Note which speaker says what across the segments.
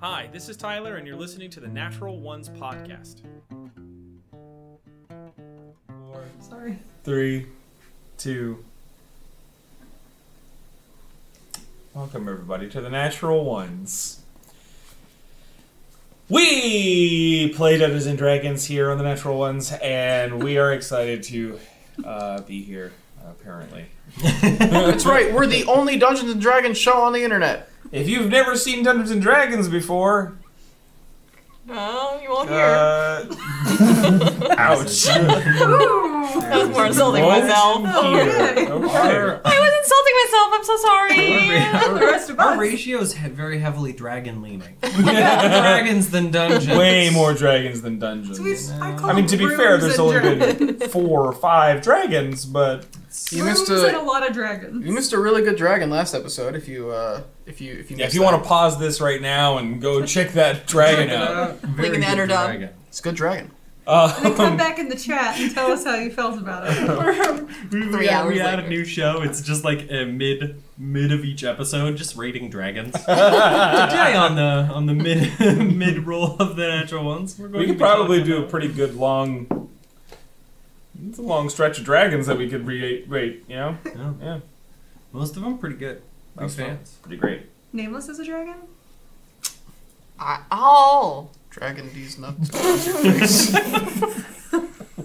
Speaker 1: Hi, this is Tyler, and you're listening to the Natural Ones Podcast.
Speaker 2: Four,
Speaker 3: Sorry.
Speaker 2: three, two. Welcome everybody to the Natural Ones. We play Dungeons and Dragons here on the Natural Ones, and we are excited to uh, be here. Apparently,
Speaker 4: That's right. We're the only Dungeons and Dragons show on the internet.
Speaker 2: if you've never seen Dungeons and Dragons before,
Speaker 5: Oh,
Speaker 3: No, you won't hear.
Speaker 2: uh, ouch!
Speaker 3: I was more insulting
Speaker 2: Won't
Speaker 3: myself.
Speaker 2: hear. Okay.
Speaker 3: I was insulting myself. I'm so sorry.
Speaker 6: Our, our ratio is he- very heavily dragon leaning. dragons than dungeons.
Speaker 2: Way more dragons than dungeons. Mm. I mean, to be fair, there's only been four or five dragons, but
Speaker 4: You
Speaker 3: Rooms
Speaker 4: missed
Speaker 3: and a
Speaker 4: a
Speaker 3: lot of dragons.
Speaker 4: you missed a really good dragon last episode. If you uh, if you if you
Speaker 2: yeah, if you want to pause this right now and go check that dragon out,
Speaker 6: Uh, Very
Speaker 3: Like an
Speaker 6: good
Speaker 3: underdog.
Speaker 6: dragon.
Speaker 4: it's a good dragon.
Speaker 2: um,
Speaker 5: Come back in the chat and tell us how you felt about it.
Speaker 6: We,
Speaker 4: Three
Speaker 6: we, had-
Speaker 4: hours
Speaker 6: we had a
Speaker 4: later.
Speaker 6: new show. It's just like a mid mid of each episode, just rating dragons. Today on the on the mid mid roll of the natural ones, we're going
Speaker 2: we
Speaker 6: to
Speaker 2: could
Speaker 6: be
Speaker 2: probably
Speaker 6: talking
Speaker 2: do a
Speaker 6: about-
Speaker 2: pretty good long. It's a long stretch of dragons that we could re- rate. You know,
Speaker 6: Yeah.
Speaker 2: yeah,
Speaker 6: Oh, most of them pretty good. Big
Speaker 2: That's fun.
Speaker 6: fans.
Speaker 2: pretty great.
Speaker 5: Nameless as a dragon?
Speaker 4: I, oh, dragon these nuts.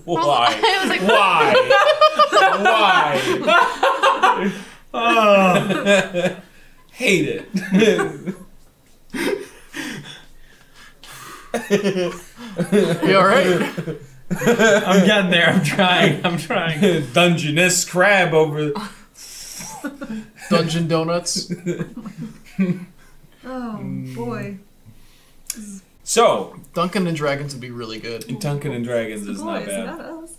Speaker 2: Why?
Speaker 3: I was like,
Speaker 2: Why? Why?
Speaker 6: Oh,
Speaker 2: Hate it.
Speaker 4: you all right?
Speaker 6: I'm getting there. I'm trying. I'm trying.
Speaker 2: Dungeness crab over.
Speaker 4: Dungeon donuts.
Speaker 5: Oh boy.
Speaker 2: So,
Speaker 4: Duncan and dragons would be really good.
Speaker 2: Duncan and Dragons is
Speaker 5: boy,
Speaker 2: not
Speaker 5: is
Speaker 2: bad.
Speaker 5: that us?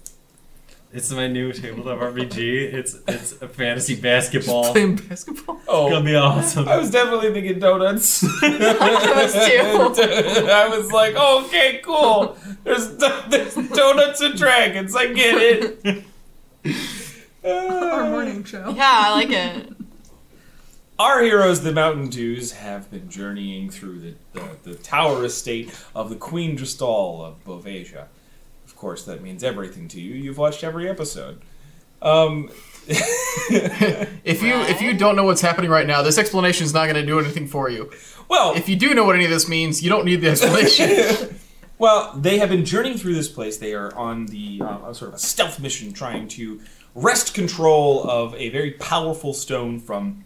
Speaker 6: It's my new tabletop RPG. It's it's a fantasy basketball. It's
Speaker 4: Playing basketball.
Speaker 6: gonna
Speaker 2: Oh,
Speaker 6: be awesome.
Speaker 2: I was definitely thinking donuts.
Speaker 3: was
Speaker 2: I was like, oh, okay, cool. There's, do- there's donuts and dragons. I get it.
Speaker 5: Our
Speaker 2: Uh,
Speaker 5: morning show.
Speaker 3: yeah, I like it.
Speaker 2: our heroes, the Mountain Dews, have been journeying through the, the, the tower estate of the Queen Dristal of Bovasia. Of course, that means everything to you. You've watched every episode. Um,
Speaker 4: If you if you don't know what's happening right now, this explanation is not going to do anything for you.
Speaker 2: well,
Speaker 4: If you do know what any of this means, you don't need the explanation.
Speaker 2: Well, they have been journeying through this place. They are on the uh, sort of a stealth mission, trying to wrest control of a very powerful stone from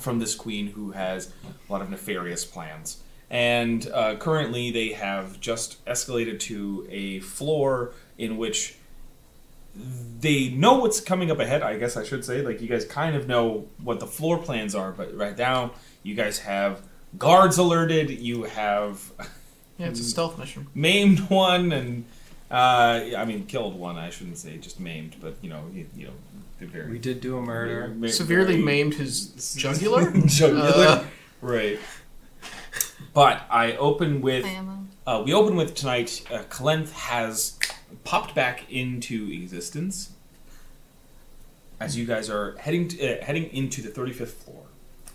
Speaker 2: from this queen who has a lot of nefarious plans. And uh, currently, they have just escalated to a floor in which they know what's coming up ahead. I guess I should say, like you guys kind of know what the floor plans are, but right now you guys have guards alerted. You have
Speaker 4: yeah, it's a stealth mission.
Speaker 2: maimed one and uh, I mean killed one. I shouldn't say just maimed, but you know, you, you know, they're very
Speaker 6: we did do a murder.
Speaker 2: very-
Speaker 4: Severely
Speaker 2: very-
Speaker 4: maimed his jugular.
Speaker 2: Jugular.
Speaker 4: Uh.
Speaker 2: right. But I open with
Speaker 3: I am.
Speaker 2: uh, we open with tonight. Uh, Kalenth has popped back into existence as you guys are heading to, uh, heading into the 35th floor.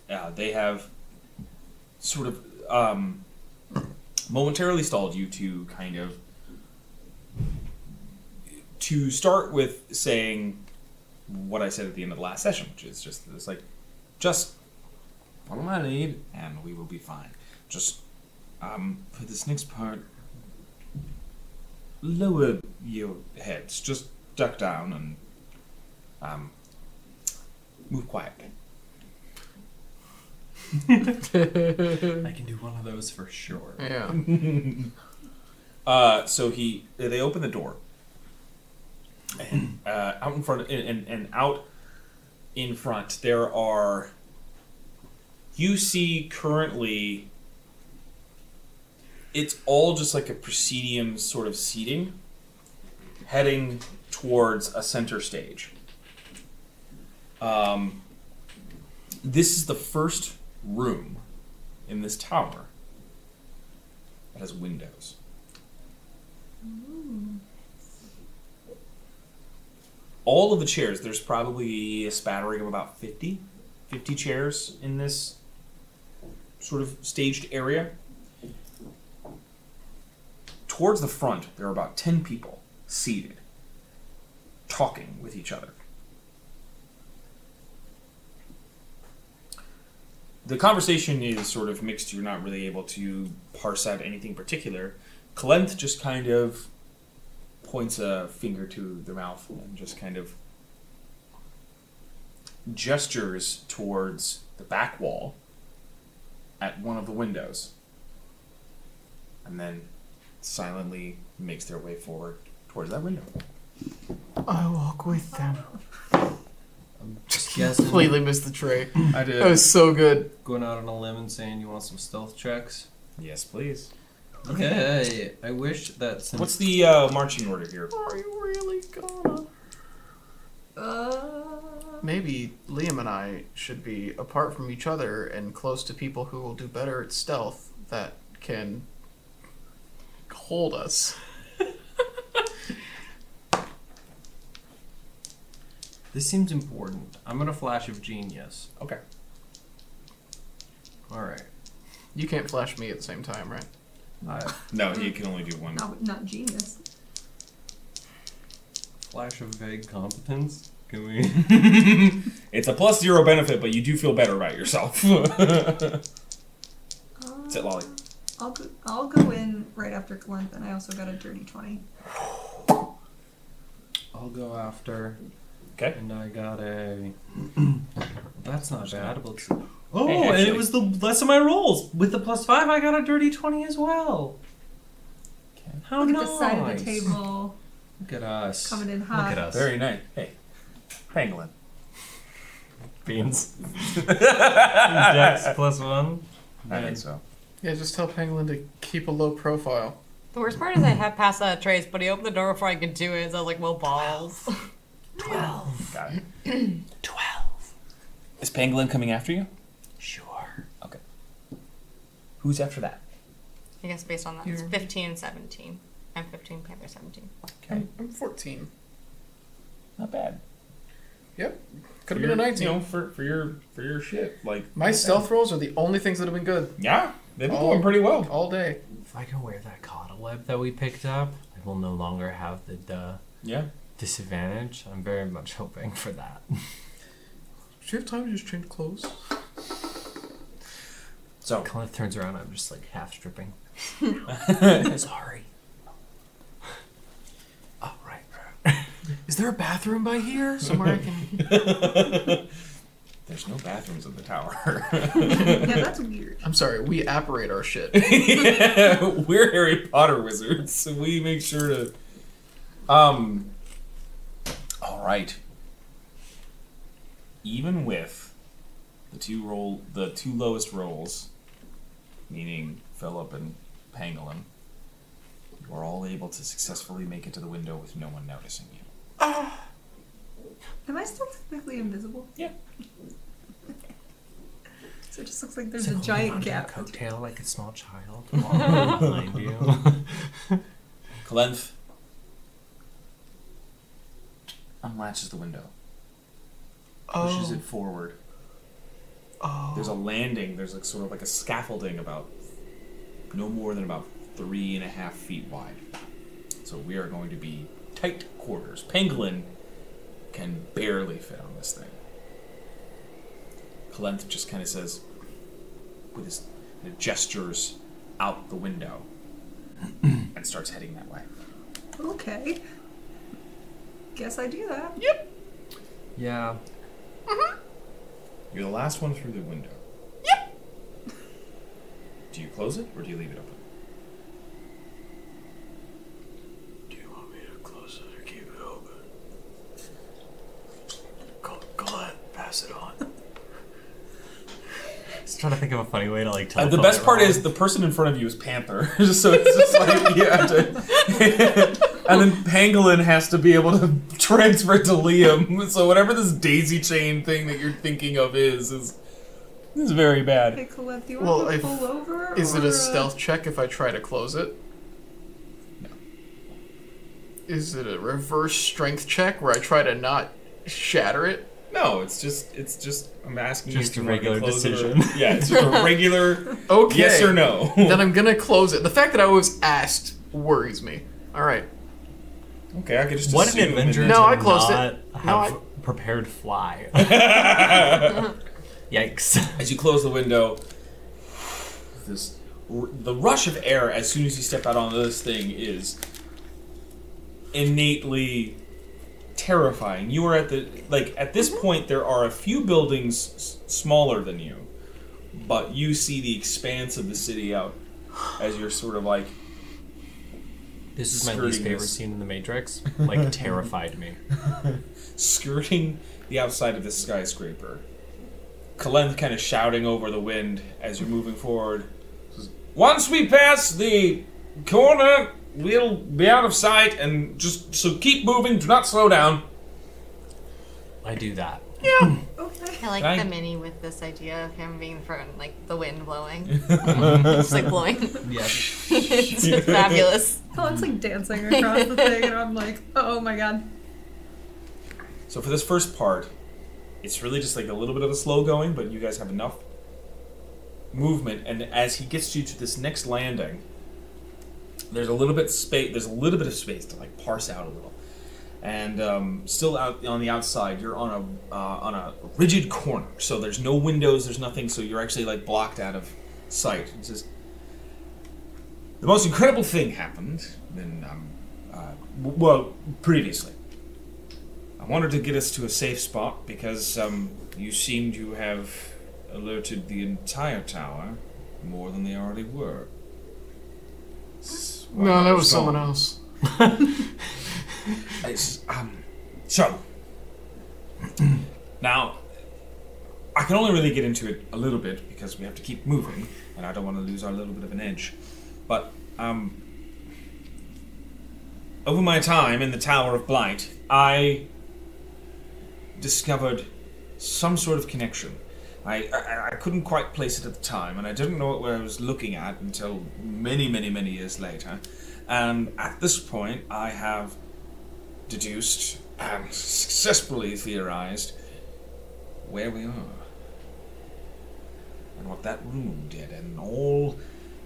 Speaker 2: Uh, they have sort of um, momentarily stalled you to kind of to start with saying what I said at the end of the last session, which is just this like just what am I need and we will be fine. Just um, for this next part, lower your heads. Just duck down and um, move quietly.
Speaker 6: I can do one of those for sure.
Speaker 2: Mm.
Speaker 4: Yeah.
Speaker 2: Uh, so he, they open the door, and uh, out in front, and, and, and out in front, there are. You see currently. It's all just like a presidium sort of seating, heading towards a center stage. Um, this is the first room in this tower that has windows. all of the chairs there's probably a spattering of about 50 50 chairs in this sort of staged area towards the front, there are about 10 people seated, talking with each other. The conversation is sort of mixed. You're not really able to parse out anything particular. Kalenth just kind of points a finger to their mouth and just kind of gestures towards the back wall at one of the windows and then silently makes their way forward towards that window.
Speaker 4: I walk with them.
Speaker 6: Yes.
Speaker 4: Completely missed the trait.
Speaker 2: I did.
Speaker 4: That was so good.
Speaker 6: Going out on a limb and saying you want some stealth checks.
Speaker 2: Yes, please.
Speaker 6: Okay. I wish that since
Speaker 2: What's the uh, marching order here?
Speaker 4: Are you really gonna?
Speaker 5: Uh,
Speaker 4: Maybe Liam and I should be apart from each other and close to people who will do better at stealth that can hold us.
Speaker 6: this seems important, I'm gonna flash of genius.
Speaker 2: Okay.
Speaker 6: All right.
Speaker 4: You can't flash me at the same time, right?
Speaker 6: I
Speaker 2: No, you can only do one.
Speaker 5: not, not genius.
Speaker 6: flash of vague competence. Can we?
Speaker 2: It's a plus zero benefit, but you do feel better about yourself. That's
Speaker 5: Uh,
Speaker 2: it, Lolly.
Speaker 5: I'll go, I'll go in right after Glint, and I also got a dirty 20.
Speaker 6: I'll go after.
Speaker 2: Okay.
Speaker 6: And I got a. That's not bad. But it's-
Speaker 2: Hey,
Speaker 6: oh, and it
Speaker 2: actually-
Speaker 6: was the less of my rolls. With the plus five, I got a dirty twenty as well. How
Speaker 5: Look
Speaker 6: nice.
Speaker 5: at the side of the table
Speaker 6: Look at us.
Speaker 5: coming in
Speaker 6: Look
Speaker 5: hot.
Speaker 7: Uh,
Speaker 6: at us.
Speaker 2: Very nice. Hey, pangolin.
Speaker 6: beans. Dex plus one.
Speaker 2: I think so.
Speaker 4: Yeah, just tell Pangolin to keep a low profile.
Speaker 3: The worst part is I had passed that trace, but he opened the door before I could do it. So I was like, well, balls.
Speaker 2: Got it. Twelve. Is pangolin coming after you?
Speaker 6: Sure.
Speaker 2: Who's after that?
Speaker 3: I guess based on that, it's 15 and 17. I'm 15, Panther 17.
Speaker 4: I'm, I'm 14.
Speaker 2: Not bad.
Speaker 4: Yep. Could have been a 19.
Speaker 2: You know, for, for your for your shit, like
Speaker 4: My stealth rolls are the only things that have been good
Speaker 2: Yeah, they've been
Speaker 4: Oh.
Speaker 2: doing pretty well.
Speaker 4: all day.
Speaker 6: If I can wear that caudal web that we picked up, I will no longer have the duh
Speaker 2: Yeah.
Speaker 6: disadvantage. I'm very much hoping for that.
Speaker 4: Do you have time to just change clothes?
Speaker 2: So
Speaker 6: Clint turns around. I'm just like half stripping. Sorry. Oh right, right. Is there a bathroom by here somewhere I can?
Speaker 2: there's no bathrooms in the tower.
Speaker 5: Yeah, that's weird.
Speaker 4: I'm sorry, we apparate our shit.
Speaker 2: We're Harry Potter wizards, so we make sure to. Um. All right. Even with the two roll, the two lowest rolls, meaning Philip and Pangolin, you are all able to successfully make it to the window with no one noticing you.
Speaker 5: Am I still technically invisible?
Speaker 2: Yeah.
Speaker 5: So it just looks like there's a giant gap.
Speaker 6: Coattail like a small child. walking behind you.
Speaker 2: Kalenth unlatches the window, pushes it forward. There's a landing. There's like sort of like a scaffolding about no more than about three and a half feet wide. So we are going to be tight quarters. Pangolin can barely fit on this thing. Kalenth just kind of says, with his kind of gestures out the window, and starts heading that way.
Speaker 5: Okay. Guess I do that.
Speaker 6: Yeah.
Speaker 2: You're the last one through the window. Yep. Do you close it or do you leave it open?
Speaker 6: Do you want me to close it or keep it open? Go, pass it on. Just trying to think of a funny way to like tell.
Speaker 2: Uh, the best part is the person in front of you is Panther. so it's just like you have to. and then Pangolin has to be able to transfer it to Liam. So whatever this daisy chain thing that you're thinking of is is is very bad.
Speaker 5: Hey, Colette, do you
Speaker 4: Well,
Speaker 5: want to
Speaker 4: if-
Speaker 5: pull over?
Speaker 4: Is it
Speaker 5: or,
Speaker 4: a
Speaker 5: uh,
Speaker 4: stealth check if I try to close it? Is it a reverse strength check where I try to not shatter it?
Speaker 2: No, it's just it's just I'm asking
Speaker 6: Just
Speaker 2: you
Speaker 6: a
Speaker 2: if you want to
Speaker 6: regular
Speaker 2: close it or-
Speaker 6: decision.
Speaker 2: yeah, it's just a regular
Speaker 4: Okay.
Speaker 2: yes or no.
Speaker 4: Then I'm gonna close it. The fact that I was asked worries me. All right.
Speaker 2: Okay, I could just
Speaker 7: What an
Speaker 2: assume
Speaker 7: adventure
Speaker 2: that-
Speaker 4: No,
Speaker 7: to
Speaker 4: I closed it.
Speaker 7: not
Speaker 4: No,
Speaker 7: have
Speaker 4: I-
Speaker 7: prepared fly. Yikes.
Speaker 2: As you close the window, this r- the rush of air as soon as you step out onto this thing is innately terrifying. You are at the like at this point there are a few buildings s- smaller than you, but you see the expanse of the city out as you're sort of like
Speaker 7: This is my
Speaker 2: Skirting
Speaker 7: least favorite
Speaker 2: this.
Speaker 7: scene in The Matrix. Like, terrified me.
Speaker 2: skirting the outside of the skyscraper. Kalen kind of shouting over the wind as you're moving forward. Says, Once we pass the corner, we'll be out of sight, and just so keep moving. Do not slow down.
Speaker 7: I do that.
Speaker 5: Okay.
Speaker 3: I like
Speaker 2: Right.
Speaker 3: the mini with this idea of him being thrown, like the wind blowing. it's like blowing.
Speaker 6: Yes.
Speaker 3: it's fabulous.
Speaker 5: Colin's Oh, like dancing across the thing, and I'm like, oh my god.
Speaker 2: So for this first part, it's really just like a little bit of a slow going, but you guys have enough movement. And as he gets you to this next landing, there's a little bit space. There's a little bit of space to like parse out a little. And um, still out on the outside, you're on a uh, on a rigid corner, so there's no windows, there's nothing, so you're actually like blocked out of sight. It says, the most incredible thing happened. Then, um, uh, w- well, previously. I wanted to get us to a safe spot because um, you seem to have alerted the entire tower more than they already were. S- while
Speaker 4: No,
Speaker 2: I
Speaker 4: that was
Speaker 2: gone.
Speaker 4: someone else.
Speaker 2: It's, um, so, now, I can only really get into it a little bit because we have to keep moving, and I don't want to lose our little bit of an edge. But, um, over my time in the Tower of Blight, I discovered some sort of connection. I, I, I couldn't quite place it at the time, and I didn't know what I was looking at until many, many, many years later. And at this point, I have deduced and successfully theorized where we are and what that room did and all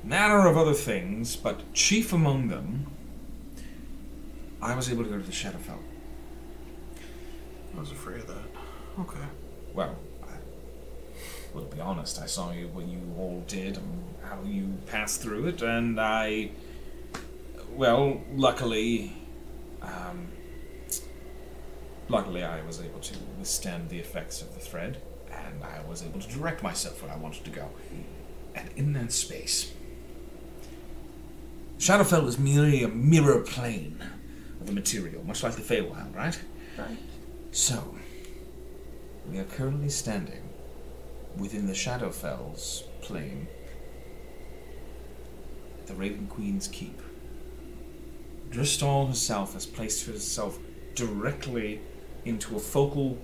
Speaker 2: manner of other things, but chief among them, I was able to go to the Shadowfell.
Speaker 4: I was afraid of that. Okay.
Speaker 2: Well, I will be honest, I saw you what you all did and how you passed through it, and I. Well, luckily. Um, luckily, I was able to withstand the effects of the thread, and I was able to direct myself where I wanted to go. And in that space. Shadowfell was merely a mirror plane of the material, much like the Feywild, right?
Speaker 5: Right.
Speaker 2: So, we are currently standing within the Shadowfell's plane at the Raven Queen's Keep. Dristal herself has placed herself directly into a focal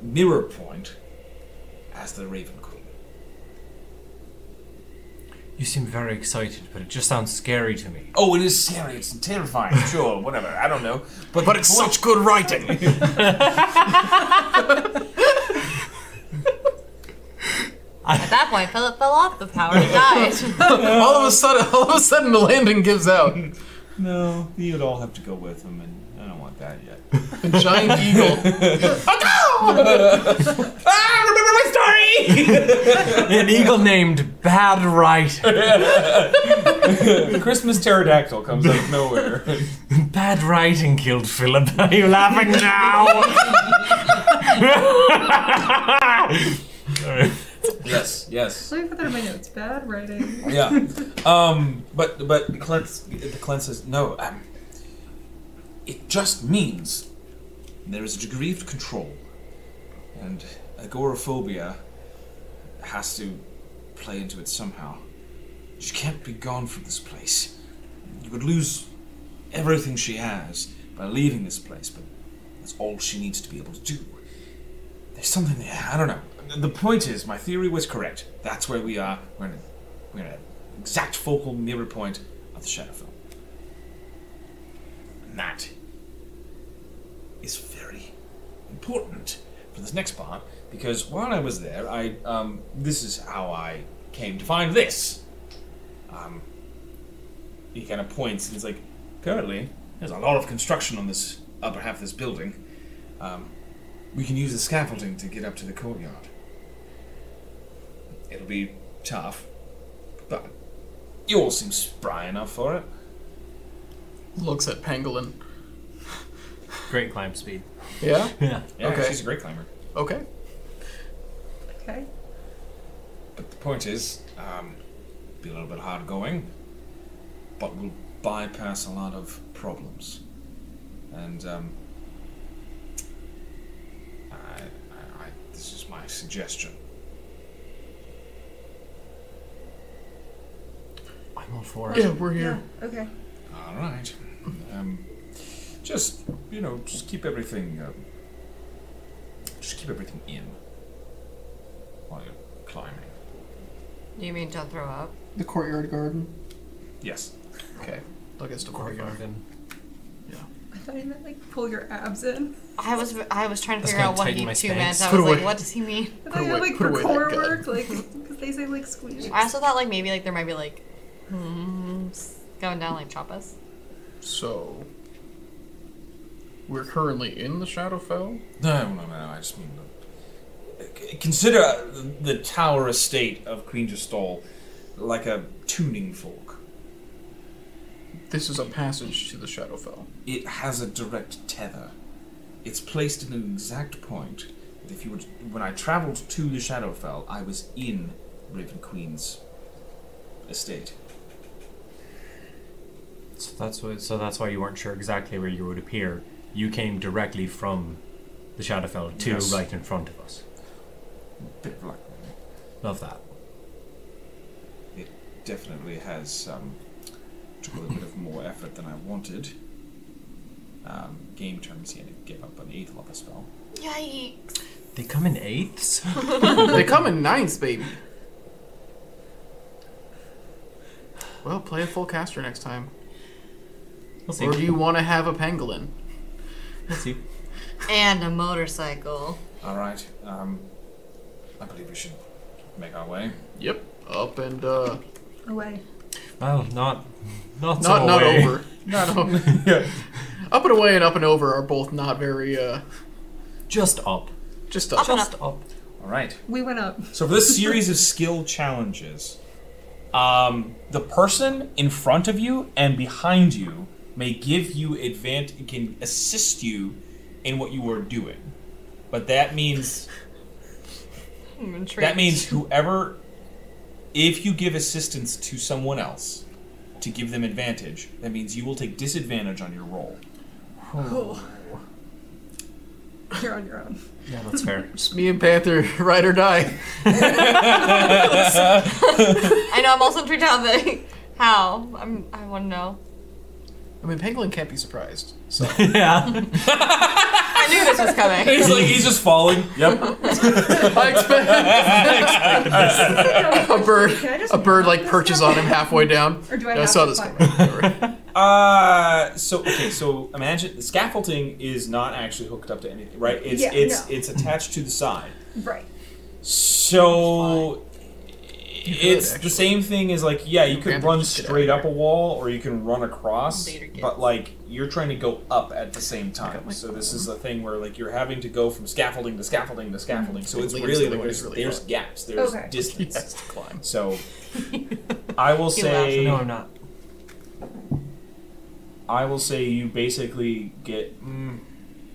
Speaker 2: mirror point as the Raven Queen.
Speaker 7: You seem very excited, but it just sounds scary to me.
Speaker 2: Oh, it is scary, it's terrifying, sure, whatever, I don't know. But,
Speaker 7: But it's such good writing!
Speaker 3: At that point, Philip fell off the tower and died.
Speaker 4: all of a sudden, all of a sudden, the landing gives out. A
Speaker 2: No, you'd all have to go with them, and I don't want that yet.
Speaker 4: giant eagle.
Speaker 2: ah, remember my story!
Speaker 7: An eagle named Bad Writing.
Speaker 2: Christmas pterodactyl comes out of nowhere.
Speaker 7: Bad Writing killed Philip. Are you laughing now?
Speaker 2: yes, yes,
Speaker 5: Let me put that in my notes. Bad writing.
Speaker 2: yeah. Um, but but the cleanse, the cleanse says no. Um, it just means there is a degree of control, and agoraphobia has to play into it somehow. She can't be gone from this place. You would lose everything she has by leaving this place, but that's all she needs to be able to do. There's something there. I don't know. The- The point is, my theory was correct. That's where we are. We're in a, we're in an exact focal mirror point of the shadow film. And that is very important for this next part because while I was there, I um, this is how I came to find this. Um, he kind of points and he's like, currently, there's a lot of construction on this upper half of this building. Um, we can use the scaffolding to get up to the courtyard. It'll be tough, but you all seem spry enough for it.
Speaker 4: Looks at Pangolin.
Speaker 7: Great climb speed.
Speaker 4: Yeah?
Speaker 7: Yeah.
Speaker 2: Yeah,
Speaker 4: Okay.
Speaker 2: she's a great climber.
Speaker 4: Okay.
Speaker 5: Okay.
Speaker 2: But the point is, um, be a little bit hard going, but we'll bypass a lot of problems. And um, I, I, I, this is my suggestion.
Speaker 7: I'm all for it.
Speaker 4: Yeah, we're here.
Speaker 5: Yeah. Okay.
Speaker 2: All right. Um, just you know, just keep everything. Um, just keep everything in while you're climbing.
Speaker 3: Do you mean don't throw up?
Speaker 4: The courtyard garden.
Speaker 2: Yes.
Speaker 4: Okay. Look at the courtyard.
Speaker 7: Courtyard and-
Speaker 5: I thought he meant like pull your abs in.
Speaker 3: I was I was trying to
Speaker 7: That's
Speaker 3: figure out
Speaker 7: gonna
Speaker 3: what
Speaker 7: tighten
Speaker 3: he
Speaker 7: my
Speaker 3: two
Speaker 7: spanks.
Speaker 3: meant. I
Speaker 4: Put
Speaker 3: was like,
Speaker 4: away.
Speaker 3: what does he mean?
Speaker 5: I thought you
Speaker 4: away-
Speaker 5: meant like
Speaker 4: put away that
Speaker 5: core
Speaker 4: gun.
Speaker 5: work, like because they say like squeeze.
Speaker 3: I also thought like maybe like there might be like hmm, s- going down like chop us.
Speaker 4: So we're currently in the Shadowfell.
Speaker 2: No, no, no. I just mean the, consider uh, the tower estate of Queen Gestal like a tuning fork.
Speaker 4: This is a passage to the Shadowfell.
Speaker 2: It has a direct tether. It's placed in an exact point. that If you would, when I traveled to the Shadowfell, I was in Raven Queen's estate.
Speaker 7: So that's why. So that's why you weren't sure exactly where you would appear. You came directly from the Shadowfell to
Speaker 2: Yes.
Speaker 7: right in front of us.
Speaker 2: Bit of luck.
Speaker 7: Love that.
Speaker 2: Definitely has um, took a little bit of more effort than I wanted. Um, game terms, he had to give up an eighth level spell.
Speaker 3: Yikes!
Speaker 7: They come in eighths.
Speaker 4: they come in nines, baby. Well, play a full caster next time.
Speaker 7: We'll see.
Speaker 4: Or do you want to have a pangolin?
Speaker 7: We'll see.
Speaker 3: And a motorcycle.
Speaker 2: All right. Um, I believe we should make our way.
Speaker 4: Yep. Up and uh,
Speaker 5: away.
Speaker 7: Well, not not
Speaker 4: not
Speaker 7: so
Speaker 4: not
Speaker 7: away.
Speaker 4: over, not over. Up and away and up and over are both not very uh,
Speaker 7: Just up.
Speaker 4: just up.
Speaker 3: and
Speaker 7: Just up.
Speaker 2: All right.
Speaker 5: We went up.
Speaker 2: So for this series of skill challenges, um, the person in front of you and behind you may give you advantage, can assist you in what you are doing. But that means
Speaker 3: I'm
Speaker 7: Mm,
Speaker 3: intrigued.
Speaker 2: that means whoever, if you give assistance to someone else to give them advantage, that means you will take disadvantage on your roll.
Speaker 5: You're on your own.
Speaker 7: Yeah, that's fair.
Speaker 4: Just me and Panther, ride or die.
Speaker 3: I know. I'm also intrigued how they how I'm. I want to know.
Speaker 4: I mean, pangolin can't be surprised. So
Speaker 7: yeah.
Speaker 3: I knew this was coming.
Speaker 2: He's like he's just falling. Yep.
Speaker 4: I expect a
Speaker 5: Can I
Speaker 4: bird,
Speaker 5: just
Speaker 4: a bird like
Speaker 5: knock this
Speaker 4: perches
Speaker 5: down?
Speaker 4: on him halfway down.
Speaker 5: Or do I
Speaker 4: I
Speaker 5: have
Speaker 4: saw
Speaker 5: to
Speaker 4: this
Speaker 5: climb
Speaker 4: coming.
Speaker 2: Uh, so okay, so imagine the scaffolding is not actually hooked up to anything, right? It's
Speaker 5: Yeah,
Speaker 2: it's
Speaker 5: no.
Speaker 2: it's attached to the side.
Speaker 5: Right.
Speaker 2: So it's
Speaker 4: actually.
Speaker 2: the same thing as like yeah, you
Speaker 4: You
Speaker 2: could
Speaker 4: can
Speaker 2: run
Speaker 4: just get out
Speaker 2: straight
Speaker 4: of
Speaker 2: up a wall or you can run across,
Speaker 3: Later gets-
Speaker 2: but like you're trying to go up at the same time.
Speaker 4: my
Speaker 2: So this is a thing where like you're having to go from scaffolding to scaffolding to scaffolding. So
Speaker 4: It
Speaker 2: it's
Speaker 4: leaves
Speaker 2: really
Speaker 4: the
Speaker 2: like
Speaker 4: one
Speaker 2: there's,
Speaker 4: that's really
Speaker 2: there's
Speaker 4: hard.
Speaker 2: gaps, there's
Speaker 5: Okay.
Speaker 2: distance.
Speaker 4: Yes, to climb.
Speaker 2: So I will
Speaker 3: He laughs.
Speaker 2: say
Speaker 7: No, I'm not.
Speaker 2: I will say you basically get. Mm,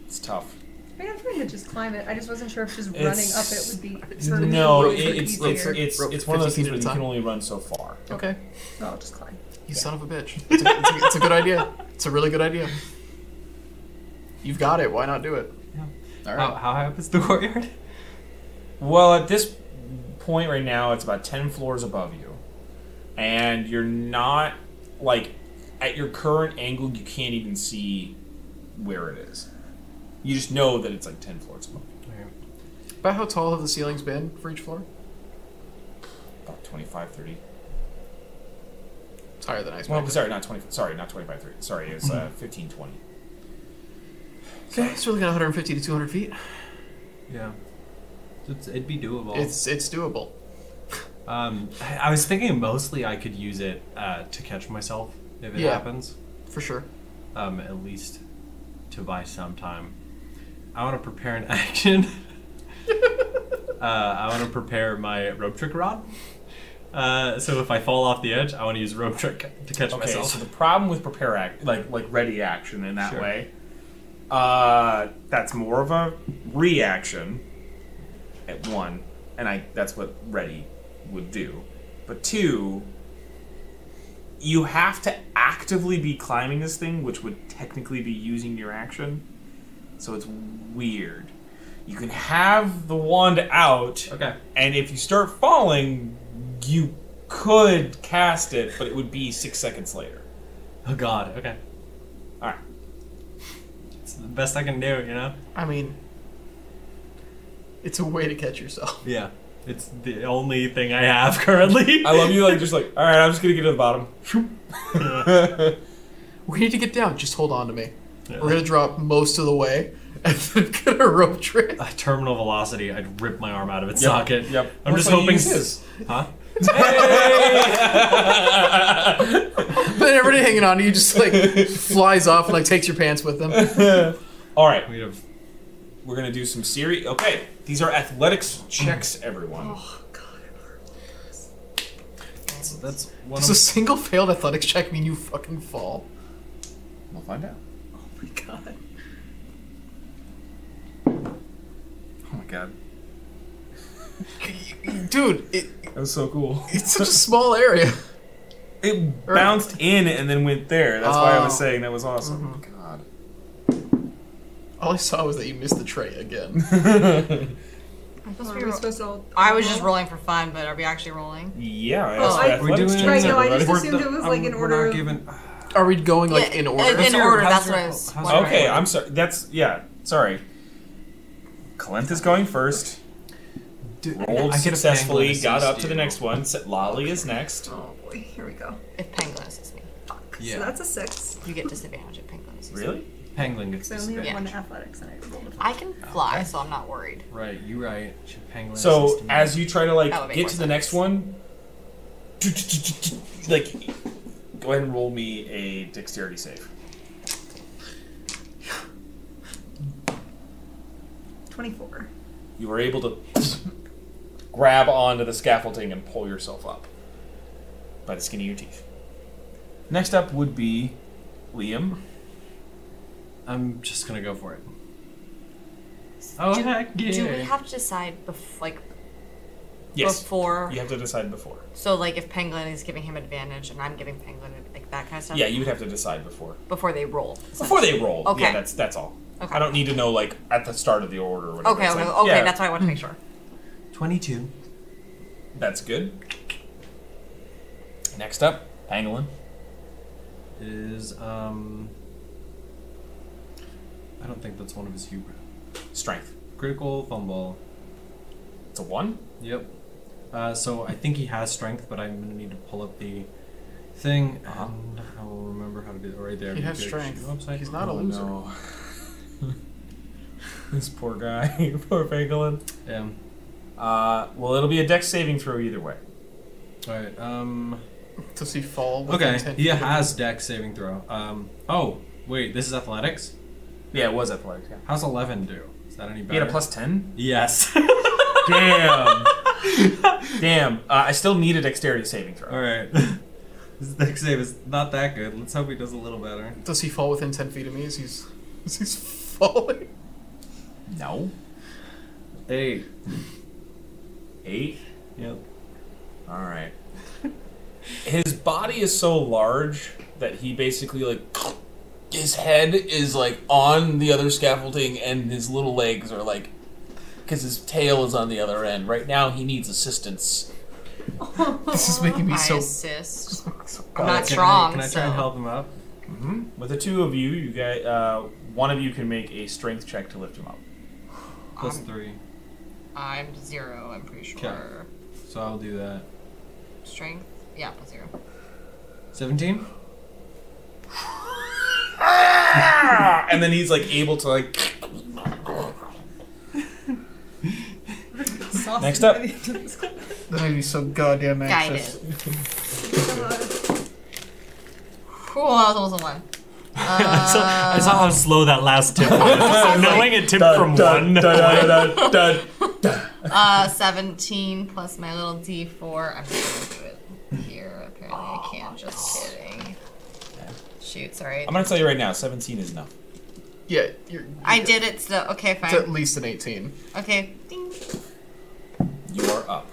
Speaker 2: it's tough.
Speaker 5: I mean, I'm trying to just climb it. I just wasn't sure if just
Speaker 2: It's-
Speaker 5: running up it would be. for me
Speaker 2: No,
Speaker 5: would
Speaker 2: it, it's
Speaker 5: be
Speaker 2: it's
Speaker 5: easier.
Speaker 2: it's,
Speaker 4: Rope
Speaker 2: it's one of those
Speaker 4: 50
Speaker 2: things where
Speaker 4: feet
Speaker 2: you
Speaker 4: at a
Speaker 2: can
Speaker 4: time.
Speaker 2: only run so far.
Speaker 4: Okay,
Speaker 5: No, I'll just climb.
Speaker 4: you son of a bitch. It's a, it's, a, it's a good idea. It's a really good idea. You've got it. Why not do it? All
Speaker 6: How,
Speaker 7: Oh,
Speaker 4: right.
Speaker 6: how high up is the courtyard?
Speaker 2: Well, at this point right now, it's about ten floors above you, and you're not like at your current angle. You can't even see where it is. You just know that it's like ten floors above, you,
Speaker 4: About how tall have the ceilings been for each floor?
Speaker 2: about 25, 30.
Speaker 4: It's higher than I
Speaker 2: Well,
Speaker 4: expected.
Speaker 2: sorry, not twenty. Sorry, not 25, 30. Sorry, it's uh, 15, 20.
Speaker 4: okay, it's really got 150 to 200 feet.
Speaker 6: Yeah. It's, it'd be doable.
Speaker 4: It's it's doable.
Speaker 6: Um, I, I was thinking mostly I could use it uh, to catch myself
Speaker 7: if it
Speaker 4: Yeah.
Speaker 7: happens.
Speaker 4: for sure.
Speaker 7: Um, at least to buy some time. I want to prepare an action. uh, I want to prepare my rope trick rod. Uh, so if I fall off the edge, I want to use rope trick to catch
Speaker 2: Okay,
Speaker 7: myself.
Speaker 2: so the problem with prepare act, like like ready action in that
Speaker 7: Sure.
Speaker 2: way, uh, that's more of a reaction at one, and I that's what ready would do. But two, you have to actively be climbing this thing, which would technically be using your action. So it's weird. You can have the wand out.
Speaker 7: okay.
Speaker 2: And if you start falling, you could cast it, but it would be six seconds later.
Speaker 7: Oh God. Okay.
Speaker 2: All right.
Speaker 7: It's the best I can do. You know.
Speaker 4: I mean, it's a way to catch yourself.
Speaker 7: Yeah. It's the only thing I have currently.
Speaker 2: I love you, like, just like, all right, I'm just going to get to the bottom.
Speaker 4: We need to get down. Just hold on to me.
Speaker 7: Yeah.
Speaker 4: We're gonna drop most of the way, and then get a rope trick.
Speaker 7: Uh, terminal velocity. I'd rip my arm out of its
Speaker 2: Yep,
Speaker 7: socket.
Speaker 2: yep.
Speaker 7: I'm
Speaker 2: Or
Speaker 7: just
Speaker 2: so you
Speaker 7: hoping.
Speaker 2: use
Speaker 7: s- Huh?
Speaker 4: Then everybody hanging on to you just like flies off and like takes your pants with them.
Speaker 2: all right.
Speaker 7: We'd have.
Speaker 2: We're going to do some series. Okay. These are athletics checks, everyone.
Speaker 7: That's, that's one.
Speaker 4: Does
Speaker 7: Of,
Speaker 4: a single failed athletics check mean you fucking fall?
Speaker 2: We'll find out.
Speaker 4: Oh my god.
Speaker 2: Oh, my God.
Speaker 4: Dude, it,
Speaker 2: That was so cool.
Speaker 4: it's such a small area.
Speaker 2: It bounced in and then went there. That's why I was
Speaker 4: Oh.
Speaker 2: saying that was awesome. God.
Speaker 4: All I saw was that you missed the tray again.
Speaker 5: Are we supposed to all-
Speaker 3: I was just rolling for fun, but are we actually rolling?
Speaker 2: Yeah. I
Speaker 5: Oh,
Speaker 2: asked for
Speaker 5: I-
Speaker 7: we're
Speaker 2: athletics
Speaker 7: doing.
Speaker 2: checks,
Speaker 5: Right, no, I just
Speaker 2: everybody.
Speaker 7: We're
Speaker 5: assumed it was, like,
Speaker 7: I'm-
Speaker 5: in
Speaker 7: we're
Speaker 5: order
Speaker 7: not
Speaker 5: of-
Speaker 2: uh,
Speaker 7: given.
Speaker 4: Are we going like
Speaker 3: Yeah,
Speaker 4: in
Speaker 3: In,
Speaker 4: order?
Speaker 3: in
Speaker 7: your-
Speaker 3: order,
Speaker 7: how's
Speaker 3: that's
Speaker 7: your-
Speaker 3: what I was.
Speaker 7: how's your-
Speaker 3: wondering.
Speaker 2: Okay, I'm sorry. That's, yeah, sorry. Calentha's going first.
Speaker 7: Dude,
Speaker 2: Rolled
Speaker 7: I get a
Speaker 2: successfully,
Speaker 7: pangolin
Speaker 2: got up to
Speaker 7: assist
Speaker 2: the
Speaker 7: you.
Speaker 2: next one. Set- Lolly is next.
Speaker 5: Oh boy, here we go.
Speaker 3: If Penguin assists me,
Speaker 7: Yeah.
Speaker 5: So that's a six.
Speaker 3: you get disadvantage if Penguin assists me.
Speaker 2: Really?
Speaker 7: Pangolin gets
Speaker 5: So I only have
Speaker 7: disadvantage.
Speaker 5: one athletics, and I rolled a five.
Speaker 3: I can fly, so I'm not worried.
Speaker 7: Right, you right. Should Pangolin
Speaker 2: So
Speaker 7: assist me?
Speaker 2: as you try to like
Speaker 3: That would make
Speaker 2: get
Speaker 3: more
Speaker 2: to the next
Speaker 3: sense.
Speaker 2: one, like go ahead and roll me a dexterity save.
Speaker 5: Twenty-four.
Speaker 2: You were able to grab onto the scaffolding and pull yourself up by the skin of your teeth. Next up would be Liam.
Speaker 7: I'm just gonna go for it. Oh heck yeah!
Speaker 3: Do we have to decide, bef- like,
Speaker 2: Yes,
Speaker 3: before?
Speaker 2: you have to decide before.
Speaker 3: So, like, if Penguin is giving him advantage and I'm giving Penguin, like, that kind of stuff?
Speaker 2: Yeah, you would have to decide before.
Speaker 3: Before they roll.
Speaker 2: Before they roll.
Speaker 3: Okay.
Speaker 2: Yeah, that's that's all.
Speaker 3: Okay.
Speaker 2: I don't need to know like at the start of the order or whatever.
Speaker 3: Okay,
Speaker 2: It's
Speaker 3: okay,
Speaker 2: like,
Speaker 3: okay,
Speaker 2: yeah,
Speaker 3: that's what I want to make sure.
Speaker 7: Twenty-two.
Speaker 2: that's good. Next up, Pangolin.
Speaker 7: Is um. I don't think that's one of his hubris.
Speaker 2: Strength.
Speaker 7: Critical fumble.
Speaker 2: It's a one.
Speaker 7: Yep. Uh, so I think he has strength, but I'm gonna need to pull up the thing, and I will remember how to do it right there.
Speaker 4: He has
Speaker 7: Good.
Speaker 4: strength.
Speaker 7: Upside
Speaker 4: He's
Speaker 7: down.
Speaker 2: Oh,
Speaker 4: not a loser.
Speaker 2: this poor guy. poor Pangolin.
Speaker 7: Yeah.
Speaker 2: Uh, well, it'll be a dex saving throw either way.
Speaker 7: All right. Um.
Speaker 4: Does he fall? with
Speaker 7: Okay.
Speaker 4: intent?
Speaker 7: He has dex saving throw. Um. Oh wait, this is athletics.
Speaker 2: Yeah, it was athletics. Yeah.
Speaker 7: How's eleven do? Is that any better?
Speaker 2: He had a plus ten.
Speaker 7: Yes.
Speaker 2: Damn. Damn. Uh, I still need a dexterity saving throw.
Speaker 7: All right. His dex save is not that good. Let's hope he does a little better.
Speaker 4: Does he fall within ten feet of me? Is he's is he's falling?
Speaker 2: No.
Speaker 7: Eight.
Speaker 2: Eight.
Speaker 7: Yep.
Speaker 2: All right. His body is so large that he basically like his head is like on the other scaffolding and his little legs are like cuz his tail is on the other end. Right now he needs assistance.
Speaker 4: This is making me
Speaker 3: I
Speaker 4: so.
Speaker 3: assist.
Speaker 2: Uh,
Speaker 3: I'm not
Speaker 7: Can
Speaker 3: strong,
Speaker 7: I, can I try
Speaker 3: so.
Speaker 7: and help him up?
Speaker 2: With the two of you, you guys uh, one of you can make a strength check to lift him up.
Speaker 7: Plus
Speaker 3: Um,
Speaker 7: three.
Speaker 3: I'm zero, I'm pretty sure.
Speaker 7: Okay. So I'll do that.
Speaker 3: Strength? Yeah, plus zero.
Speaker 7: Seventeen.
Speaker 2: Ah! And then he's like able to like Next up.
Speaker 4: That made me so goddamn anxious.
Speaker 3: Guided.
Speaker 5: Uh,
Speaker 3: Cool, that was almost a one.
Speaker 7: I, saw, I saw how slow that last tip was. Knowing a tip from one.
Speaker 3: Uh, 17 plus my little d4. I'm just gonna do it here. Apparently, I can't. Just kidding. Shoot, sorry.
Speaker 2: I'm gonna tell you right now, 17 is enough.
Speaker 4: Yeah, you're,
Speaker 3: I did it still. Okay,
Speaker 4: it's at
Speaker 3: fine.
Speaker 4: least an 18.
Speaker 3: Okay, ding.
Speaker 2: You are up.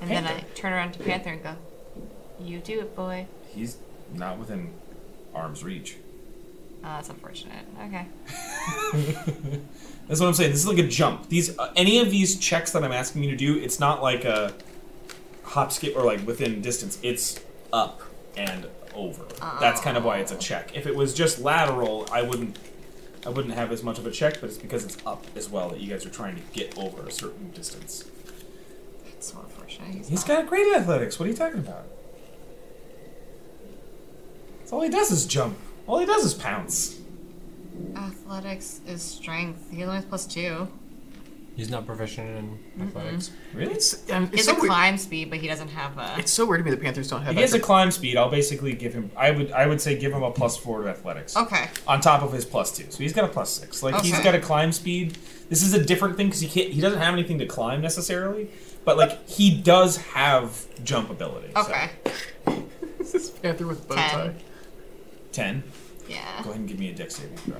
Speaker 3: And then I turn around to Panther and go, You do it, boy.
Speaker 2: He's not within arm's reach.
Speaker 3: Oh, that's unfortunate. Okay.
Speaker 2: That's what I'm saying. This is like a jump. These uh, any of these checks that I'm asking you to do, it's not like a hop skip or like within distance. It's up and over. That's kind of why it's a check. If it was just lateral, I wouldn't I wouldn't have as much of a check, but it's because it's up as well that you guys are trying to get over a certain distance.
Speaker 3: That's so unfortunate. He's,
Speaker 2: He's
Speaker 3: not.
Speaker 2: got great athletics. What are you talking about? That's all he does is jump. All he does is pounce.
Speaker 3: Athletics is strength. He's only plus two.
Speaker 7: He's not proficient in athletics.
Speaker 2: Really?
Speaker 4: It's, um,
Speaker 3: He
Speaker 4: it's,
Speaker 3: has
Speaker 4: so
Speaker 3: a
Speaker 4: weird,
Speaker 3: climb speed, but he doesn't have a.
Speaker 4: it's so weird to me the Panthers don't have
Speaker 2: He has a
Speaker 4: that.
Speaker 2: climb speed. I'll basically give him. I would. I would say give him a plus four to athletics
Speaker 3: Okay.
Speaker 2: on top of his plus two. So he's got a plus six. Like he's
Speaker 3: Okay.
Speaker 2: got a climb speed. This is a different thing because he can't. He doesn't have anything to climb necessarily, but like he does have jump ability. so.
Speaker 3: Okay.
Speaker 4: It's this Panther with bow tie.
Speaker 3: Ten.
Speaker 2: Ten.
Speaker 3: Yeah.
Speaker 2: Go ahead and give me a dex saving throw.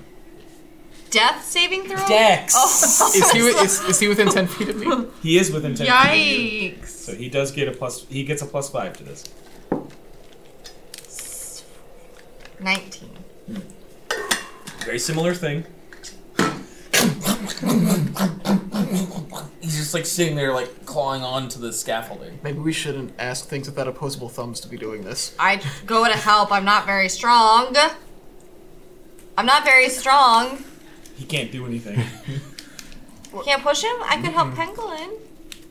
Speaker 3: Death saving throw?
Speaker 2: Dex.
Speaker 3: Oh.
Speaker 4: Is he, wi- is, is he within 10 feet of me?
Speaker 2: He is within ten. feet of you.
Speaker 3: Yikes.
Speaker 2: So he does get a plus. He gets a plus five to this.
Speaker 3: 19.
Speaker 2: Very similar thing.
Speaker 8: He's just like sitting there, like clawing on to the scaffolding.
Speaker 4: Maybe we shouldn't ask things without opposable thumbs to be doing this.
Speaker 3: I go to help. I'm not very strong. I'm not very strong.
Speaker 2: He can't do anything.
Speaker 3: Can't push him? I could help Pangolin.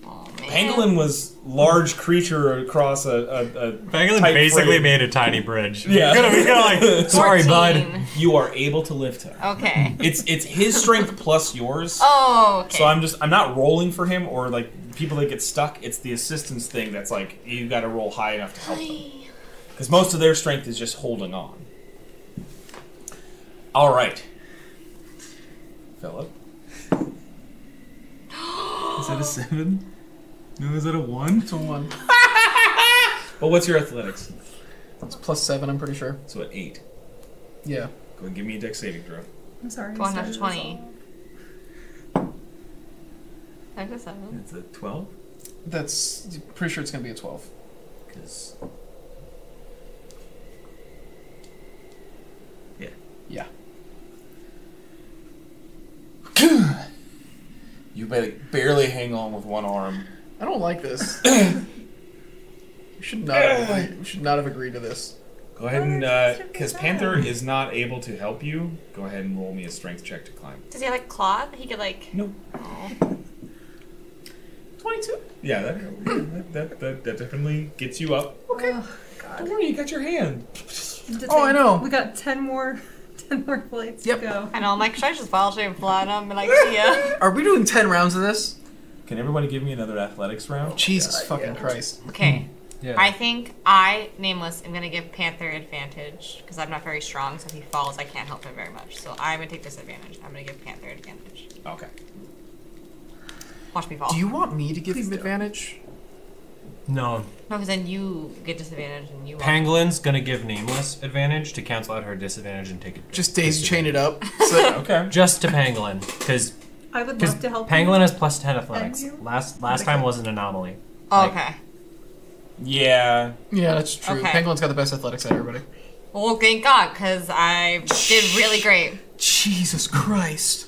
Speaker 3: Oh, man.
Speaker 2: Pangolin was large creature across a. a, a
Speaker 7: Pangolin
Speaker 2: tight
Speaker 7: basically
Speaker 2: frame.
Speaker 7: made a tiny bridge.
Speaker 2: Yeah.
Speaker 7: We're gonna, we're gonna like, sorry, bud.
Speaker 3: 14.
Speaker 2: You are able to lift him.
Speaker 3: Okay.
Speaker 2: It's it's his strength plus yours.
Speaker 3: Oh, okay.
Speaker 2: So I'm just I'm not rolling for him or like people that get stuck. It's the assistance thing that's like you got to roll high enough to help them because most of their strength is just holding on. All right, Philip.
Speaker 6: Is that a seven? No, is that a one?
Speaker 4: It's a 1.
Speaker 2: Well, what's your athletics?
Speaker 4: It's plus 7, I'm pretty sure.
Speaker 2: So at eight.
Speaker 4: Yeah.
Speaker 2: Go and give me a dex saving throw.
Speaker 5: I'm sorry.
Speaker 3: Go on,
Speaker 5: sorry,
Speaker 3: that's 20. That's a seven.
Speaker 6: It's a twelve.
Speaker 4: That's pretty sure it's going to be a 12.
Speaker 6: Because. Yeah.
Speaker 4: Yeah.
Speaker 8: You barely, barely hang on with one arm.
Speaker 4: I don't like this. we should not have agreed, we should not have agreed to this.
Speaker 2: Go ahead and because Panther is not able to help you. Go ahead and roll me a strength check to climb.
Speaker 3: Does he have like claw? He could like.
Speaker 2: No.
Speaker 3: Oh.
Speaker 4: 22.
Speaker 2: Yeah, that that, that, that that definitely gets you up.
Speaker 5: Okay.
Speaker 2: Don't worry, you got your hand.
Speaker 4: Oh, I know.
Speaker 5: We got 10 more 10 more plates
Speaker 4: Yep.
Speaker 5: to go.
Speaker 3: I know. I'm like, should I just follow shape and fly? And I'm like, see ya.
Speaker 4: Are we doing 10 rounds of this? Uh,
Speaker 2: Can everybody give me another athletics round?
Speaker 4: Jesus fucking Christ.
Speaker 3: Okay.
Speaker 7: Yeah.
Speaker 3: I think I, nameless, am gonna give Panther advantage because I'm not very strong. So if he falls, I can't help him very much. So I'm gonna take disadvantage. I'm gonna give Panther advantage.
Speaker 2: Okay.
Speaker 3: Watch me fall.
Speaker 4: Do you want me to give him advantage?
Speaker 7: No,
Speaker 3: No, because then you get disadvantage and you. won't.
Speaker 7: Pangolin's gonna give Nameless advantage to cancel out her disadvantage and take it.
Speaker 4: Just daisy chain it up. So that-
Speaker 2: Okay.
Speaker 7: Just to Pangolin, because
Speaker 5: I would
Speaker 7: because
Speaker 5: love to help.
Speaker 7: Pangolin
Speaker 5: you.
Speaker 7: has plus ten athletics.
Speaker 5: you.
Speaker 7: Last last time was an anomaly.
Speaker 3: Oh,
Speaker 7: like-
Speaker 3: okay.
Speaker 2: Yeah.
Speaker 4: yeah, that's true.
Speaker 3: Okay.
Speaker 4: Penguin's got the best athletics out of everybody.
Speaker 3: Well, thank God, because I did really great.
Speaker 4: Jesus Christ.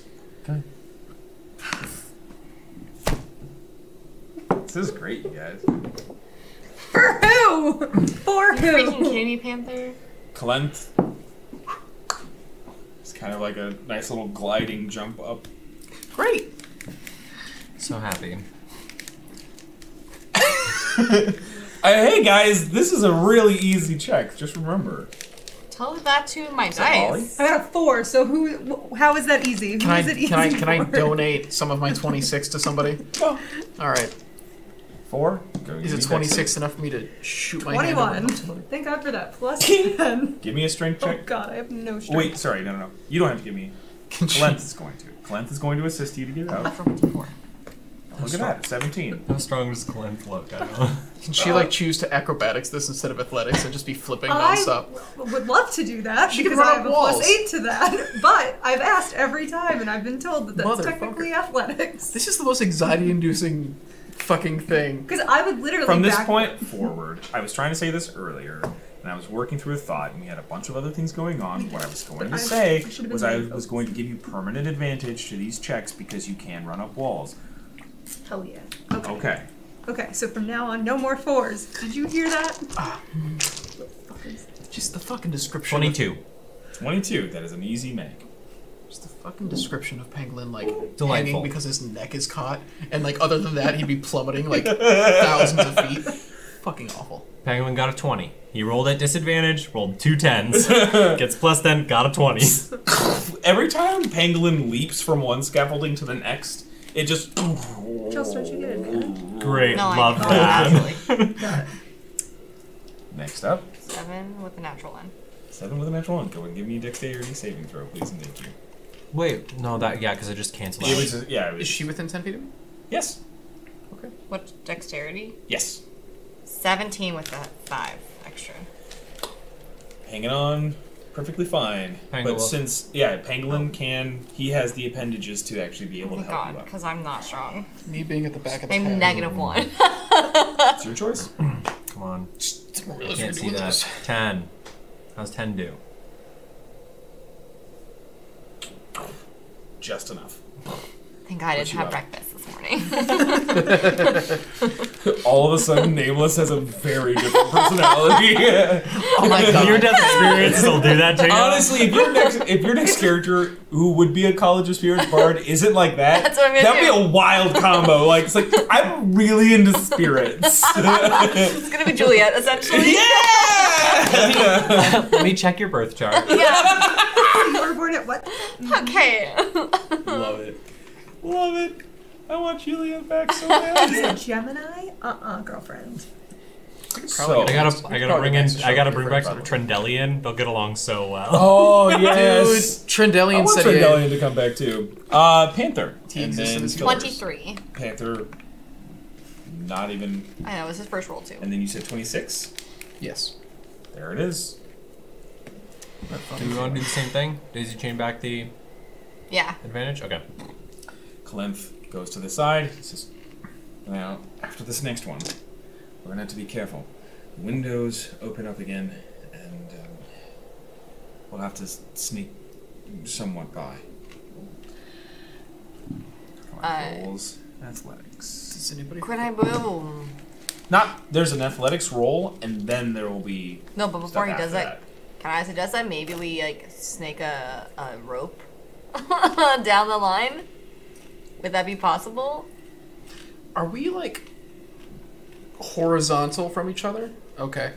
Speaker 2: This is great, you guys.
Speaker 5: For who? For
Speaker 3: Freaking
Speaker 5: who?
Speaker 3: kidding me, Panther?
Speaker 2: Clent. It's kind of like a nice little gliding jump up.
Speaker 4: Great.
Speaker 7: So happy.
Speaker 2: Uh, hey guys, this is a really easy check. Just remember.
Speaker 3: Tell that to my
Speaker 2: Ollie?
Speaker 3: dice.
Speaker 5: I got a four. So who? wh- How is that easy? Who is
Speaker 4: Can I
Speaker 5: it easy
Speaker 4: can I can I
Speaker 5: for?
Speaker 4: donate some of my 26 to somebody?
Speaker 2: Oh.
Speaker 4: All right.
Speaker 2: Four. Go
Speaker 4: Is
Speaker 2: give
Speaker 4: it
Speaker 2: me dex-
Speaker 4: 26 enough for me to shoot my hand? over
Speaker 5: 21.
Speaker 4: the tiller?
Speaker 5: Thank God for that. Plus 10.
Speaker 2: Give me a strength
Speaker 5: Oh
Speaker 2: check.
Speaker 5: God, I have no strength.
Speaker 2: Wait, sorry, no, no, no. You don't have to give me. Glennth is going to. Glennth is going to assist you to get out.
Speaker 3: From D4.
Speaker 2: Look at that, 17.
Speaker 7: How strong was Glenn's luck? I don't know.
Speaker 4: Can she
Speaker 7: Uh,
Speaker 4: like choose to acrobatics this instead of athletics and just be flipping
Speaker 5: I
Speaker 4: nonstop?
Speaker 5: w- would love to do that
Speaker 4: She could
Speaker 5: because
Speaker 4: run
Speaker 5: I
Speaker 4: up
Speaker 5: have a
Speaker 4: walls.
Speaker 5: plus eight to that. But I've asked every time, and I've been told that that's
Speaker 4: Motherfucker.
Speaker 5: technically athletics.
Speaker 4: This is the most anxiety-inducing fucking thing.
Speaker 5: Because I would literally
Speaker 2: From this
Speaker 5: back-
Speaker 2: point forward, I was trying to say this earlier, and I was working through a thought, and we had a bunch of other things going on. What I was going to
Speaker 5: I-
Speaker 2: say
Speaker 5: I should've been
Speaker 2: was I
Speaker 5: mindful.
Speaker 2: was going to give you permanent advantage to these checks because you can run up walls.
Speaker 5: Hell yeah. Okay. okay.
Speaker 2: Okay.
Speaker 5: so from now on, no more fours. Did you hear that?
Speaker 4: Just the fucking description. of-
Speaker 7: 22.
Speaker 2: 22, that is an easy make.
Speaker 4: Just the fucking description of Pangolin like
Speaker 7: Delightful.
Speaker 4: hanging because his neck is caught, and like other than that, he'd be plummeting like thousands of feet. Fucking awful.
Speaker 7: Penguin got a 20. He rolled at disadvantage, rolled two tens, gets plus 10, got a 20.
Speaker 2: Every time Pangolin leaps from one scaffolding to the next, it just.
Speaker 5: Chelsea, don't you get it?
Speaker 7: Great,
Speaker 3: No, I
Speaker 7: love
Speaker 3: don't.
Speaker 7: that.
Speaker 2: Next up,
Speaker 3: Seven with a natural one.
Speaker 2: 7 with a natural 1. Go ahead and give me a dexterity saving throw, please, and thank you.
Speaker 7: Wait, no, that, yeah, because I just canceled
Speaker 2: It
Speaker 7: out.
Speaker 2: was, yeah, it
Speaker 4: Is
Speaker 2: was.
Speaker 4: she within ten feet of me?
Speaker 2: Yes.
Speaker 3: What dexterity?
Speaker 2: Yes.
Speaker 3: 17 with a five extra.
Speaker 2: hanging on perfectly fine.
Speaker 7: Pangolin.
Speaker 2: But since yeah, Pangolin can he has the appendages to actually be able to
Speaker 3: Oh my
Speaker 2: help
Speaker 3: god,
Speaker 2: you
Speaker 3: because I'm not strong.
Speaker 4: Me being at the back of the
Speaker 3: I'm
Speaker 4: pack.
Speaker 3: negative one.
Speaker 2: up. It's your choice.
Speaker 7: Come on.
Speaker 4: Really
Speaker 7: I can't see
Speaker 4: doing
Speaker 7: that. 10. How's 10 do?
Speaker 2: Just enough.
Speaker 3: Thank God I didn't
Speaker 2: you
Speaker 3: have
Speaker 2: up?
Speaker 3: breakfast this morning.
Speaker 2: All of a sudden, Nameless has a very different personality.
Speaker 4: Oh my god.
Speaker 7: Your death experience will do that to you.
Speaker 2: Honestly, if your next if your next character who would be a College of Spirits bard isn't like that,
Speaker 3: That's what I'm gonna
Speaker 2: that'd
Speaker 3: do.
Speaker 2: be a wild combo. Like it's like I'm really into spirits.
Speaker 3: it's gonna be Juliet, essentially.
Speaker 2: yeah.
Speaker 7: Let me check your birth chart.
Speaker 3: Yeah.
Speaker 5: You were born at what?
Speaker 3: Okay.
Speaker 2: Love it. Love it. I want Julia back so bad.
Speaker 5: Is it Gemini? Uh-uh, girlfriend.
Speaker 2: So,
Speaker 7: I gotta, I gotta bring in,
Speaker 4: Probably
Speaker 7: I
Speaker 4: show
Speaker 7: gotta bring
Speaker 4: different
Speaker 7: back
Speaker 4: probably.
Speaker 7: Trendellian. They'll get along so well.
Speaker 2: oh
Speaker 4: Dude,
Speaker 2: yes, I
Speaker 4: Trendelian
Speaker 2: want
Speaker 4: said
Speaker 2: Tridelian to come back too. Uh, Panther.
Speaker 4: He
Speaker 2: And
Speaker 4: exists
Speaker 2: then
Speaker 4: in his
Speaker 2: Killers.
Speaker 3: 23.
Speaker 2: Panther. Not even.
Speaker 3: I know, it was his first roll, too.
Speaker 2: And then you said twenty six.
Speaker 4: Yes.
Speaker 2: There it is.
Speaker 7: Do we want to do the same thing? Daisy chain back the
Speaker 3: Yeah.
Speaker 7: advantage? Okay.
Speaker 2: Kalenth goes to the side. He says, "Now, after this next one, we're gonna have to be careful. The windows open up again, and um, we'll have to s- sneak somewhat by."
Speaker 3: Uh,
Speaker 2: Rolls athletics.
Speaker 4: Does anybody
Speaker 3: Could I boom?
Speaker 2: Not there's an athletics roll, and then there will be
Speaker 3: No, but
Speaker 2: stuff
Speaker 3: before he
Speaker 2: after
Speaker 3: does
Speaker 2: that.
Speaker 3: that, can I suggest that maybe we, like, snake a, a rope down the line? Would that be possible?
Speaker 4: Are we like horizontal from each other? Okay.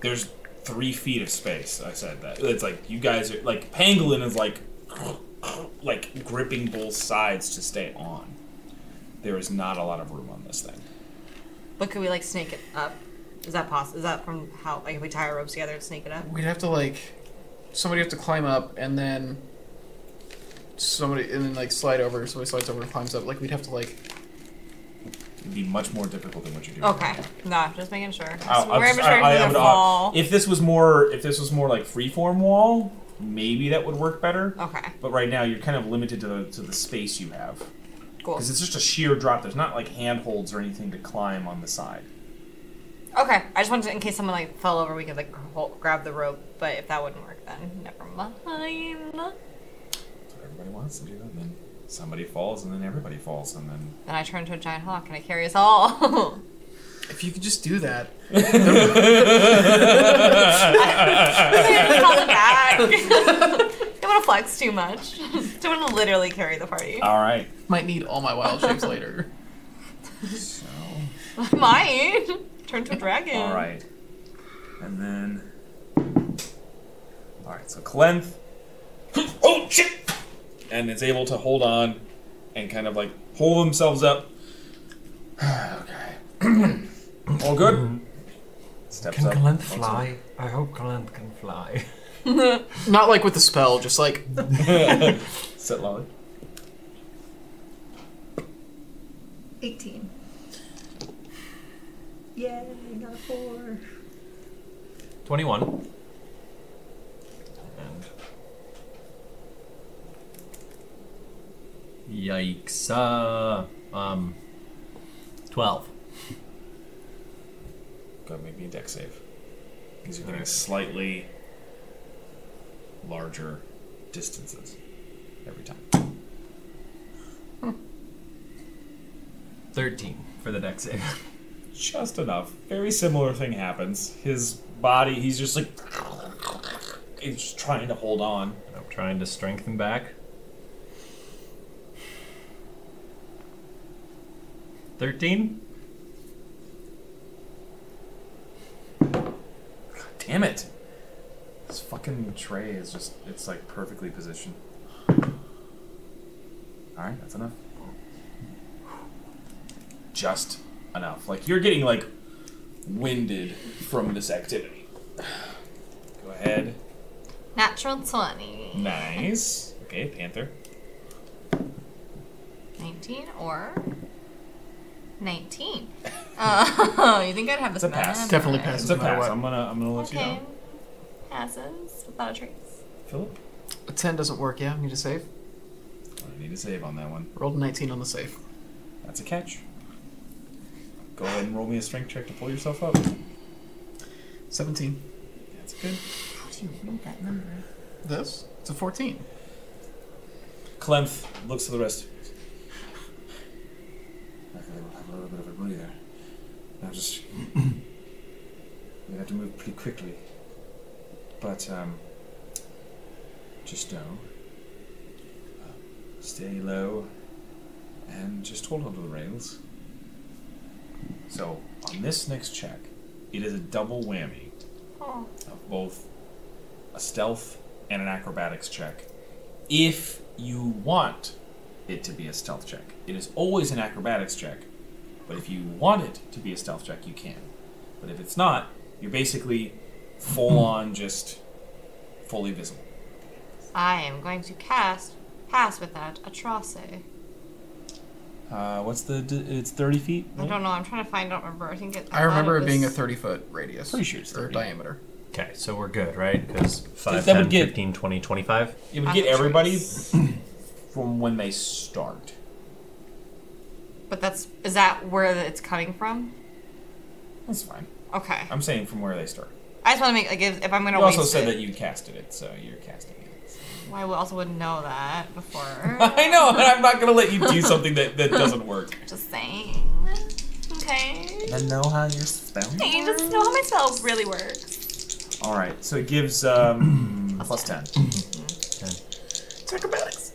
Speaker 2: There's three feet of space. I said that. It's like you guys are like pangolin is like like gripping both sides to stay on. There is not a lot of room on this thing.
Speaker 3: But could we, like, snake it up? Is that possible? Is that from how, like, if we tie our ropes together and snake it up?
Speaker 4: We'd have to like somebody have to climb up and then somebody and then like slide over, somebody slides over and climbs up. Like we'd have to like
Speaker 2: It'd be much more difficult than what you're doing.
Speaker 3: Okay. No, just making sure.
Speaker 2: I'll- I'll
Speaker 3: We're
Speaker 2: just-
Speaker 3: making
Speaker 2: I-
Speaker 3: sure
Speaker 2: uh, I
Speaker 3: it doesn't
Speaker 2: would- I-
Speaker 3: fall.
Speaker 2: if this was more, if this was more like freeform wall, maybe that would work better.
Speaker 3: Okay,
Speaker 2: But right now, you're kind of limited to the to the space you have.
Speaker 3: cool.
Speaker 2: Because it's just a sheer drop. There's not like handholds or anything to climb on the side.
Speaker 3: Okay, I just wanted to, in case someone like fell over, we could like hol- grab the rope. But if that wouldn't work, then never mind.
Speaker 2: That's what everybody wants to do, and then somebody falls, and then everybody falls, and then
Speaker 3: Then I turn into a giant hawk and I carry us all.
Speaker 4: if you could just do that.
Speaker 3: I call it back. Don't want to flex too much. Don't want to literally carry the party.
Speaker 2: all right.
Speaker 4: Might need all my wild shapes later.
Speaker 2: So
Speaker 3: Mine. Turn to a dragon.
Speaker 2: all right, and then all right. So Clenth, oh shit, and is able to hold on and kind of like pull themselves up
Speaker 8: okay. All good? Steps
Speaker 7: Can
Speaker 8: up.
Speaker 7: Galenth fly? I hope Galenth can fly.
Speaker 4: Not like with the spell, just like
Speaker 8: Sit low.
Speaker 5: 18. Yay, got a 4.
Speaker 7: 21. And. Yikes. Uh, um. 12.
Speaker 2: Go ahead, make me a deck save. Because you're getting slightly larger distances every time.
Speaker 7: 13 for the deck save.
Speaker 2: Just enough. Very similar thing happens. His body, he's just like. He's just trying to hold on.
Speaker 7: I'm trying to strengthen back. 13?
Speaker 2: Damn it! This fucking tray is just. It's like perfectly positioned. Alright, that's enough.
Speaker 8: Just.
Speaker 2: Enough. Like, you're getting like winded from this activity. Go ahead.
Speaker 3: Natural 20.
Speaker 2: Nice. Okay, Panther.
Speaker 3: 19 or 19. Oh, you think I'd have this
Speaker 2: It's a pass.
Speaker 3: memorized?
Speaker 4: definitely passes
Speaker 2: It's a
Speaker 4: no matter
Speaker 2: pass.
Speaker 4: what.
Speaker 2: I'm gonna I'm gonna let you
Speaker 3: Okay.
Speaker 2: know.
Speaker 3: Passes without a trace.
Speaker 2: Philip,
Speaker 4: A 10 doesn't work, yeah? Need a save?
Speaker 2: I need a save on that one.
Speaker 4: Rolled a 19 on the save.
Speaker 2: That's a catch. Go ahead and roll me a strength check to pull yourself up.
Speaker 4: 17.
Speaker 2: That's good.
Speaker 3: How do you read that number?
Speaker 4: This? It's a 14.
Speaker 2: Clemth looks to the rest.
Speaker 8: Luckily, we'll have a little bit of a breather. Now just. we have to move pretty quickly. But, um. Just know. uh, Stay low. And just hold on to the rails.
Speaker 2: So on this next check, it is a double whammy
Speaker 3: Oh.
Speaker 2: of both a stealth and an acrobatics check. If you want it to be a stealth check, it is always an acrobatics check. But if you want it to be a stealth check, you can. But if it's not, you're basically full on just fully visible.
Speaker 3: I am going to cast Pass Without a Trace.
Speaker 2: Uh, what's the? D- it's thirty feet.
Speaker 3: I don't know. I'm trying to find. I don't remember. I think it.
Speaker 4: I remember
Speaker 3: thought
Speaker 4: it being a
Speaker 3: was-
Speaker 4: 30 foot radius.
Speaker 2: Pretty sure it's
Speaker 4: Or
Speaker 2: 30.
Speaker 4: diameter.
Speaker 7: Okay, so we're good, right? Because 5,
Speaker 2: that would
Speaker 7: 10,
Speaker 2: get-
Speaker 7: 15, 20, 25.
Speaker 2: It would
Speaker 3: I'm
Speaker 2: get
Speaker 3: not sure
Speaker 2: everybody
Speaker 3: it's-
Speaker 2: from when they start.
Speaker 3: But that's is that where it's coming from?
Speaker 2: That's fine.
Speaker 3: Okay.
Speaker 2: I'm saying from where they start.
Speaker 3: I just want to make like if, if I'm gonna
Speaker 2: You also
Speaker 3: waste
Speaker 2: said
Speaker 3: it,
Speaker 2: that you casted it, so you're casting it.
Speaker 3: Well, I would- also wouldn't know that before.
Speaker 2: I know, and I'm not gonna let you do something that, that doesn't work.
Speaker 3: just saying. Okay.
Speaker 8: Then know how you're spelling?
Speaker 3: You just know how my spell really works.
Speaker 2: All right, so it gives um,
Speaker 3: Plus
Speaker 2: plus ten
Speaker 3: Acrobatics.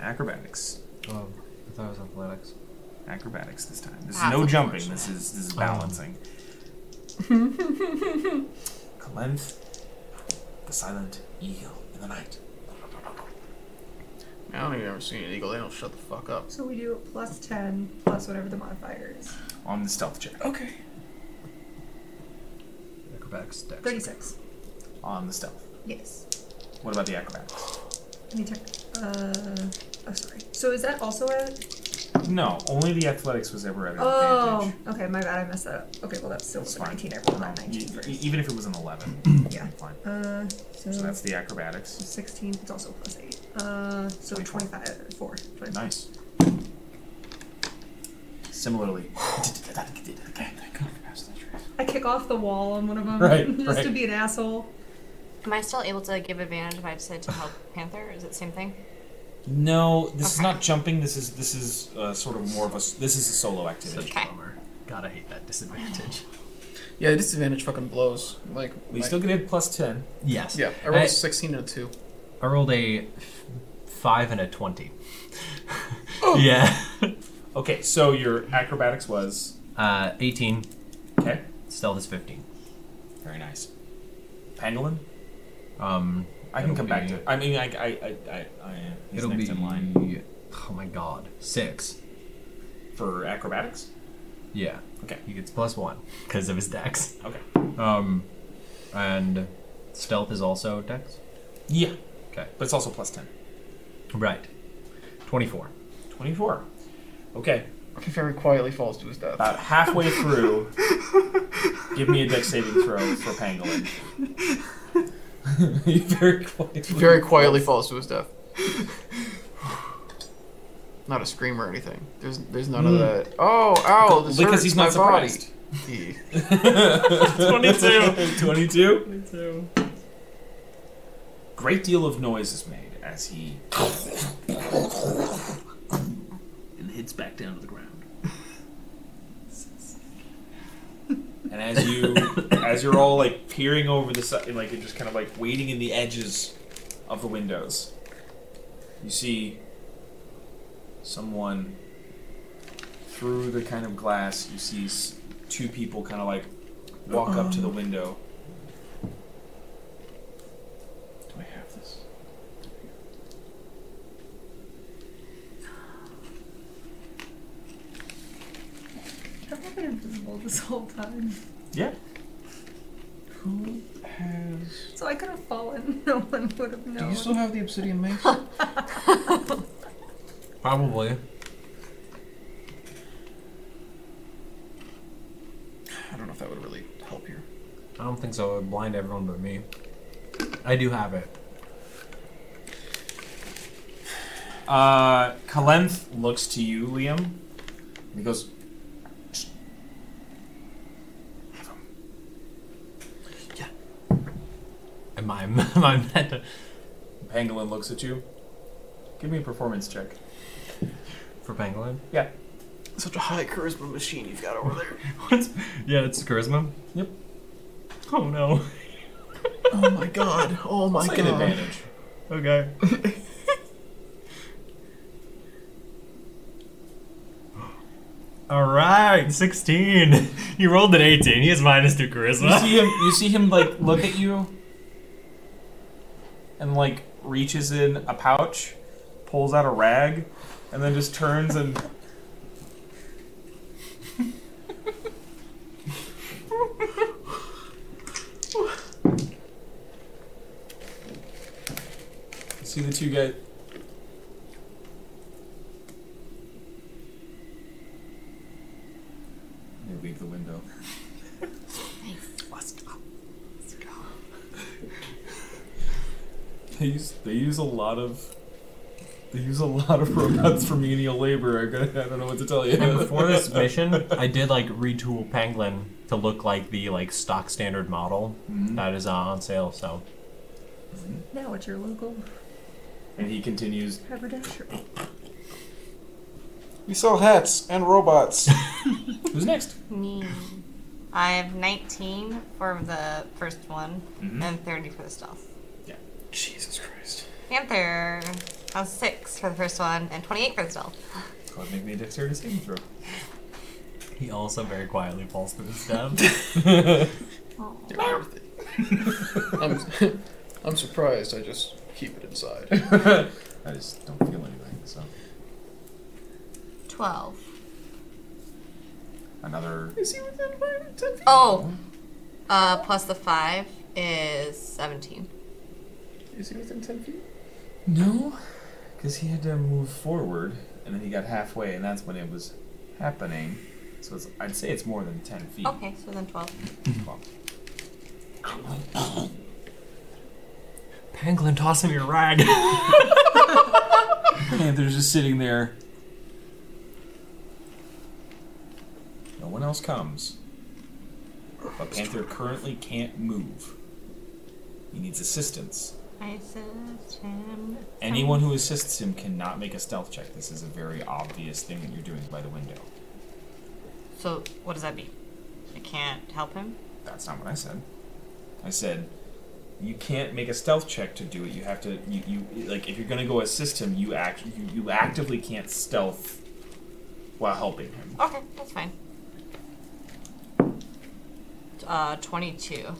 Speaker 2: acrobatics.
Speaker 7: Oh, I thought it was athletics.
Speaker 2: Acrobatics this time. This is
Speaker 3: Ah,
Speaker 2: no
Speaker 3: of
Speaker 2: jumping. This is this is
Speaker 8: Oh.
Speaker 2: balancing.
Speaker 8: Cleanse the silent eagle in the night.
Speaker 4: I don't think I've ever seen an eagle. They don't shut the fuck up.
Speaker 5: So we do plus 10 plus whatever the modifier is.
Speaker 2: On the stealth check.
Speaker 8: Okay.
Speaker 7: Acrobatics, dex.
Speaker 5: 36.
Speaker 2: On the stealth.
Speaker 5: Yes.
Speaker 2: What about the acrobatics?
Speaker 5: Let me check. Uh, oh, sorry. So is that also a.
Speaker 2: No, only the athletics was ever at an
Speaker 5: Oh,
Speaker 2: advantage.
Speaker 5: okay, my bad. I messed that up. Okay, well, that still
Speaker 2: It's
Speaker 5: was a
Speaker 2: fine.
Speaker 5: 19. I rolled that
Speaker 2: E-
Speaker 5: 19
Speaker 2: e-
Speaker 5: first.
Speaker 2: even if it was an eleven,
Speaker 5: Yeah.
Speaker 2: fine.
Speaker 5: Uh, so,
Speaker 2: So that's the acrobatics.
Speaker 5: 16. It's also plus 8. Uh, so
Speaker 2: 24.
Speaker 5: 25. 4. 25.
Speaker 2: Nice. Similarly,
Speaker 5: I kick off the wall on one of them
Speaker 2: Right,
Speaker 5: just to
Speaker 2: right.
Speaker 5: be an asshole.
Speaker 3: Am I still able to like, give advantage if I decide to help Panther? Or is it the same thing?
Speaker 2: no, this is
Speaker 3: Okay.
Speaker 2: not jumping. This is this is uh, sort of more of a s- this is a solo activity.
Speaker 7: Such
Speaker 3: Okay.
Speaker 7: a bummer. God, I hate that disadvantage.
Speaker 4: Yeah, the disadvantage fucking blows. Like,
Speaker 2: We
Speaker 4: my-
Speaker 2: still get a plus ten.
Speaker 7: yes.
Speaker 4: Yeah, I rolled
Speaker 7: I-
Speaker 4: a 16 and a 2.
Speaker 7: I rolled a f- 5 and a 20.
Speaker 8: Oh.
Speaker 7: Yeah.
Speaker 2: Okay, so your acrobatics was
Speaker 7: Uh, 18.
Speaker 2: okay.
Speaker 7: Stealth is 15.
Speaker 2: Very nice. Pendulum.
Speaker 7: Um,
Speaker 2: I can
Speaker 7: It'll
Speaker 2: come back to.
Speaker 7: be-
Speaker 2: it. I mean, I, I, I, I, I, I he's
Speaker 7: it'll
Speaker 2: next
Speaker 7: be.
Speaker 2: in line.
Speaker 7: Oh my god. 6.
Speaker 2: for acrobatics.
Speaker 7: Yeah.
Speaker 2: Okay.
Speaker 7: He gets plus one because of his dex.
Speaker 2: Okay.
Speaker 7: Um, and stealth is also dex.
Speaker 2: Yeah.
Speaker 7: Okay.
Speaker 2: But it's also plus ten.
Speaker 7: Right. Twenty-four.
Speaker 2: Twenty-four. Okay.
Speaker 4: He very quietly falls to his death.
Speaker 2: About halfway through, give me a dex saving throw for pangolin. You very
Speaker 4: He
Speaker 2: quietly.
Speaker 4: very quietly falls to his death. Not a scream or anything. There's there's none of that. Oh, ow! This
Speaker 2: because
Speaker 4: hurts,
Speaker 2: he's not
Speaker 4: my body."
Speaker 2: surprised.
Speaker 4: He-
Speaker 2: 22. 22? Great deal of noise is made as he. and hits back down to the ground. And as you, as you're all like peering over the side, like you're just kind of like waiting in the edges of the windows, you see someone through the kind of glass. You see s- two people kind of like walk up to the window. Do I have this?
Speaker 5: I've been invisible this whole time.
Speaker 2: Yeah. Who has?
Speaker 5: So I could have fallen. No one would have known.
Speaker 2: have the obsidian mace?
Speaker 7: Probably.
Speaker 4: I don't know if that would really help here.
Speaker 7: I don't think so. It would blind everyone but me. I do have it.
Speaker 2: Uh, Kalenth looks to you, Liam, and he goes. "Shh.
Speaker 7: Am I? Am I meant to-
Speaker 2: Pangolin looks at you. Give me a performance check.
Speaker 7: for pangolin?
Speaker 4: Such a high charisma machine you've got over there.
Speaker 7: What's? Yeah, it's charisma.
Speaker 2: Yep.
Speaker 7: Oh no.
Speaker 4: oh my god! Oh my
Speaker 2: It's like an
Speaker 4: god!
Speaker 2: advantage.
Speaker 7: Okay. All right, sixteen. You rolled an eighteen. He has minus two
Speaker 2: You
Speaker 7: charisma.
Speaker 2: see him. You see him like look at you, and like reaches in a pouch, pulls out a rag, and then just turns and. You See the two guys.
Speaker 8: They leave the window.
Speaker 2: They use they use a lot of. They use a lot of robots for menial labor. I gotta- I don't know what to tell you.
Speaker 7: And before this mission, I did like retool Pangolin to look like the like stock standard model that is uh, on sale. So
Speaker 5: Now it's your local
Speaker 2: And he continues.
Speaker 5: haberdasher.
Speaker 8: We sell hats and robots.
Speaker 2: Who's next?
Speaker 3: Me. I have 19 for the first one
Speaker 2: Mm-hmm.
Speaker 3: and 30 for the stealth.
Speaker 8: Jesus Christ.
Speaker 3: Panther has 6 for the first one and 28 for the stealth.
Speaker 2: Go ahead, make me a dexterity saving throw.
Speaker 7: he also very quietly falls through his death.
Speaker 4: Do everything. I'm, I'm surprised. I just keep it inside.
Speaker 8: I just don't feel anything, so.
Speaker 3: 12.
Speaker 8: Another.
Speaker 4: Is he within five, ten feet?
Speaker 3: Oh! Uh, plus the 5 is 17.
Speaker 4: Is he within ten feet?
Speaker 8: No, because he had to move forward, and then he got halfway, and that's when it was happening. So it's, I'd say it's more than 10 feet.
Speaker 3: Okay, so then 12.
Speaker 7: Pangolin, toss him your rag.
Speaker 2: Panther's just sitting there.
Speaker 8: No one else comes.
Speaker 2: But Panther currently can't move. He needs assistance.
Speaker 3: I assist him.
Speaker 2: Anyone who assists him cannot make a stealth check. This is a very obvious thing that you're doing by the window.
Speaker 3: So, what does that mean? I can't help him?
Speaker 2: That's not what I said. I said you can't make a stealth check to do it. You have to you, you like if you're gonna go assist him, you act you, you actively can't stealth while helping him.
Speaker 3: Okay, that's fine. Uh, 22.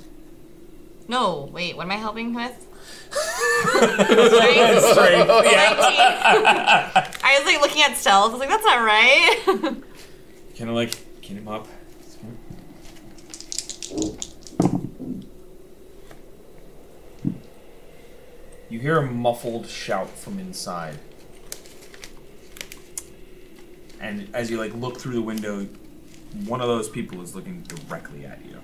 Speaker 3: No, wait, what am I helping with? Strength?
Speaker 2: Strength,
Speaker 3: 19. I was like looking at stealth. I was like, that's not right.
Speaker 2: kind of like get him up. It's kinda- You hear a muffled shout from inside. And as you like look through the window, one of those people is looking directly at you.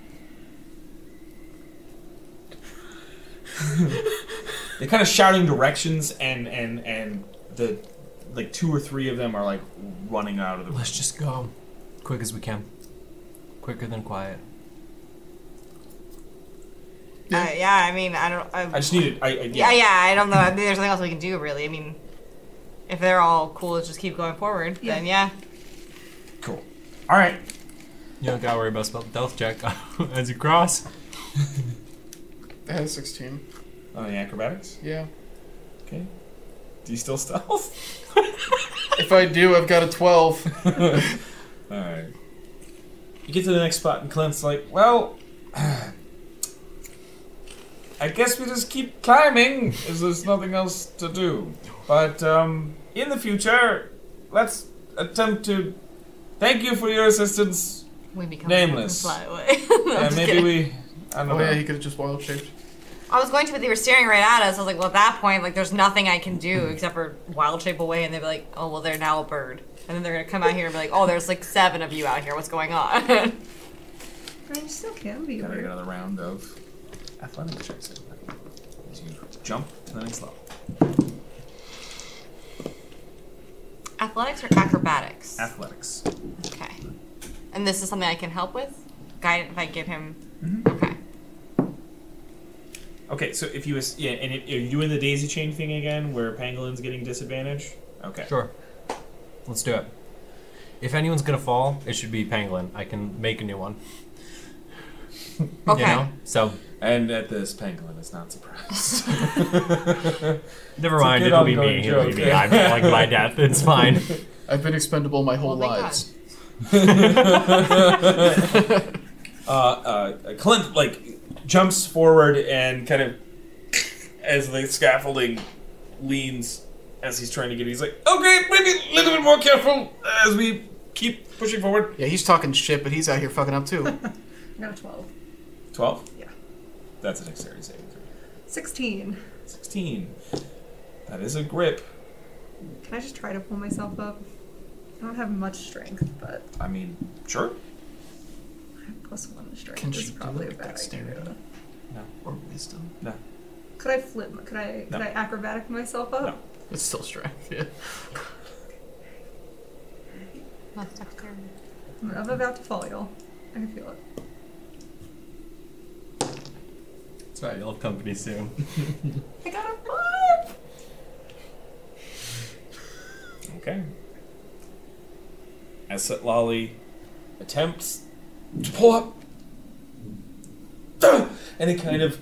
Speaker 2: They're kind of shouting directions and and and the like two or three of them are like running out of the
Speaker 7: Let's just go. Quick as we can. Quicker than quiet.
Speaker 3: Uh, yeah, I mean, I don't. I,
Speaker 2: I just needed I, I
Speaker 3: yeah. yeah, I don't know. I mean, there's nothing else we can do, really. I mean, if they're all cool, let's just keep going forward.
Speaker 5: Yeah.
Speaker 3: Then yeah,
Speaker 2: Cool. All right.
Speaker 7: You don't gotta worry about spell stealth check as you cross.
Speaker 4: I had a 16.
Speaker 2: On the Oh, acrobatics.
Speaker 4: Yeah.
Speaker 2: Okay. Do you still stealth?
Speaker 4: If I do, I've got a 12.
Speaker 2: All right. You get to the next spot, and Clint's like, "Well, I guess we just keep climbing, as there's nothing else to do. But um, in the future, let's attempt to. Thank you for your assistance,
Speaker 3: we become
Speaker 2: Nameless.
Speaker 3: fly away. No, I'm
Speaker 2: and
Speaker 3: just
Speaker 2: maybe
Speaker 3: kidding.
Speaker 2: we. I don't
Speaker 4: Oh,
Speaker 2: know.
Speaker 4: yeah, he could have just wild shaped.
Speaker 3: I was going to, but they were staring right at us. I was like, well, at that point, like, there's nothing I can do except for wild shape away, and they'd be like, oh, well, they're now a bird, and then they're gonna come out here and be like, oh, there's like seven of you out here. What's going on?
Speaker 5: I mean, you still can be
Speaker 2: Gotta get
Speaker 5: weird.
Speaker 2: another round of athletics checks. everybody, As you jump to the next level.
Speaker 3: Athletics or acrobatics?
Speaker 2: Athletics.
Speaker 3: Okay. And this is something I can help with? Guide if I give him. Okay.
Speaker 2: Okay, so if you as- yeah, and it, are you doing the daisy chain thing again, where Pangolin's getting disadvantage? Okay.
Speaker 7: Sure. Let's do it. If anyone's gonna fall, it should be Pangolin. I can make a new one.
Speaker 3: Okay.
Speaker 7: You know? So
Speaker 2: And at this, Pangolin is not surprised.
Speaker 7: never
Speaker 2: It's a
Speaker 7: mind,
Speaker 2: good
Speaker 7: it'll be
Speaker 2: ongoing
Speaker 7: me. It'll be
Speaker 2: joke,
Speaker 7: me.
Speaker 2: yeah.
Speaker 7: I'm like my death. It's fine.
Speaker 4: I've been expendable my whole
Speaker 3: Oh my
Speaker 4: lives.
Speaker 2: uh, uh, Clint like jumps forward and kind of as the scaffolding leans as he's trying to get. He's like, okay, maybe a little bit more careful as we keep pushing forward.
Speaker 4: Yeah, he's talking shit, but he's out here fucking up too.
Speaker 5: No, 12.
Speaker 2: Twelve.
Speaker 5: Yeah.
Speaker 2: That's a dexterity saving throw.
Speaker 5: 16.
Speaker 2: Sixteen. That is a grip.
Speaker 5: Can I just try to pull myself up? I don't have much strength, but
Speaker 2: I mean, sure.
Speaker 5: I have plus one to strength.
Speaker 4: Can
Speaker 5: is
Speaker 4: she do
Speaker 5: probably
Speaker 4: it
Speaker 5: a bad
Speaker 4: dexterity?
Speaker 5: idea.
Speaker 4: or wisdom.
Speaker 5: Could I flip? Could I?
Speaker 2: No.
Speaker 5: Could I acrobatic myself up?
Speaker 2: No.
Speaker 4: It's still strength, yeah.
Speaker 3: God. That's dexterity.
Speaker 5: I'm about to fall, y'all. I can feel it.
Speaker 7: That's right, you'll have company soon.
Speaker 5: I got a five.
Speaker 2: Okay. As Lolly attempts to pull up, and it kind of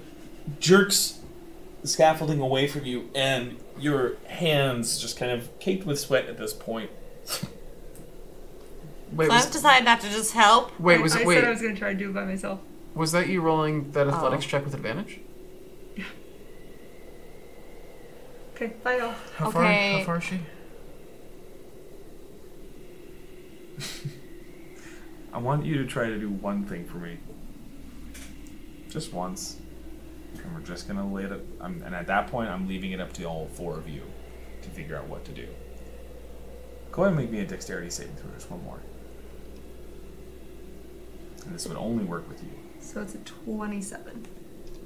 Speaker 2: jerks the scaffolding away from you, and your hands just kind of caked with sweat at this point.
Speaker 4: Wait,
Speaker 3: Clive
Speaker 4: was,
Speaker 3: decided not to just help.
Speaker 4: wait, was Oh.
Speaker 5: I,
Speaker 4: it,
Speaker 5: I said I was
Speaker 4: wait,
Speaker 5: gonna try to do it by myself.
Speaker 4: was that you rolling that athletics check with advantage?
Speaker 5: Okay, bye, y'all.
Speaker 4: How far?
Speaker 3: Okay.
Speaker 4: How far is she?
Speaker 2: I want you to try to do one thing for me. Just once. And we're just gonna lay it up. I'm, and at that point, I'm leaving it up to all four of you to figure out what to do. Go ahead and make me a dexterity saving throw, just one more. And this would only work with you.
Speaker 5: So it's a 27.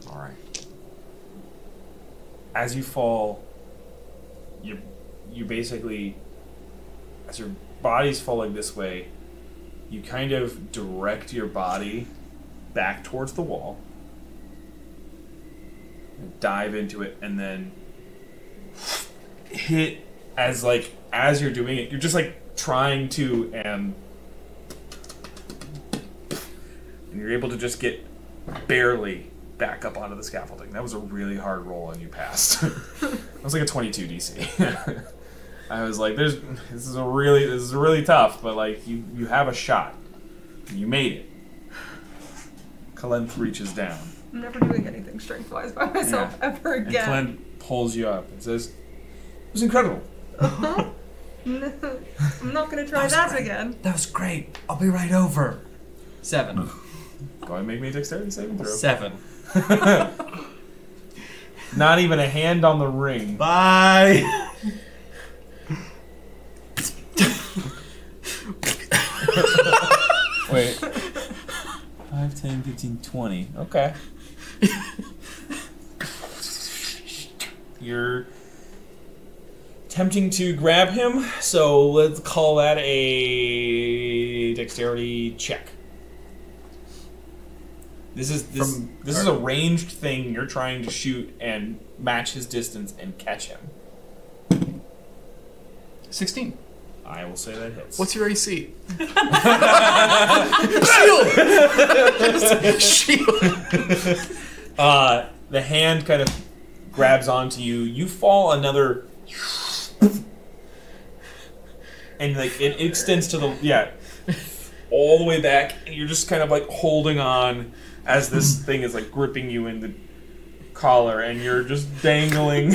Speaker 2: All right. As you fall, you you basically as your body's falling this way, you kind of direct your body back towards the wall. and dive into it and then hit as like as you're doing it, you're just like trying to um and you're able to just get barely back up onto the scaffolding. That was a really hard roll, and you passed. that was like a 22 DC. I was like, "There's this is a really this is really tough, but like you you have a shot. You made it." Kalenth reaches down,
Speaker 5: I'm never doing anything strength wise by myself ever
Speaker 2: and
Speaker 5: again.
Speaker 2: Kalenth pulls you up and says, "It was incredible."
Speaker 5: No, I'm not gonna try that again.
Speaker 6: That was great. I'll be right over. Seven.
Speaker 2: Go ahead and make me a dexterity saving throw.
Speaker 6: Seven.
Speaker 2: Not even a hand on the ring.
Speaker 6: Bye.
Speaker 8: Wait. 5, 10, 15, 20.
Speaker 2: Okay. You're attempting to grab him, so let's call that a dexterity check. This is this
Speaker 4: From-
Speaker 2: this is a ranged thing. You're trying to shoot and match his distance and catch him.
Speaker 4: 16.
Speaker 2: I will say that hits.
Speaker 4: What's your AC? Shield! Shield!
Speaker 2: Uh, the hand kind of grabs onto you. You fall another, and like it extends to the yeah, all the way back, and you're just kind of like holding on as this thing is like gripping you in the collar, and you're just dangling.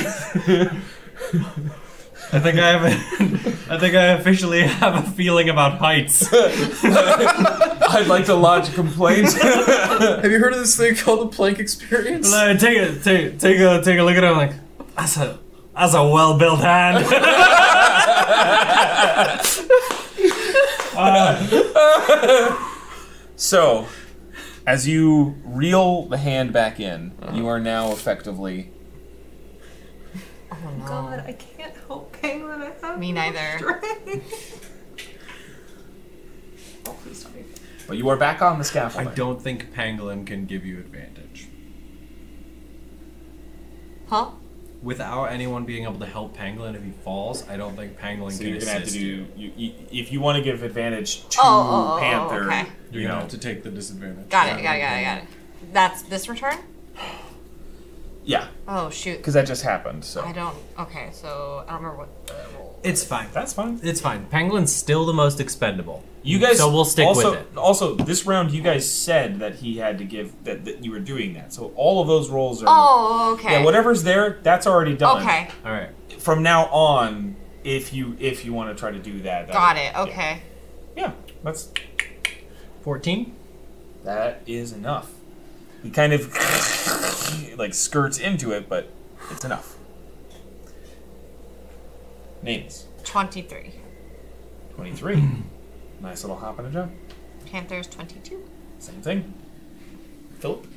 Speaker 6: I think I have. A, I think I officially have a feeling about heights.
Speaker 2: I'd like to lodge a complaint.
Speaker 4: Have you heard of this thing called the plank experience?
Speaker 6: Like, take a take take a take a look at it. I'm like, that's a that's a well built hand.
Speaker 2: So, as you reel the hand back in, you are now effectively
Speaker 5: God, I can't help Penguin. I have
Speaker 3: Me
Speaker 5: no
Speaker 3: neither.
Speaker 5: strength. oh, please don't do that.
Speaker 2: But you are back on the
Speaker 6: I
Speaker 2: scaffold.
Speaker 6: don't think Pangolin can give you advantage.
Speaker 3: Huh?
Speaker 6: Without anyone being able to help Pangolin if he falls, I don't think Pangolin
Speaker 2: So
Speaker 6: can
Speaker 2: you're gonna have to
Speaker 6: assist you.
Speaker 2: do. You, you, if you want to give advantage to
Speaker 3: Oh, oh, oh, oh,
Speaker 2: Panther,
Speaker 3: okay.
Speaker 6: You're
Speaker 2: you
Speaker 6: gonna
Speaker 2: know.
Speaker 6: have to take the disadvantage.
Speaker 3: Got it, got it, got it, got it. That's this return?
Speaker 2: Yeah,
Speaker 3: Oh, shoot.
Speaker 2: because that just happened. So
Speaker 3: I don't. Okay, so I don't remember what the roll.
Speaker 7: It's fine.
Speaker 2: that's fine.
Speaker 7: It's fine. Penguin's still the most expendable.
Speaker 2: You guys.
Speaker 7: So we'll stick
Speaker 2: also,
Speaker 7: with it.
Speaker 2: Also, this round, you guys said that he had to give that, that you were doing that. So all of those rolls are.
Speaker 3: Oh, okay.
Speaker 2: Yeah, whatever's there, that's already done.
Speaker 3: Okay,
Speaker 7: All right.
Speaker 2: From now on, if you if you want to try to do that, that
Speaker 3: got it. Okay.
Speaker 2: Yeah, that's
Speaker 7: 14?
Speaker 2: that is enough. He kind of like skirts into it, but it's enough. Names.
Speaker 3: 23.
Speaker 2: 23. nice little hop and a jump.
Speaker 3: Panther's 22.
Speaker 2: Same thing. Philip.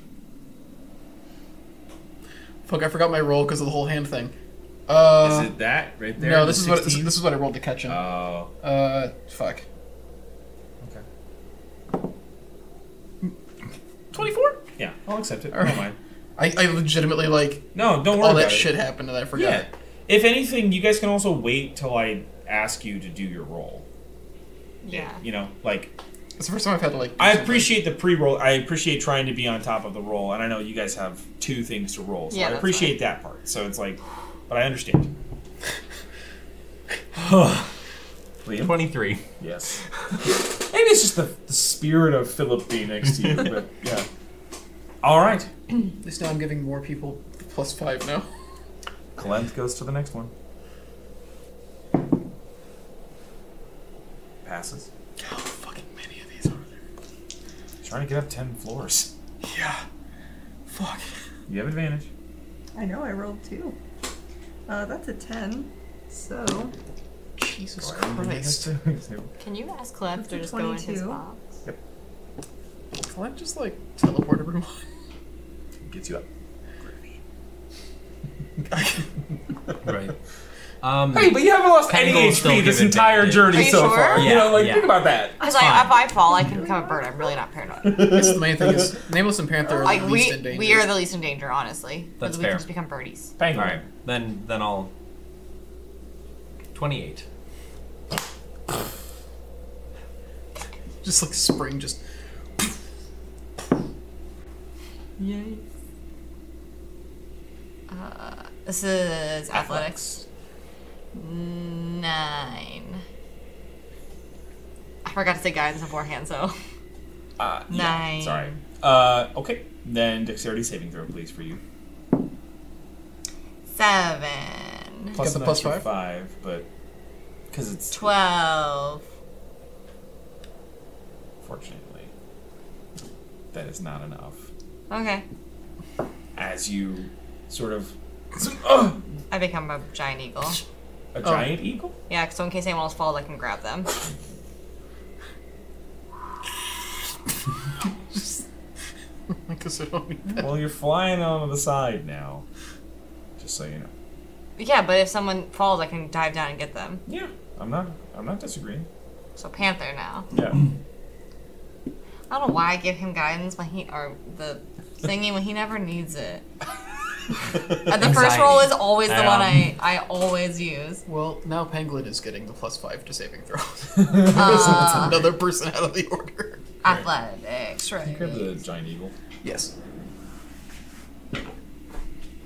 Speaker 4: Fuck, I forgot my roll because of the whole hand thing. Uh,
Speaker 2: is it that right there?
Speaker 4: no, this is, what, this, this is what I rolled to catch him.
Speaker 2: Oh.
Speaker 4: Uh, fuck.
Speaker 2: Okay.
Speaker 4: 24?
Speaker 2: Yeah, I'll accept it.
Speaker 4: All right.
Speaker 2: Never mind.
Speaker 4: I, I legitimately, like,
Speaker 2: No, don't worry
Speaker 4: all
Speaker 2: about
Speaker 4: that
Speaker 2: it.
Speaker 4: shit happened and I forgot.
Speaker 2: Yeah. If anything, you guys can also wait till I ask you to do your roll.
Speaker 3: Yeah.
Speaker 2: You know, like
Speaker 4: It's the first time I've had to, like, do
Speaker 2: I
Speaker 4: something.
Speaker 2: appreciate the pre-roll. I appreciate trying to be on top of the roll, and I know you guys have two things to roll, so
Speaker 3: Yeah,
Speaker 2: I
Speaker 3: that's
Speaker 2: appreciate that part. So it's like, but I understand.
Speaker 7: 23.
Speaker 2: Yes. Maybe it's just the, the spirit of Philip being next to you, but yeah. All right.
Speaker 4: At least now I'm giving more people the plus five now.
Speaker 2: Kalenth goes to the next one. Passes.
Speaker 4: How fucking many of these are there?
Speaker 2: Trying to get up ten floors.
Speaker 4: Yeah. Fuck.
Speaker 2: You have advantage.
Speaker 5: I know I rolled two. Uh, that's a ten. So
Speaker 4: Jesus Christ.
Speaker 3: Can you ask Cliff to
Speaker 5: That's
Speaker 3: just
Speaker 5: a
Speaker 3: go in his
Speaker 5: 22.
Speaker 3: box?
Speaker 4: Can I just, like, teleport everyone?
Speaker 2: Gets you up.
Speaker 7: Right. Um,
Speaker 2: Hey, but you haven't lost any
Speaker 7: Pangolin still
Speaker 2: HP this
Speaker 7: give
Speaker 2: entire
Speaker 7: advantage.
Speaker 2: journey
Speaker 3: Are you
Speaker 2: so
Speaker 3: sure?
Speaker 2: far. you
Speaker 7: Yeah,
Speaker 2: know, like
Speaker 7: yeah.
Speaker 2: think about that.
Speaker 3: Because if
Speaker 7: fine.
Speaker 3: I fall, I can become a bird. I'm really not paranoid.
Speaker 4: That's the main thing is, Nameless and Panther are the
Speaker 3: Like
Speaker 4: least in
Speaker 3: we,
Speaker 4: danger.
Speaker 3: we are the least in danger, honestly.
Speaker 7: That's
Speaker 3: 'cause we
Speaker 7: fair.
Speaker 3: can just become birdies.
Speaker 7: all right. Then, then I'll. 28.
Speaker 4: Just, like, spring just...
Speaker 3: Uh, This is athletics. Nine. I forgot to say guidance beforehand, so
Speaker 2: Uh, yeah,
Speaker 3: Nine.
Speaker 2: sorry. Uh, okay. Then dexterity saving throw, please, for you.
Speaker 3: seven.
Speaker 4: Got the
Speaker 2: another
Speaker 4: plus
Speaker 2: two
Speaker 4: five?
Speaker 2: Five, but because it's
Speaker 3: 12.
Speaker 2: fortunately that is not enough.
Speaker 3: Okay.
Speaker 2: As you sort of
Speaker 3: I become a giant eagle.
Speaker 4: Oh.
Speaker 2: a giant eagle.
Speaker 3: Yeah, so in case anyone else falls, I can grab them.
Speaker 4: Because I don't need that.
Speaker 2: Well, you're flying on the side now. Just so you know.
Speaker 3: Yeah, but if someone falls, I can dive down and get them.
Speaker 2: Yeah, I'm not. I'm not disagreeing.
Speaker 3: So Panther now.
Speaker 2: Yeah.
Speaker 3: I don't know why I give him guidance when he or the singing when he never needs it. Uh, the first roll is always the one I, I always use.
Speaker 4: Well, now Pangolin is getting the plus five to saving throws. That's
Speaker 3: Ah.
Speaker 4: another person out of the order.
Speaker 3: Athletics,
Speaker 2: Grab
Speaker 3: right?
Speaker 2: the giant eagle.
Speaker 4: Yes.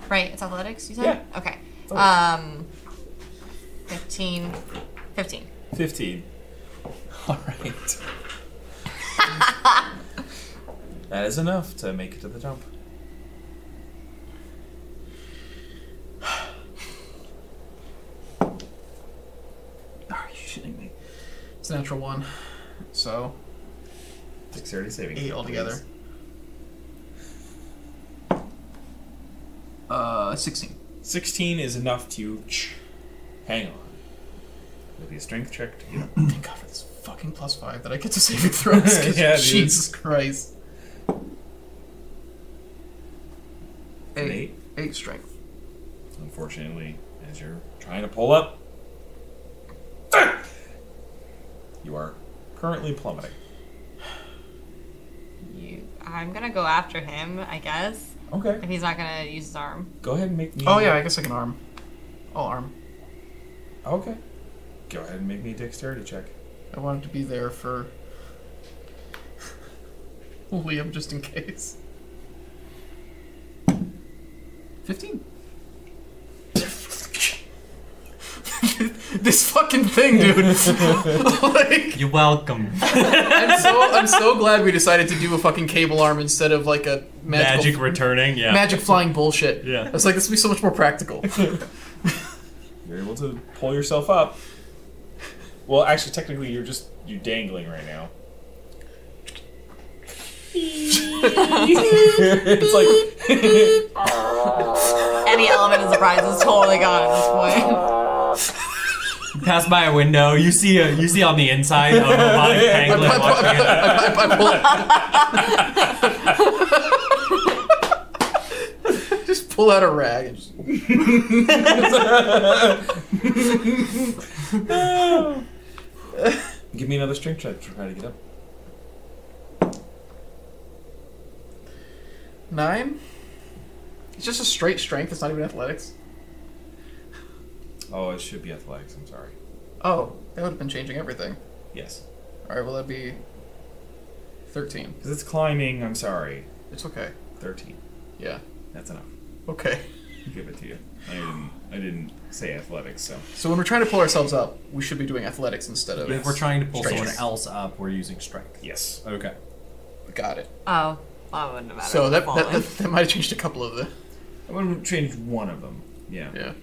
Speaker 3: Right, it's athletics, you said?
Speaker 2: Yeah.
Speaker 3: Okay. Um, 15. 15.
Speaker 2: Fifteen. All right. that is enough to make it to the jump.
Speaker 4: Are you Ah, shitting me? It's a natural one. So,
Speaker 2: Dexterity saving.
Speaker 4: eight
Speaker 2: throw,
Speaker 4: altogether.
Speaker 2: please.
Speaker 4: Uh, 16.
Speaker 2: Sixteen is enough to ch- hang on. It'll be a strength check to get up.
Speaker 4: Thank God for this fucking plus five that I get to saving throws. 'cause
Speaker 2: Yeah, dude.
Speaker 4: Jesus Christ.
Speaker 2: An
Speaker 4: Eight.
Speaker 2: eight.
Speaker 4: Eight strength.
Speaker 2: Unfortunately, as you're trying to pull up, you are currently plummeting.
Speaker 3: You, I'm gonna go after him, I guess.
Speaker 2: Okay.
Speaker 3: If he's not gonna use his arm.
Speaker 2: Go ahead and make me.
Speaker 4: Oh, yeah, I guess I can arm. I'll arm.
Speaker 2: Okay. Go ahead and make me a dexterity check.
Speaker 4: I wanted to be there for Liam just in case. 15. this fucking thing, dude. like,
Speaker 7: You're welcome.
Speaker 4: I'm so I'm so glad we decided to do a fucking cable arm instead of like a magical,
Speaker 7: Magic returning, yeah.
Speaker 4: magic flying bullshit.
Speaker 7: Yeah.
Speaker 4: I was like, this would be so much more practical.
Speaker 2: You're able to pull yourself up. Well, actually, technically, you're just you're dangling right now. it's like
Speaker 3: Any element of surprise is totally gone at this point.
Speaker 7: Pass by a window, you see a you see on the inside a robotic pangolin watching it.
Speaker 4: I, I- I pull out- just pull out a rag and just
Speaker 2: give me another strength check to try to get up.
Speaker 4: nine. It's just a straight strength. It's not even athletics.
Speaker 2: Oh, it should be athletics. I'm sorry.
Speaker 4: Oh, that would have been changing everything.
Speaker 2: Yes,
Speaker 4: All right, well that'd be thirteen.
Speaker 2: because it's climbing. I'm sorry.
Speaker 4: It's okay.
Speaker 2: Thirteen.
Speaker 4: Yeah.
Speaker 2: That's enough.
Speaker 4: Okay.
Speaker 2: Give it to you. I didn't. I didn't say athletics. So
Speaker 4: So when we're trying to pull ourselves up, we should be doing athletics instead of.
Speaker 7: If we're trying to pull
Speaker 4: Strength.
Speaker 7: someone else up, we're using strength.
Speaker 2: yes.
Speaker 7: Okay.
Speaker 4: Got it.
Speaker 3: Oh, well, that wouldn't have mattered.
Speaker 4: So that
Speaker 3: Fallen.
Speaker 4: that, that, that might have changed a couple of the.
Speaker 2: I'm gonna change one of them. Yeah.
Speaker 4: Yeah.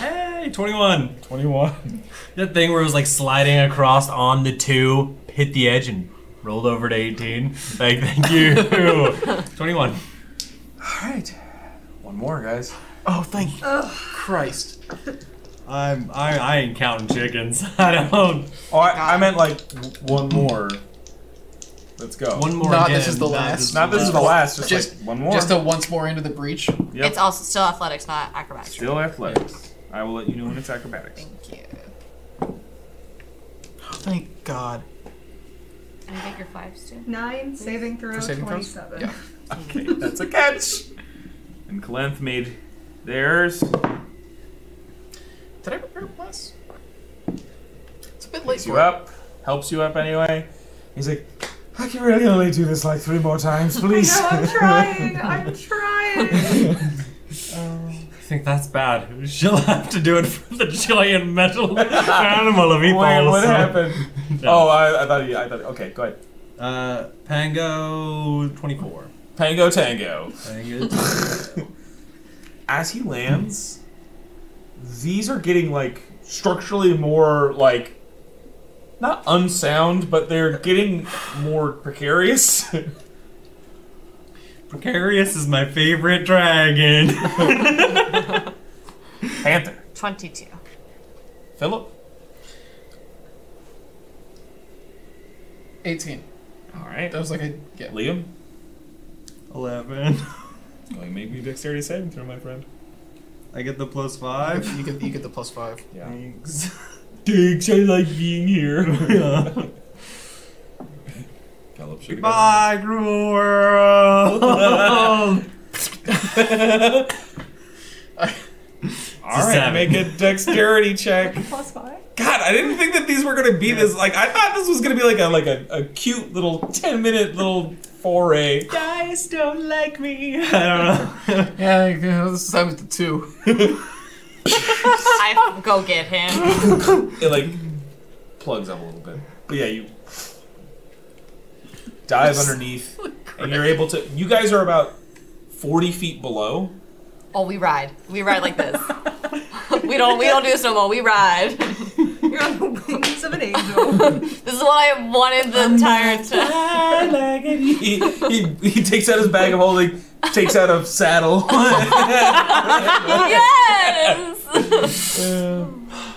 Speaker 7: Hey, 21.
Speaker 2: Twenty-one.
Speaker 7: That thing where it was like sliding across on the two, hit the edge, and rolled over to 18. Like, thank you. 21.
Speaker 2: All right. One more, guys.
Speaker 4: Oh, thank Christ.
Speaker 7: I'm, I, I ain't counting chickens. I don't.
Speaker 2: Oh, I, I meant like w- one more. Let's go.
Speaker 7: One more.
Speaker 4: Not
Speaker 7: again.
Speaker 4: this is the
Speaker 7: Not
Speaker 4: last.
Speaker 7: this-
Speaker 2: Not this is the last. Just,
Speaker 4: Just-
Speaker 2: like one more.
Speaker 4: Just a once more into the breach.
Speaker 2: Yep.
Speaker 3: It's also still athletics, not acrobatics.
Speaker 2: Still athletics. I will let you know when it's acrobatics.
Speaker 3: Thank you.
Speaker 4: Thank God.
Speaker 3: Can I get your fives too?
Speaker 5: Nine saving throw,
Speaker 4: For saving throws?
Speaker 5: 27.
Speaker 4: Yeah.
Speaker 2: Okay, that's a catch. And Kalenth made theirs.
Speaker 4: Did I prepare plus? It's a bit late
Speaker 2: Picks
Speaker 4: for
Speaker 2: you
Speaker 4: it.
Speaker 2: up. Helps you up anyway.
Speaker 8: He's like, I can really only do this like three more times,
Speaker 5: I
Speaker 8: please.
Speaker 5: know, I'm trying. I'm trying.
Speaker 7: I think that's bad. She'll have to do it for the giant metal animal if he
Speaker 2: Wait,
Speaker 7: falls.
Speaker 2: what happened?
Speaker 7: Yeah.
Speaker 2: Oh, I, I thought. You, I thought. Okay, go ahead.
Speaker 7: Uh, Pango 24.
Speaker 2: Pango Tango.
Speaker 7: Pango.
Speaker 2: As he lands, these are getting like structurally more like not unsound, but they're getting more precarious.
Speaker 6: Precarious is my favorite dragon.
Speaker 2: Panther,
Speaker 3: 22.
Speaker 2: Philip,
Speaker 4: 18.
Speaker 2: all right,
Speaker 4: That was like a yeah.
Speaker 2: Liam,
Speaker 6: Eleven.
Speaker 2: going make me a dexterity saving throw, my friend.
Speaker 6: I get the plus five.
Speaker 4: You get you get the plus five.
Speaker 2: Yeah.
Speaker 6: Thanks.
Speaker 2: Thanks, I like being here.
Speaker 8: Philip should
Speaker 6: Goodbye, cruel world.
Speaker 2: All right,
Speaker 6: seven.
Speaker 2: make a dexterity check.
Speaker 5: Plus five.
Speaker 2: God, I didn't think that these were gonna be this. Like, I thought this was gonna be like a like a, a cute little ten minute little foray.
Speaker 6: Guys don't like me. I don't know.
Speaker 4: Yeah, yeah, this time it's the two.
Speaker 3: I go get him.
Speaker 2: It like plugs up a little bit, but yeah, you dive underneath, and you're able to. You guys are about forty feet below.
Speaker 3: Oh, we ride. We ride like this. we don't. We don't do this no more. We ride.
Speaker 5: You're on the wings of an angel.
Speaker 3: This is what I have wanted the entire time.
Speaker 2: he, he, he takes out his bag of holding, takes out a saddle.
Speaker 3: yes.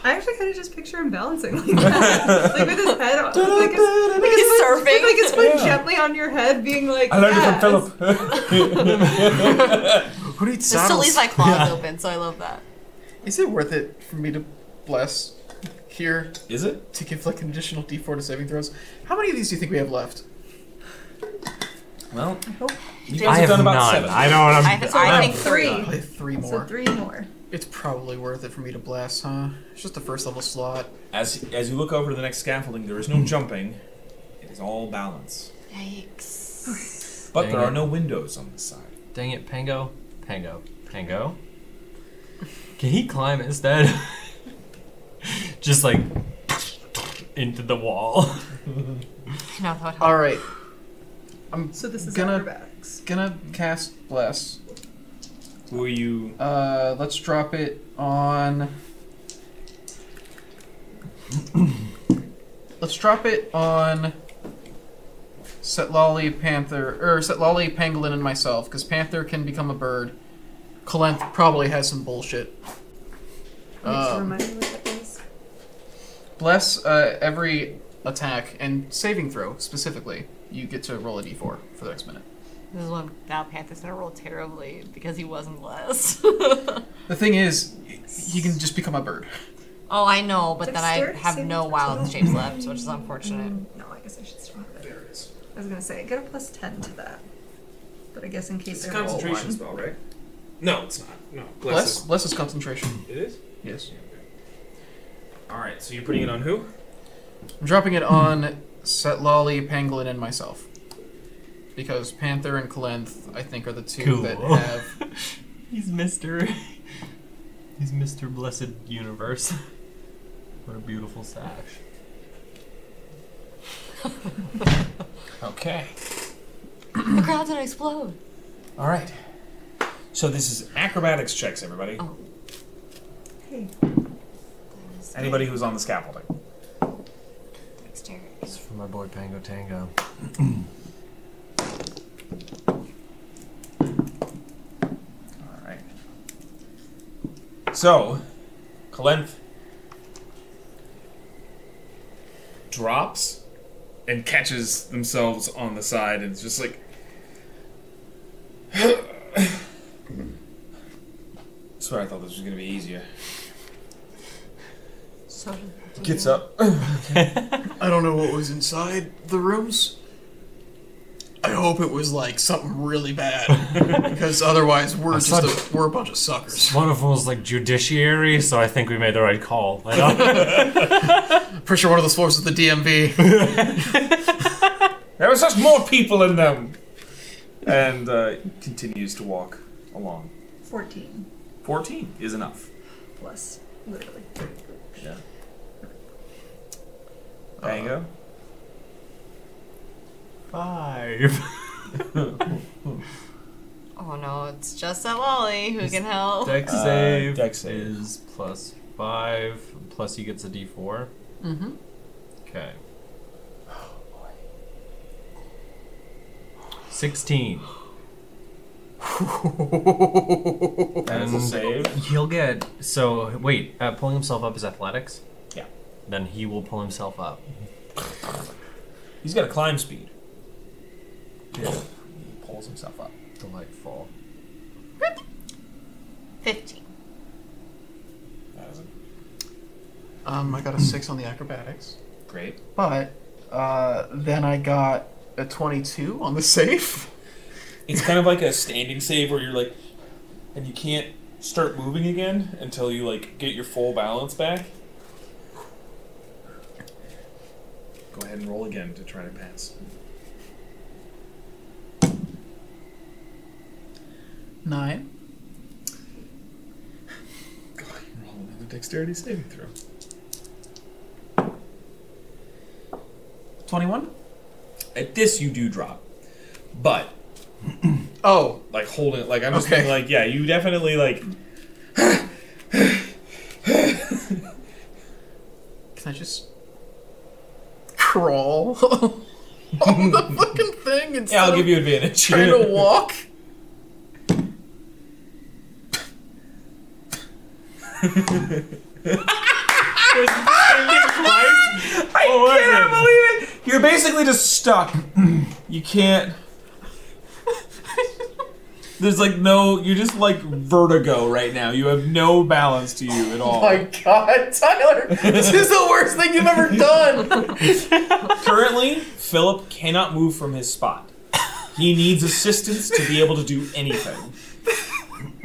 Speaker 5: I actually kind of just picture him balancing like that, like with his head, on, like his, like his
Speaker 3: He's
Speaker 5: foot,
Speaker 3: surfing.
Speaker 5: like his foot gently on your head, being like.
Speaker 2: I learned
Speaker 5: yes.
Speaker 2: it from Philip.
Speaker 4: Who needs
Speaker 3: This still
Speaker 4: saddles?
Speaker 3: leaves my claws open, so I love that.
Speaker 4: Is it worth it for me to bless here
Speaker 2: Is it?
Speaker 4: to give like an additional D4 to saving throws? How many of these do you think we have left?
Speaker 2: Well, you guys
Speaker 3: I
Speaker 2: have,
Speaker 3: have
Speaker 2: done about
Speaker 7: none.
Speaker 2: seven.
Speaker 7: I know what I'm.
Speaker 6: Um,
Speaker 3: I, have, I think
Speaker 5: Three.
Speaker 4: Probably three
Speaker 5: So
Speaker 4: more.
Speaker 5: three more.
Speaker 4: It's probably worth it for me to bless, huh? It's just a first level slot.
Speaker 2: As as you look over to the next scaffolding, there is no jumping. It is all balance.
Speaker 3: Yikes.
Speaker 2: But
Speaker 7: Dang
Speaker 2: there
Speaker 7: it.
Speaker 2: are no windows on this side.
Speaker 7: Dang it, Pango. Pango. Pango. Can he climb instead? Just like into the wall.
Speaker 3: No, that would help.
Speaker 4: All right, I'm
Speaker 5: So this is
Speaker 4: Gonna-
Speaker 5: acrobatics.
Speaker 4: gonna cast bless.
Speaker 2: Will you?
Speaker 4: Uh, let's drop it on. let's drop it on. Setlali, Panther, or Setlali, Pangolin, and myself, because Panther can become a bird. Kalenth probably has some bullshit.
Speaker 5: Just
Speaker 4: Um,
Speaker 5: remind me what that is.
Speaker 4: bless uh, every attack and saving throw specifically. You get to roll a d4 for the next minute.
Speaker 3: This is when now Panther's gonna roll terribly because he wasn't blessed.
Speaker 4: The thing is, he can just become a bird.
Speaker 3: oh, I know, but then I
Speaker 5: Dexterity
Speaker 3: have
Speaker 5: saving Mm.
Speaker 3: no
Speaker 5: throw.
Speaker 3: wild shapes left, which is unfortunate.
Speaker 5: No, I guess I should still have it. I was gonna say I get a plus ten to that, but I guess in case I roll one.
Speaker 2: spell, right? No, it's not. No,
Speaker 4: Bless, bless is concentration.
Speaker 2: It is.
Speaker 4: Yes.
Speaker 2: All right. So you're putting it on who?
Speaker 4: I'm dropping it on Setlali, Pangolin, and myself. Because Panther and Kalenth, I think, are the two that
Speaker 7: Cool.
Speaker 4: have.
Speaker 7: He's Mr. He's Mr. Blessed Universe. What a beautiful sash.
Speaker 2: Okay.
Speaker 3: The crowd's gonna explode.
Speaker 2: All right. So this is acrobatics checks, everybody.
Speaker 3: Oh.
Speaker 5: Hey,
Speaker 2: Anybody who's on the scaffolding.
Speaker 3: Dexterity.
Speaker 7: This is for my boy Pango Tango.
Speaker 2: All right. So, Kalenth drops and catches themselves on the side and is just like. Swear I thought this was gonna be easier.
Speaker 3: So did
Speaker 2: Gets up.
Speaker 4: I don't know what was inside the rooms. I hope it was like something really bad, because otherwise we're
Speaker 7: just a-
Speaker 4: we're a bunch of suckers.
Speaker 7: One of them was like judiciary, so I think we made the right call. I don't-
Speaker 4: Pretty sure one of those floors is the DMV.
Speaker 2: There was just more people in them! And uh, continues to walk along.
Speaker 5: fourteen
Speaker 2: 14 is enough.
Speaker 5: plus literally.
Speaker 2: Bango.
Speaker 7: Five.
Speaker 3: Oh no, it's just that lolly who can help.
Speaker 7: Dex
Speaker 2: Uh,
Speaker 7: save,
Speaker 2: dex save.
Speaker 7: is plus five. Plus he gets a D4.
Speaker 3: Mm-hmm.
Speaker 7: Okay. Sixteen.
Speaker 2: That is a
Speaker 7: And
Speaker 2: save.
Speaker 7: He'll get so wait. Uh, pulling himself up is athletics.
Speaker 2: Yeah.
Speaker 7: Then he will pull himself up.
Speaker 2: He's got a climb speed. Yeah. He pulls himself up.
Speaker 7: Delightful.
Speaker 3: Fifteen.
Speaker 2: That is a
Speaker 4: Um, I got a six on the acrobatics,
Speaker 2: great.
Speaker 4: but uh, then I got a twenty-two on the safe.
Speaker 2: It's kind of like a standing save where you're like, and you can't start moving again until you like get your full balance back. Go ahead and roll again to try to pass.
Speaker 4: Nine.
Speaker 2: Go ahead and roll another dexterity saving throw.
Speaker 4: 21?
Speaker 2: At this, you do drop, but
Speaker 4: Oh,
Speaker 2: like holding, like I'm just
Speaker 4: Okay.
Speaker 2: thinking, like yeah, you definitely like
Speaker 4: can I just crawl on the fucking thing instead
Speaker 2: yeah, I'll give
Speaker 4: of
Speaker 2: you advantage.
Speaker 4: trying to walk?
Speaker 2: I can't believe it. You're basically just stuck. You can't. There's like no. You're just like vertigo right now. You have no balance to you at all.
Speaker 4: My god, Tyler, this is the worst thing you've ever done!
Speaker 2: Currently, Philip cannot move from his spot. He needs assistance to be able to do anything.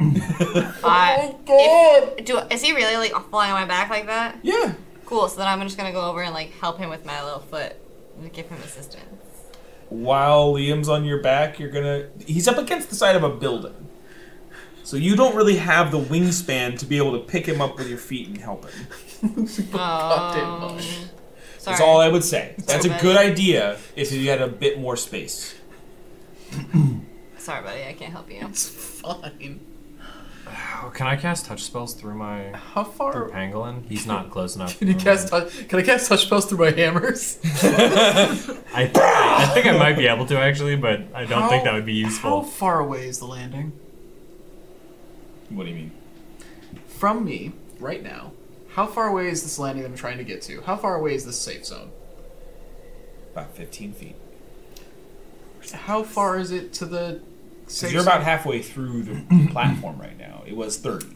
Speaker 5: Oh
Speaker 3: Uh,
Speaker 4: God!
Speaker 3: do is he really like flying on my back like that?
Speaker 2: Yeah.
Speaker 3: Cool. So then I'm just gonna go over and like help him with my little foot and give him assistance.
Speaker 2: While Liam's on your back, you're gonna. He's up against the side of a building. So you don't really have the wingspan to be able to pick him up with your feet and help him.
Speaker 4: Goddamn
Speaker 3: Um,
Speaker 4: much.
Speaker 3: Sorry.
Speaker 2: That's all I would say. That's a
Speaker 3: Okay.
Speaker 2: good idea if you had a bit more space.
Speaker 3: Sorry, buddy. I can't help you.
Speaker 4: It's fine.
Speaker 7: Oh, can I cast touch spells through my
Speaker 4: How
Speaker 7: through
Speaker 4: far
Speaker 7: Pangolin? He's not close enough. Oh,
Speaker 4: can you
Speaker 7: Never
Speaker 4: cast
Speaker 7: mind.
Speaker 4: touch? Can I cast touch spells through my hammers?
Speaker 7: I, I think I might be able to actually, but I don't think
Speaker 4: How-
Speaker 7: that would be
Speaker 4: How
Speaker 7: useful.
Speaker 4: far away is the landing
Speaker 2: What do you mean?
Speaker 4: from me right now? How far away is this landing that I'm trying to get to? How far away is this safe zone?
Speaker 2: About 15 feet.
Speaker 4: How far is it to the safe
Speaker 2: Because you're
Speaker 4: zone?
Speaker 2: about halfway through the platform right now. It was 30.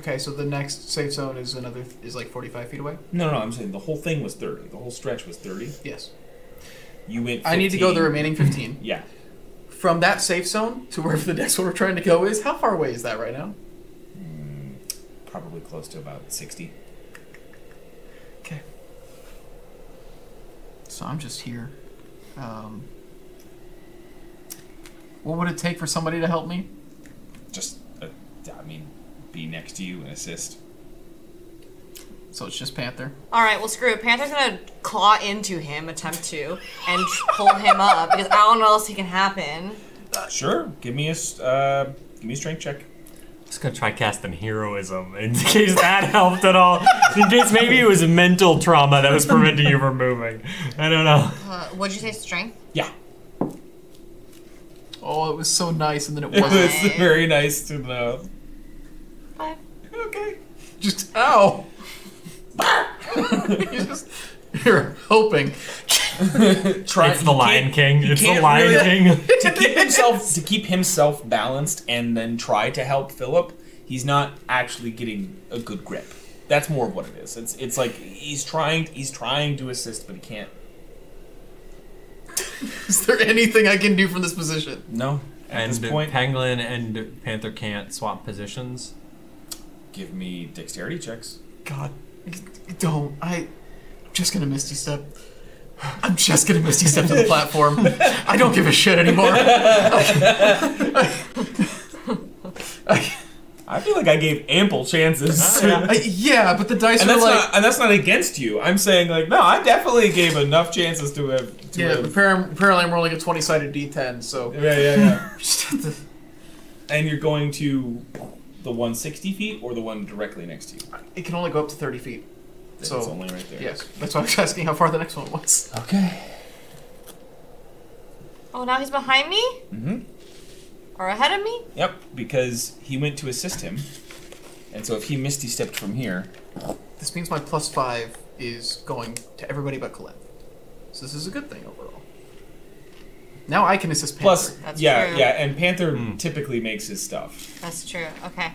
Speaker 4: Okay, so the next safe zone is another is like 45 feet away.
Speaker 2: No, no, I'm saying the whole thing was 30. The whole stretch was 30.
Speaker 4: Yes.
Speaker 2: You went. 15.
Speaker 4: I need to go the remaining 15
Speaker 2: Yeah.
Speaker 4: from that safe zone to wherever the next one we're trying to go is. How far away is that right now?
Speaker 2: Probably close to about 60.
Speaker 4: Okay. So I'm just here. Um, what would it take for somebody to help me?
Speaker 2: Just, uh, I mean, be next to you and assist.
Speaker 4: So it's just Panther.
Speaker 3: All right, well, screw it. Panther's gonna claw into him, attempt to, and pull him up because I don't know what else can happen.
Speaker 2: Sure. Give me a, s- uh, give me a strength check.
Speaker 7: just gonna try casting heroism in case that helped at all. In case maybe it was mental trauma that was preventing you from moving. I don't know.
Speaker 3: Uh, what'd you say, strength?
Speaker 2: Yeah.
Speaker 4: Oh, it was so nice, and then it
Speaker 2: It
Speaker 4: wasn't.
Speaker 2: was very nice to know.
Speaker 3: Five.
Speaker 2: Okay.
Speaker 4: just ow. you just you're hoping.
Speaker 2: Try,
Speaker 7: It's the Lion King. It's the
Speaker 2: can't
Speaker 7: Lion
Speaker 2: really-
Speaker 7: King.
Speaker 2: to keep himself to keep himself balanced and then try to help Philip, he's not actually getting a good grip. That's more of what it is. It's it's like he's trying he's trying to assist, but he can't.
Speaker 4: Is there anything I can do from this position?
Speaker 2: No. At
Speaker 7: and
Speaker 2: this
Speaker 4: uh,
Speaker 2: point,
Speaker 7: Pangolin and Panther can't swap positions.
Speaker 2: give me dexterity checks.
Speaker 4: God, don't. I, I'm just gonna misty step. I'm just gonna misty step to the platform. I don't give a shit anymore.
Speaker 2: I I feel like I gave ample chances.
Speaker 4: Uh, yeah, but the dice
Speaker 2: And
Speaker 4: were
Speaker 2: that's
Speaker 4: like.
Speaker 2: not and that's not against you. I'm saying like no, I definitely gave enough chances to have to
Speaker 4: yeah,
Speaker 2: have-
Speaker 4: appar- apparently I'm rolling a 20 sided d10, so.
Speaker 2: yeah, yeah, yeah.
Speaker 4: Just at the-
Speaker 2: and you're going to the one sixty feet or the one directly next to you.
Speaker 4: it can only go up to 30 feet. So-
Speaker 2: it's only right there.
Speaker 4: Yes, that's why I was asking how far the next one was.
Speaker 2: Okay.
Speaker 3: Oh, now he's behind me?
Speaker 2: Mm-hmm.
Speaker 3: Or ahead of me?
Speaker 2: Yep, because he went to assist him, and so if he misty stepped from here,
Speaker 4: This means my plus five is going to everybody but Colette. So this is a good thing overall. Now I can assist Panther.
Speaker 2: plus
Speaker 3: That's
Speaker 2: yeah,
Speaker 3: true.
Speaker 2: yeah, and Panther
Speaker 4: Hmm.
Speaker 2: typically makes his stuff.
Speaker 3: That's true. Okay.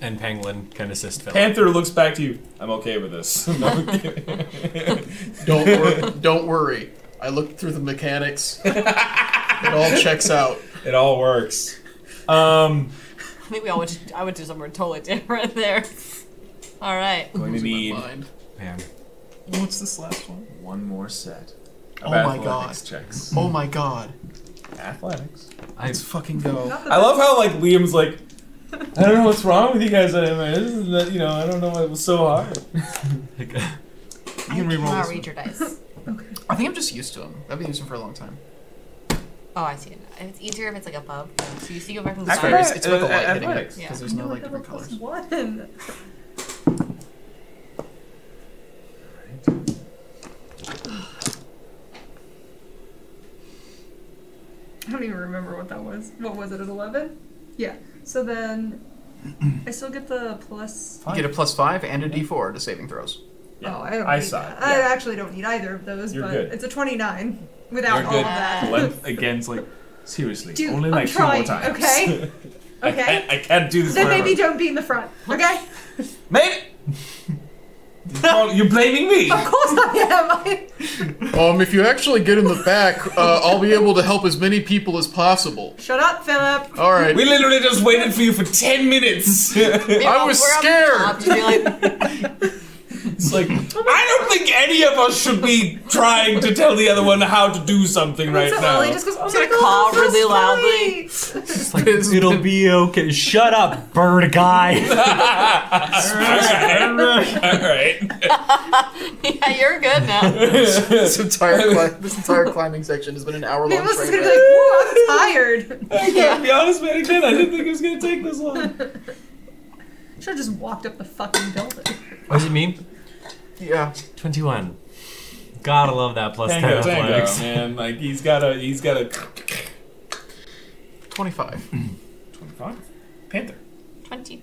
Speaker 6: And Pangolin can assist Phil.
Speaker 2: Panther looks back to you. I'm okay with this. No, I'm kidding.
Speaker 4: Don't wor- don't worry. I looked through the mechanics. it all checks out.
Speaker 2: it all works. Um,
Speaker 3: I think we all would, I would do somewhere totally different there. All right.
Speaker 2: going to
Speaker 4: Losing my
Speaker 2: need
Speaker 4: mind.
Speaker 6: Man.
Speaker 4: What's this last one?
Speaker 8: One more set.
Speaker 4: Oh
Speaker 2: of
Speaker 4: my
Speaker 2: athletics
Speaker 4: God.
Speaker 2: checks.
Speaker 4: Oh my god.
Speaker 2: Athletics.
Speaker 6: I,
Speaker 4: Let's fucking go.
Speaker 5: Not that
Speaker 2: I love how like Liam's like, I don't know what's wrong with you guys. I this is not, you know I don't know why it was so hard.
Speaker 4: You can
Speaker 3: I
Speaker 4: reroll
Speaker 3: cannot
Speaker 4: this
Speaker 3: Ah, read
Speaker 4: one.
Speaker 3: your dice.
Speaker 4: I think I'm just used to him. I've been using him for a long time.
Speaker 3: Oh, I see it. It's easier if it's like above. So you see go back from the
Speaker 2: That's
Speaker 4: It's,
Speaker 3: side.
Speaker 4: very,
Speaker 2: fair.
Speaker 4: it's with the
Speaker 2: Uh,
Speaker 4: light hitting it
Speaker 2: athletics.
Speaker 4: because
Speaker 3: Yeah.
Speaker 4: there's no
Speaker 5: No,
Speaker 4: like
Speaker 5: like
Speaker 4: different
Speaker 5: plus
Speaker 4: colors.
Speaker 5: one. I don't even remember what that was. What was it? An eleven? Yeah. So then, I still get the plus.
Speaker 4: You get a plus five and a D4 to saving throws.
Speaker 5: Oh, I don't.
Speaker 2: I
Speaker 5: need
Speaker 2: saw
Speaker 5: that.
Speaker 2: it,
Speaker 5: I
Speaker 2: yeah.
Speaker 5: actually don't need either of those.
Speaker 2: You're
Speaker 5: but
Speaker 2: good.
Speaker 5: It's a twenty-nine without
Speaker 2: You're
Speaker 5: all
Speaker 2: good.
Speaker 5: of that.
Speaker 2: Len again's like, seriously,
Speaker 5: Dude,
Speaker 2: only
Speaker 5: I'm
Speaker 2: like
Speaker 5: trying,
Speaker 2: two more times.
Speaker 5: okay?
Speaker 2: I,
Speaker 5: Okay.
Speaker 2: can't, I can't do this.
Speaker 5: Then
Speaker 2: forever.
Speaker 5: maybe don't be in the front. Okay.
Speaker 2: Maybe. Oh, you're blaming me.
Speaker 5: of course I am. I-
Speaker 4: Um, if you actually get in the back, uh, I'll be able to help as many people as possible.
Speaker 5: Shut up, Philip.
Speaker 4: All right.
Speaker 2: We literally just waited for you for ten minutes. it's
Speaker 4: I was scared.
Speaker 2: like I don't think any of us should be trying to tell the other one how to do something right
Speaker 5: so
Speaker 2: now.
Speaker 5: Ollie just goes, "Oh my
Speaker 3: gonna
Speaker 5: god,
Speaker 3: cough
Speaker 5: I'm so
Speaker 3: really loudly.
Speaker 5: sorry."
Speaker 7: It's like, it'll be okay. Shut up, bird guy.
Speaker 2: All right.
Speaker 3: yeah, you're good now.
Speaker 4: this entire cli- this entire climbing section has been an hour long.
Speaker 5: Melissa's gonna be like, "Whoa, I'm tired."
Speaker 2: I gotta be honest, man. Again, I didn't think it was gonna take this long.
Speaker 5: Should have just walked up the fucking building.
Speaker 7: What does it mean?
Speaker 4: yeah.
Speaker 7: 21. Gotta love that plus 10
Speaker 2: Tango, tango,
Speaker 7: athletics.
Speaker 2: man. Like he's got a, he's got a.
Speaker 4: Twenty-five.
Speaker 2: Twenty-five. Panther.
Speaker 3: 20.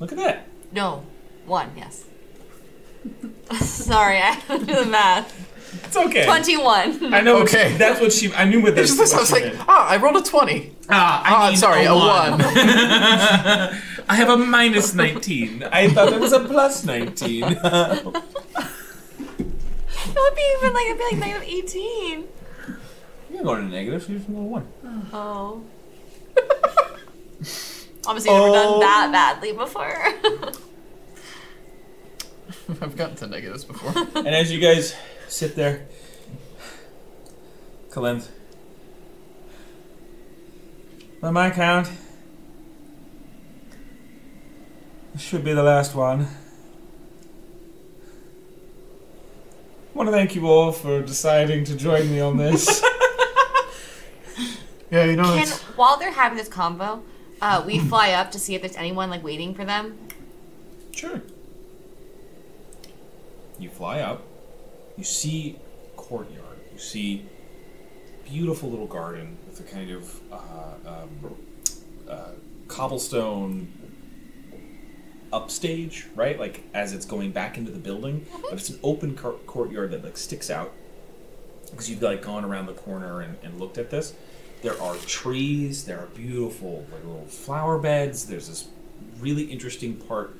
Speaker 2: Look at that.
Speaker 3: No. One, yes. Sorry, I had to do the math.
Speaker 2: It's okay.
Speaker 3: 21.
Speaker 2: I know.
Speaker 4: Okay.
Speaker 2: That's what she. I knew what this.
Speaker 4: It's just- I was
Speaker 2: what she
Speaker 4: like,
Speaker 2: meant.
Speaker 4: ah, I rolled a twenty.
Speaker 2: Ah,
Speaker 4: Ah,
Speaker 2: I need
Speaker 4: sorry, a one.
Speaker 2: I have a minus 19. I thought it was a plus 19.
Speaker 3: It would be even like, it'd be like negative 18.
Speaker 2: You're going to negative, so you're just going to one.
Speaker 3: Oh. Obviously, I've never
Speaker 2: Oh.
Speaker 3: done that badly before.
Speaker 4: I've gotten to negatives before.
Speaker 2: And as you guys sit there, Kalenth, by my count, this should be the last one. I want to thank you all for deciding to join me on this.
Speaker 4: Yeah, you
Speaker 2: Oh,
Speaker 4: know.
Speaker 3: Can, while they're having this combo, uh, we fly up to see if there's anyone like waiting for them.
Speaker 2: Sure. You fly up. You see courtyard. You see beautiful little garden with a kind of uh, um, uh, cobblestone upstage, right? Like as it's going back into the building,
Speaker 3: Mm-hmm.
Speaker 2: but it's an open cour courtyard that like sticks out because you've like gone around the corner and, and looked at this. There are trees. There are beautiful like little flower beds. There's this really interesting part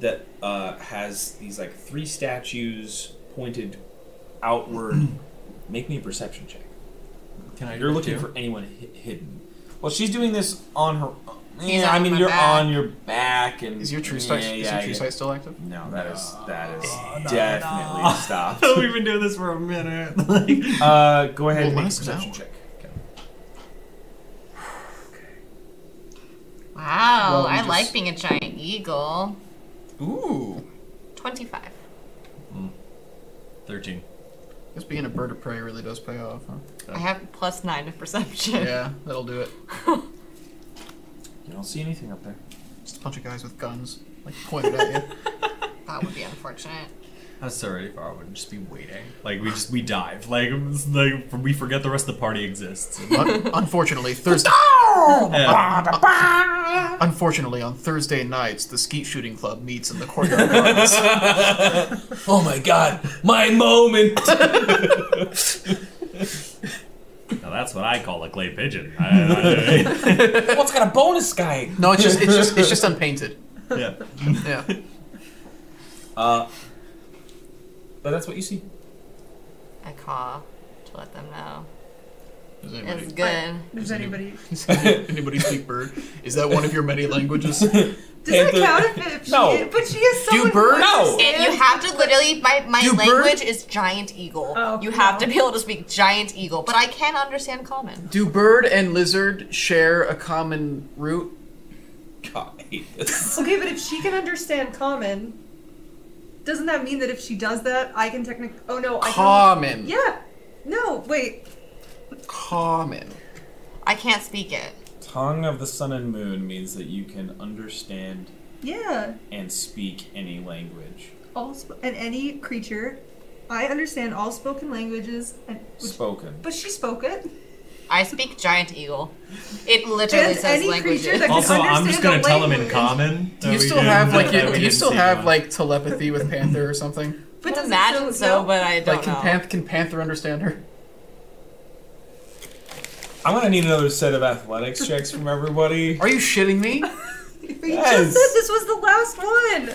Speaker 2: that uh, has these like three statues pointed outward. Make me a perception check.
Speaker 6: can I
Speaker 2: You're looking
Speaker 6: do?
Speaker 2: for anyone hi- hidden. Well, she's doing this on her.
Speaker 3: He's
Speaker 2: Yeah, I
Speaker 3: on
Speaker 2: mean,
Speaker 3: my
Speaker 2: you're
Speaker 3: back.
Speaker 2: on your back, and
Speaker 4: Is your true
Speaker 2: yeah,
Speaker 4: sight?
Speaker 2: Yeah,
Speaker 4: is your true
Speaker 2: yeah.
Speaker 4: sight still active?
Speaker 2: No, that is that is
Speaker 6: Oh,
Speaker 2: definitely stopped.
Speaker 7: We've been doing this for a minute. Like,
Speaker 2: Uh, go ahead
Speaker 4: Well,
Speaker 2: and make a
Speaker 4: last an
Speaker 2: perception
Speaker 4: hour.
Speaker 2: check.
Speaker 3: Wow, Wow,
Speaker 2: Well, we
Speaker 3: I
Speaker 2: just-
Speaker 3: like being a giant eagle.
Speaker 2: Ooh.
Speaker 3: 25.
Speaker 6: 13.
Speaker 4: Because being a bird of prey really does pay off, huh?
Speaker 3: I have plus 9 of perception.
Speaker 4: Yeah, that'll do it.
Speaker 2: You don't see anything up there.
Speaker 4: Just a bunch of guys with guns, like pointed at you.
Speaker 3: That would be unfortunate.
Speaker 6: That's already far. I would just be waiting. Like we just we dive. Like it's like we forget the rest of the party exists.
Speaker 4: Un- unfortunately, Thursday.
Speaker 2: Oh
Speaker 6: Yeah.
Speaker 4: Unfortunately, on Thursday nights, the skeet shooting club meets in the courtyard gardens.
Speaker 2: Oh my god, my moment!
Speaker 6: now that's what I call a clay pigeon. I, I-
Speaker 2: What's got a bonus guy?
Speaker 4: No, it's just it's just it's just unpainted.
Speaker 6: yeah.
Speaker 4: Yeah.
Speaker 2: Uh, but that's what you see.
Speaker 3: I call to let them know.
Speaker 4: Does
Speaker 3: It's
Speaker 4: anybody,
Speaker 3: good.
Speaker 5: Does anybody?
Speaker 4: does anybody speak bird? Is that one of your many languages? Do
Speaker 5: Does it
Speaker 2: Panther-
Speaker 5: count if, if she?
Speaker 2: No.
Speaker 5: But she is
Speaker 4: Do
Speaker 5: someone. who
Speaker 4: birds-
Speaker 2: No.
Speaker 3: It, you
Speaker 5: understands-
Speaker 3: have to literally. My, my
Speaker 4: Do bird-
Speaker 3: language is giant eagle.
Speaker 5: Oh,
Speaker 3: you have to
Speaker 5: wow.
Speaker 3: be able to speak giant eagle, but I can understand common.
Speaker 4: bird and lizard share a common root?
Speaker 2: God, I hate this.
Speaker 5: Okay, but if she can understand common, doesn't that mean that if she does that, I can technically? Oh no, I
Speaker 4: Common.
Speaker 5: Can, yeah. No, wait.
Speaker 4: Common.
Speaker 3: I can't speak it.
Speaker 2: Tongue of the Sun and Moon means that you can understand
Speaker 5: Yeah.
Speaker 2: and speak any language.
Speaker 5: All sp- and any creature, I understand all spoken languages, and which,
Speaker 2: Spoken.
Speaker 5: but she spoke it.
Speaker 3: I speak giant eagle. It literally
Speaker 5: And
Speaker 3: says
Speaker 5: any
Speaker 3: languages.
Speaker 5: creature that can
Speaker 6: Also, I'm
Speaker 5: understand
Speaker 6: just gonna
Speaker 5: a
Speaker 6: tell him in
Speaker 5: language.
Speaker 6: common.
Speaker 4: Do you still have like you, do you still have like telepathy with panther or something?
Speaker 5: But
Speaker 3: Well,
Speaker 5: does
Speaker 3: imagine
Speaker 5: it
Speaker 3: so, but I don't
Speaker 4: Like can
Speaker 3: know.
Speaker 4: panth can panther understand her?
Speaker 2: I'm gonna need another set of athletics checks from everybody.
Speaker 4: Are you shitting me?
Speaker 5: but you
Speaker 2: Yes.
Speaker 5: just said this was the last one.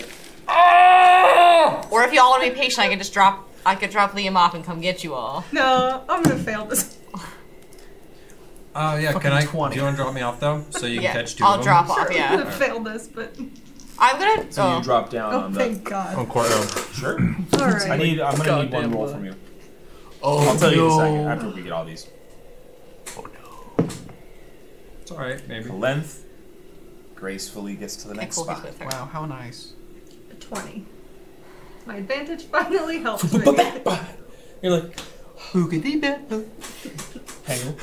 Speaker 3: Or if y'all want to be patient, I could just drop. I could drop Liam off and come get you all.
Speaker 5: No, I'm gonna fail this.
Speaker 6: Oh yeah,
Speaker 4: Fucking
Speaker 6: can I?
Speaker 4: 20.
Speaker 6: Do you want to drop me off though, so you can
Speaker 3: yeah,
Speaker 6: catch two
Speaker 3: I'll
Speaker 6: of them?
Speaker 3: drop off.
Speaker 5: I'm
Speaker 3: Yeah,
Speaker 5: gonna fail this, but
Speaker 3: I'm gonna.
Speaker 2: So
Speaker 3: oh.
Speaker 2: you drop down
Speaker 5: oh,
Speaker 2: on the.
Speaker 5: thank God.
Speaker 6: On Cortland.
Speaker 2: Sure.
Speaker 5: All
Speaker 2: Um, I
Speaker 5: right.
Speaker 2: need. I'm gonna need one
Speaker 4: Goddamn
Speaker 2: roll
Speaker 4: blood.
Speaker 2: from you.
Speaker 4: Oh
Speaker 2: I'll tell
Speaker 4: no.
Speaker 2: you in a second after we get all these.
Speaker 6: It's all right, maybe.
Speaker 2: Length gracefully gets to the
Speaker 3: Okay,
Speaker 2: next
Speaker 3: cool, he's
Speaker 2: spot.
Speaker 3: with her.
Speaker 4: Wow, how nice.
Speaker 5: Twenty. My advantage finally helped me.
Speaker 2: You're like,
Speaker 4: Boogity boo.
Speaker 2: hang on.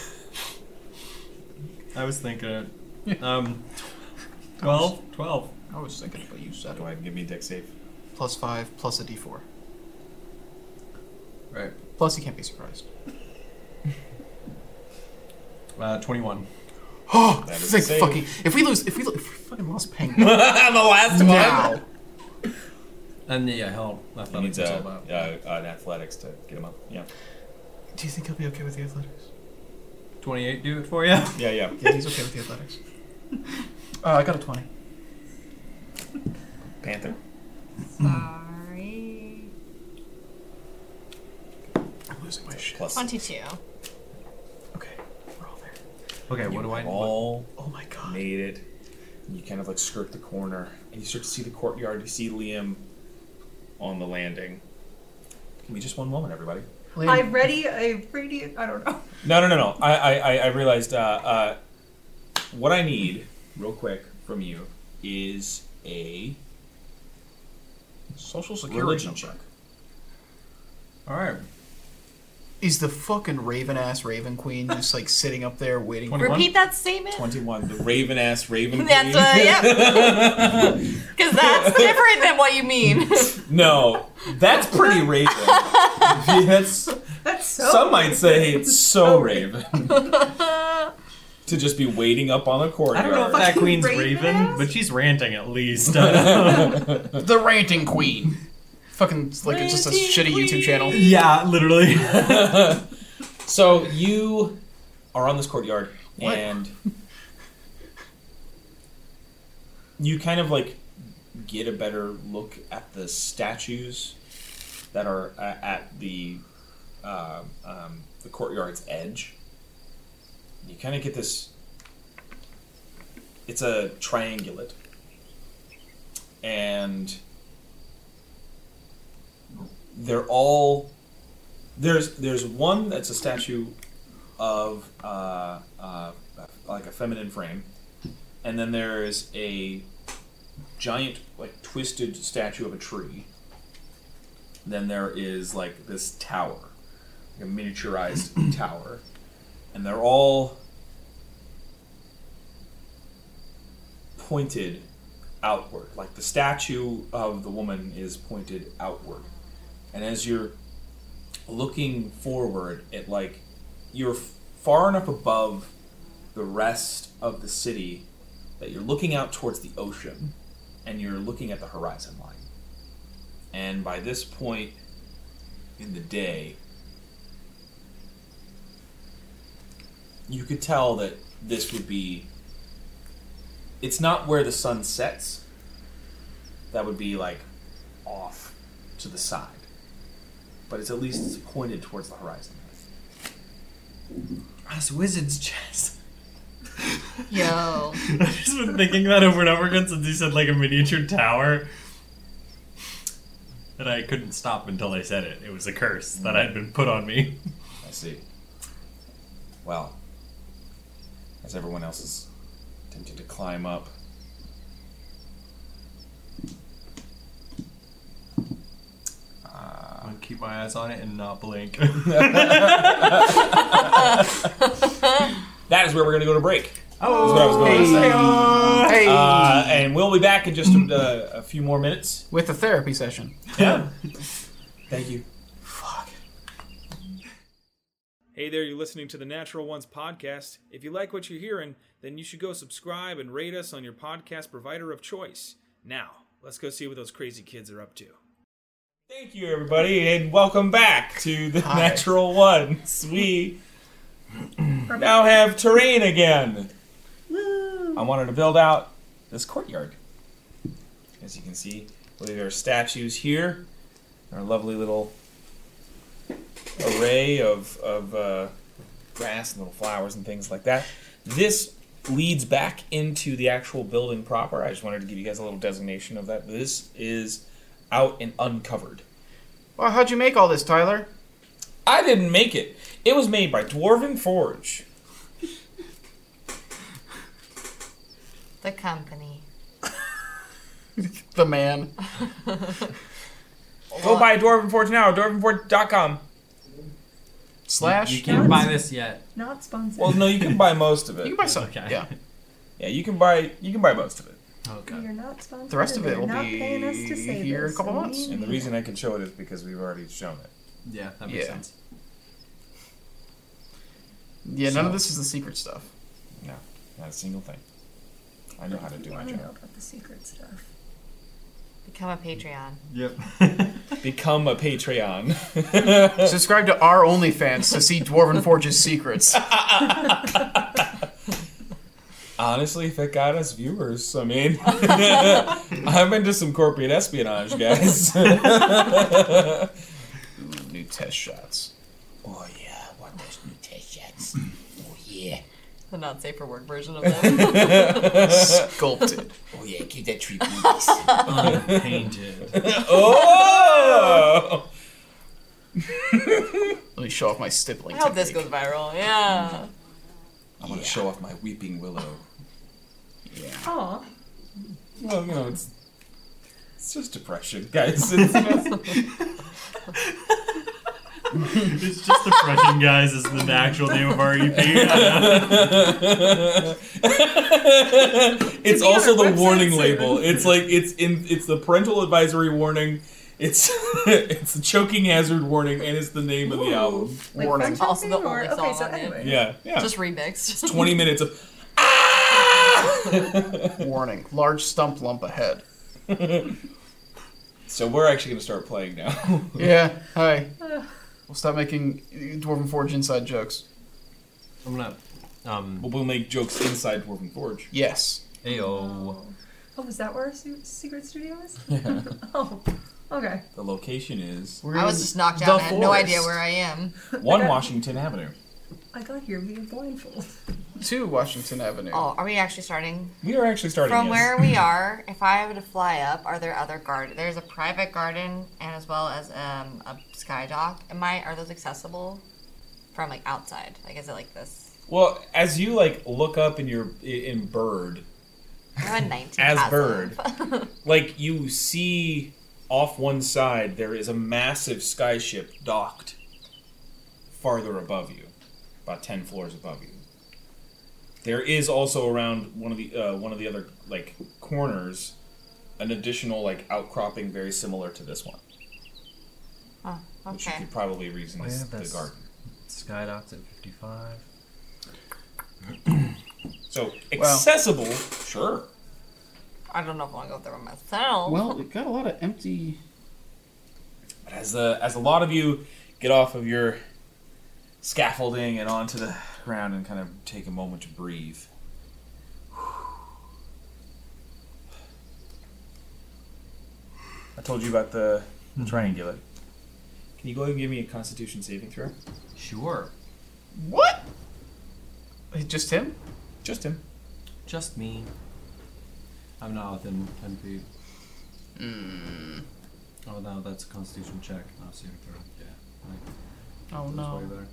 Speaker 6: I was thinking it. Um, 12? 12.
Speaker 4: I was thinking about you said
Speaker 2: Go
Speaker 4: it.
Speaker 2: ahead and give me a deck save.
Speaker 4: Plus five, plus a d4.
Speaker 6: Right.
Speaker 4: Plus, you can't be surprised.
Speaker 6: Uh, 21.
Speaker 4: Oh,
Speaker 2: That is
Speaker 4: it's like
Speaker 2: insane.
Speaker 4: fucking. If we lose, if we, lo- if we fucking lost Penguin
Speaker 2: the last
Speaker 4: now,
Speaker 6: And yeah, hell,
Speaker 2: He needs
Speaker 6: athletics is all
Speaker 2: a,
Speaker 6: about.
Speaker 2: uh, an athletics to get him up. Yeah.
Speaker 4: do you think he'll be okay with the athletics?
Speaker 6: 28 do it for you?
Speaker 2: Yeah, yeah.
Speaker 4: Yeah, he's okay with the athletics. Uh, I got a twenty.
Speaker 2: Panther.
Speaker 3: Sorry.
Speaker 4: I'm losing my shit.
Speaker 2: Plus.
Speaker 3: Twenty-two.
Speaker 4: Okay, we're all there.
Speaker 6: Okay, what do I
Speaker 2: You've
Speaker 6: need?
Speaker 2: all
Speaker 4: Oh my god.
Speaker 2: made it. And you kind of like skirt the corner, and you start to see the courtyard. You see Liam on the landing. Give me just one moment, everybody.
Speaker 4: Liam,
Speaker 5: I ready a radiant. I don't know.
Speaker 2: No, no, no, no. I, I, I- I realized uh, uh, what I need real quick from you is a
Speaker 4: social security
Speaker 2: religion
Speaker 4: number.
Speaker 2: check.
Speaker 6: Alright.
Speaker 4: Is the fucking raven ass raven queen just like sitting up there waiting? for
Speaker 3: Repeat that statement.
Speaker 2: Twenty-one. The raven ass raven.
Speaker 3: That's
Speaker 2: queen.
Speaker 3: uh, yeah. Because that's different than what you mean.
Speaker 2: No, that's pretty raven. that's
Speaker 5: That's so.
Speaker 2: some might say it's so
Speaker 5: So
Speaker 2: raven to just be waiting up on a
Speaker 6: I
Speaker 2: courtyard.
Speaker 6: don't know if that
Speaker 5: Fucking
Speaker 6: queen's
Speaker 5: raven
Speaker 6: raven,
Speaker 5: ass?
Speaker 6: but she's ranting at least. yeah,
Speaker 4: The ranting queen. Fucking it's like it's just a shitty YouTube channel.
Speaker 6: literally.
Speaker 2: So you are on this courtyard, and you kind of like get a better look at the statues that are uh, at the um, um, the courtyard's edge. You kind of get this. It's a triangulate, and they're all there's there's one that's a statue of uh, uh, like a feminine frame, and then there is a giant, like twisted statue of a tree. Then there is like this tower, like a miniaturized tower, and they're all pointed outward. Like the statue of the woman is pointed outward, and as you're looking forward at like you're far enough above the rest of the city that you're looking out towards the ocean and you're looking at the horizon line. And by this point in the day, you could tell that this would be. It's not where the sun sets. That would be like off to the side. But it's at least it's pointed towards the horizon.
Speaker 6: That's wizard's chest.
Speaker 3: Yo.
Speaker 7: I've just been thinking that over and over again since you said like a miniature tower. That I couldn't stop until I said it. It was a curse that had been put on me.
Speaker 2: I see. Well, as everyone else is attempting to climb up,
Speaker 6: I'm gonna keep my eyes on it and not blink.
Speaker 2: that is where we're going to go to break. Oh, That's what I was going to say.
Speaker 4: Hey!
Speaker 2: Uh, and we'll be back in just uh, a, a few more minutes.
Speaker 4: With a therapy session.
Speaker 2: Yeah. Thank you. Fuck.
Speaker 1: Hey there, you're listening to the Natural Ones podcast. If you like what you're hearing, then you should go subscribe and rate us on your podcast provider of choice. Now, let's go see what those crazy kids are up to.
Speaker 2: Thank you, everybody, and welcome back to the
Speaker 4: Hi.
Speaker 2: Natural Ones. We now have terrain again. I wanted to build out this courtyard. As you can see, there are statues here. Our lovely little array of, of uh, grass and little flowers and things like that. This leads back into the actual building proper. I just wanted to give you guys a little designation of that. This is out and uncovered.
Speaker 4: Well, how'd you make all this, Tyler?
Speaker 2: I didn't make it. It was made by Dwarven Forge.
Speaker 3: The company.
Speaker 4: The man.
Speaker 2: Go buy Dwarven Forge now, dwarvenforge.com.
Speaker 4: Slash.
Speaker 6: you can't buy this yet.
Speaker 5: Not sponsored.
Speaker 2: Well, no, you can buy most of
Speaker 4: You
Speaker 2: it.
Speaker 4: can buy some.
Speaker 6: Okay.
Speaker 4: Yeah.
Speaker 2: Yeah, you can buy you can buy most of it.
Speaker 6: Oh
Speaker 5: You're not sponsored.
Speaker 4: The rest of
Speaker 5: and
Speaker 4: it will
Speaker 5: you're not
Speaker 4: be
Speaker 5: paying us to say
Speaker 4: here in a
Speaker 5: this,
Speaker 4: couple
Speaker 5: so
Speaker 4: months.
Speaker 5: we
Speaker 2: And the
Speaker 5: need-
Speaker 2: reason I can show it is because we've already shown it.
Speaker 6: Yeah, that makes
Speaker 4: Yeah.
Speaker 6: sense.
Speaker 4: Yeah, none of this is the secret stuff.
Speaker 2: Not a single thing. I know how to do my
Speaker 5: I don't know
Speaker 2: job.
Speaker 5: about the secret stuff.
Speaker 3: Become a Patreon.
Speaker 6: Yep.
Speaker 2: Become a Patreon.
Speaker 4: Subscribe to our OnlyFans to see Dwarven Forge's secrets.
Speaker 2: Honestly, if it got us viewers, I mean, I'm into some corporate espionage, guys.
Speaker 4: New test shots.
Speaker 2: oh yeah, what those new test shots? Oh yeah.
Speaker 3: The not safe for work version of them.
Speaker 4: Sculpted.
Speaker 2: Oh yeah, keep that tree
Speaker 6: Unpainted.
Speaker 2: Oh!
Speaker 4: Let me show off my stippling.
Speaker 3: I hope this goes
Speaker 4: technique.
Speaker 3: viral. Yeah.
Speaker 2: I want to show off my weeping willow.
Speaker 5: Aw,
Speaker 2: Well, you know, it's it's just depression, guys. It's-
Speaker 7: It's just depression, guys. Is the actual name of E our EP?
Speaker 2: it's
Speaker 5: be on
Speaker 2: also
Speaker 5: our
Speaker 2: the
Speaker 5: website
Speaker 2: warning
Speaker 5: soon.
Speaker 2: label. It's like it's in it's the parental advisory warning. It's it's the choking hazard warning, and it's the name of the album.
Speaker 5: like
Speaker 4: Warning.
Speaker 5: fun
Speaker 3: Also the
Speaker 5: jumping or-
Speaker 3: only
Speaker 5: okay,
Speaker 3: song
Speaker 5: so
Speaker 3: on the-
Speaker 5: anyway.
Speaker 2: Yeah, yeah.
Speaker 3: Just remixed.
Speaker 2: Twenty minutes of
Speaker 4: Warning: large stump lump ahead.
Speaker 2: so we're actually gonna start playing now.
Speaker 4: Yeah. Hi. We'll stop making Dwarven Forge inside jokes.
Speaker 6: I'm gonna. Um.
Speaker 2: we'll make jokes inside Dwarven Forge.
Speaker 4: Yes.
Speaker 6: Ayo.
Speaker 5: Oh, was that where our se- secret studio is? oh, okay.
Speaker 2: The location is
Speaker 4: We're
Speaker 3: I was just knocked
Speaker 4: The
Speaker 3: out. I had no idea
Speaker 4: forest.
Speaker 3: where I am.
Speaker 2: One Washington Avenue.
Speaker 5: I got here via blindfold.
Speaker 4: to Washington Avenue.
Speaker 3: Oh, are we actually starting?
Speaker 2: We are actually starting
Speaker 3: From
Speaker 2: yes.
Speaker 3: where we are, if I were to fly up, are there other garden? There's a private garden and as well as um, a sky dock. Am I? Are those accessible from like outside? Like, is it like this?
Speaker 2: Well, as you like look up in your in bird,
Speaker 3: I had 19
Speaker 2: as
Speaker 3: passive.
Speaker 2: bird like you see off one side there is a massive skyship docked farther above you about 10 floors above you there is also around one of the uh, one of the other like corners an additional like outcropping very similar to this one
Speaker 3: Oh,
Speaker 2: which you
Speaker 3: okay.
Speaker 2: could probably reason
Speaker 6: Oh, Yeah,
Speaker 2: is the
Speaker 6: that's-
Speaker 2: garden
Speaker 6: Skydock's at 55.
Speaker 2: so accessible sure
Speaker 3: I don't know if I want to go there by myself.
Speaker 9: Well, we've got a lot of empty.
Speaker 2: But as the as a lot of you get off of your scaffolding and onto the ground and kind of take a moment to breathe. I told you about the triangulate. Hmm. Can you go ahead and give me a constitution saving throw?
Speaker 6: Sure.
Speaker 4: What? Just him?
Speaker 2: Just him.
Speaker 6: Just me. I'm not within 10 feet. Oh, no, that's a constitution check, Oh, not a saving throw. Yeah. Like,
Speaker 4: Oh
Speaker 6: that's way better.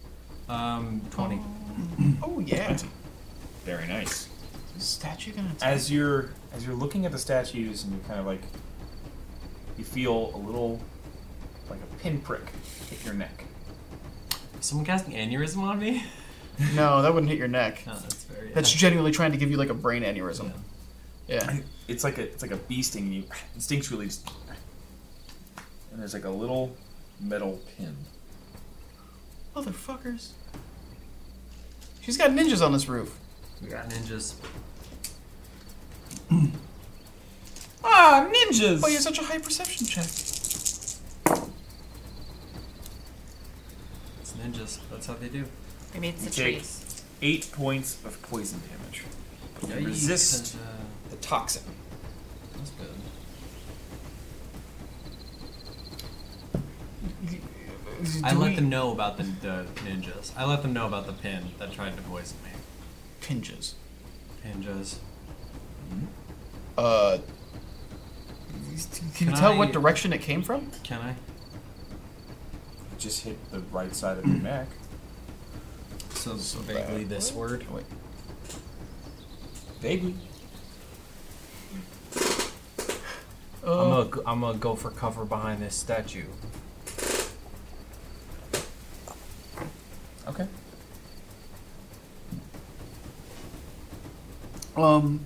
Speaker 6: Um, 20.
Speaker 4: Oh yeah.
Speaker 2: Very nice.
Speaker 4: Is the statue gonna attack?
Speaker 2: As you're as you're looking at the statues and you're kind of like you feel a little like a pinprick hit your neck.
Speaker 6: Someone casting aneurysm on me?
Speaker 4: No, that wouldn't hit your neck.
Speaker 6: No, that's very. uh,
Speaker 4: That's genuinely trying to give you like a brain aneurysm. Yeah.
Speaker 2: it's like a it's like a bee sting and you instinctually just and there's like a little metal pin.
Speaker 4: Motherfuckers. She's got ninjas on this roof.
Speaker 6: We got ninjas.
Speaker 2: Ah, ninjas!
Speaker 4: Why you have such a high perception check?
Speaker 6: It's ninjas. That's how they do.
Speaker 3: I mean, it's
Speaker 2: You
Speaker 3: the
Speaker 2: take-
Speaker 3: trees.
Speaker 2: Eight points of poison damage.
Speaker 6: Yikes,
Speaker 2: resist.
Speaker 6: uh,
Speaker 2: The toxin.
Speaker 6: that's good. I
Speaker 4: Do
Speaker 6: let
Speaker 4: we-
Speaker 6: them know about the, the ninjas. I let them know about the pin that tried to poison me.
Speaker 4: Pinges.
Speaker 6: Ninjas.
Speaker 4: Uh. Can you
Speaker 6: Can
Speaker 4: tell
Speaker 6: I-
Speaker 4: what direction it came from?
Speaker 6: Can I?
Speaker 2: It just hit the right side of your neck.
Speaker 6: So, vaguely this word.
Speaker 4: Wait.
Speaker 2: Vaguely.
Speaker 6: I'm gonna go- I'm gonna go for cover behind this statue.
Speaker 2: Okay.
Speaker 4: Um.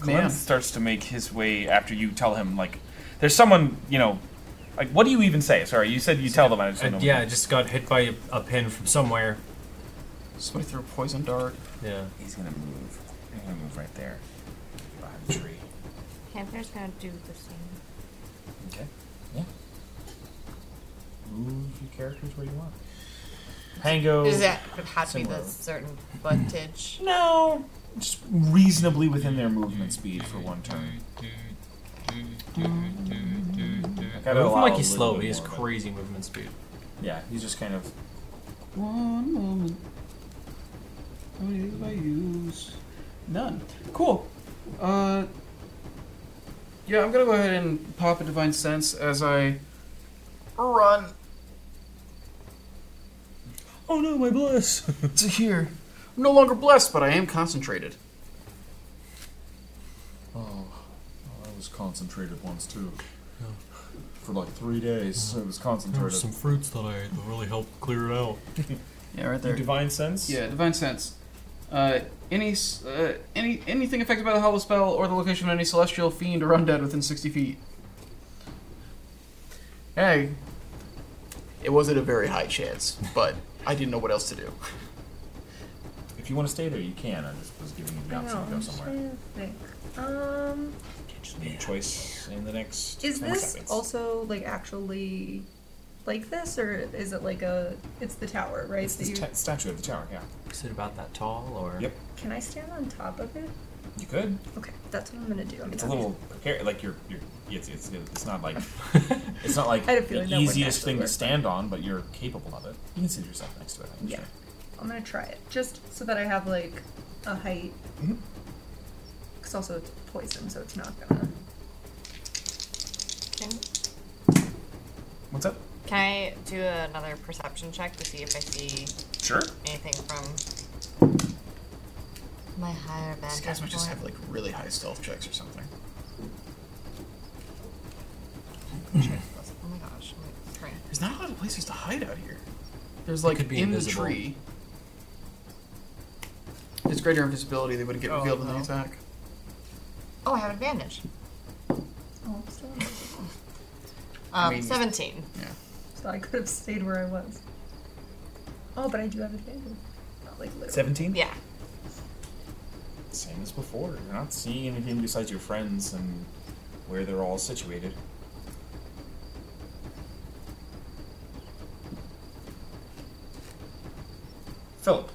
Speaker 2: Clem
Speaker 4: Man,
Speaker 2: starts to make his way after you tell him like there's someone, you know like what do you even say? Sorry, you said you tell them I just don't know.
Speaker 7: Uh, yeah, I just got hit by a, a pin from somewhere.
Speaker 4: somebody threw a poison dart.
Speaker 7: Yeah.
Speaker 2: He's gonna move. He's gonna move right there. Behind the tree.
Speaker 3: Panther's gonna do the same.
Speaker 2: Okay. Yeah. Move your characters where you want. Pango.
Speaker 3: Does that it has to be
Speaker 2: Similar.
Speaker 3: the certain footage?
Speaker 2: No. Just reasonably within their movement speed for one turn. Like, I
Speaker 6: Move
Speaker 2: allow
Speaker 6: him like
Speaker 2: a
Speaker 6: he's
Speaker 2: little
Speaker 6: slow.
Speaker 2: bit
Speaker 6: He has
Speaker 2: more, but-
Speaker 6: crazy movement speed.
Speaker 2: Yeah, he's just kind of.
Speaker 9: One moment. How many did I use? None. Cool. Uh. Yeah, I'm gonna go ahead and pop a divine sense as I
Speaker 4: Run
Speaker 2: Oh no, my bliss.
Speaker 4: to here. I'm no longer blessed, but I am concentrated.
Speaker 2: Oh,
Speaker 8: I was concentrated once too. For like three days, I was concentrated.
Speaker 7: fruits that I ate that really helped clear it out.
Speaker 4: Yeah, right there.
Speaker 2: Divine sense.
Speaker 9: Yeah, divine sense. Uh, any s- uh, any anything affected by the hollow spell or the location of any celestial fiend or undead within sixty feet.
Speaker 4: Hey. It wasn't a very high chance, but I didn't know what else to do.
Speaker 2: If you want to stay there, you can. I just was giving you the option to go somewhere.
Speaker 5: Um,
Speaker 2: Just need a choice in the next.
Speaker 5: is
Speaker 2: 20
Speaker 5: this
Speaker 2: seconds.
Speaker 5: also like actually like this, or is it like a? It's the tower, right?
Speaker 2: It's
Speaker 5: that
Speaker 2: this
Speaker 5: you-
Speaker 2: ta- statue of the tower. Yeah.
Speaker 6: Is it about that tall or?
Speaker 2: Yep.
Speaker 5: Can I stand on top of it?
Speaker 2: You could.
Speaker 5: Okay, that's what I'm gonna do. I'm
Speaker 2: It's a
Speaker 5: not-
Speaker 2: little precarious. Like you're, you're it's, it's, it's not like, it's not like
Speaker 5: I had a feeling that
Speaker 2: the
Speaker 5: wouldn't
Speaker 2: easiest
Speaker 5: actually
Speaker 2: thing to
Speaker 5: work.
Speaker 2: stand on, but you're capable of it. You can sit yourself next to it. I
Speaker 5: Yeah,
Speaker 2: understand.
Speaker 5: I'm gonna try it just so that I have like a height.
Speaker 2: Mhm.
Speaker 5: Because also it's poison, so it's not gonna.
Speaker 3: Can,
Speaker 2: What's up?
Speaker 3: can I do another perception check to see if I see
Speaker 2: Sure.
Speaker 3: anything from my higher back.
Speaker 4: These guys
Speaker 3: up
Speaker 4: might just
Speaker 3: more.
Speaker 4: have like really high stealth checks or something.
Speaker 3: Oh my gosh. I'm like, sorry.
Speaker 4: There's not a lot of places to hide out here. There's like
Speaker 7: could be
Speaker 4: in
Speaker 7: invisible.
Speaker 4: the tree. It's greater invisibility. They wouldn't get
Speaker 3: Oh,
Speaker 4: revealed in the
Speaker 3: no.
Speaker 4: attack.
Speaker 3: Oh, I have advantage.
Speaker 5: Oh, I'm sorry.
Speaker 3: Um,
Speaker 4: mean-
Speaker 3: 17.
Speaker 5: So I could have stayed where I was. Oh, but I do have advantage. Not like literally.
Speaker 2: Seventeen.
Speaker 3: Yeah.
Speaker 2: Same as before. You're not seeing anything besides your friends and where they're all situated. Philip,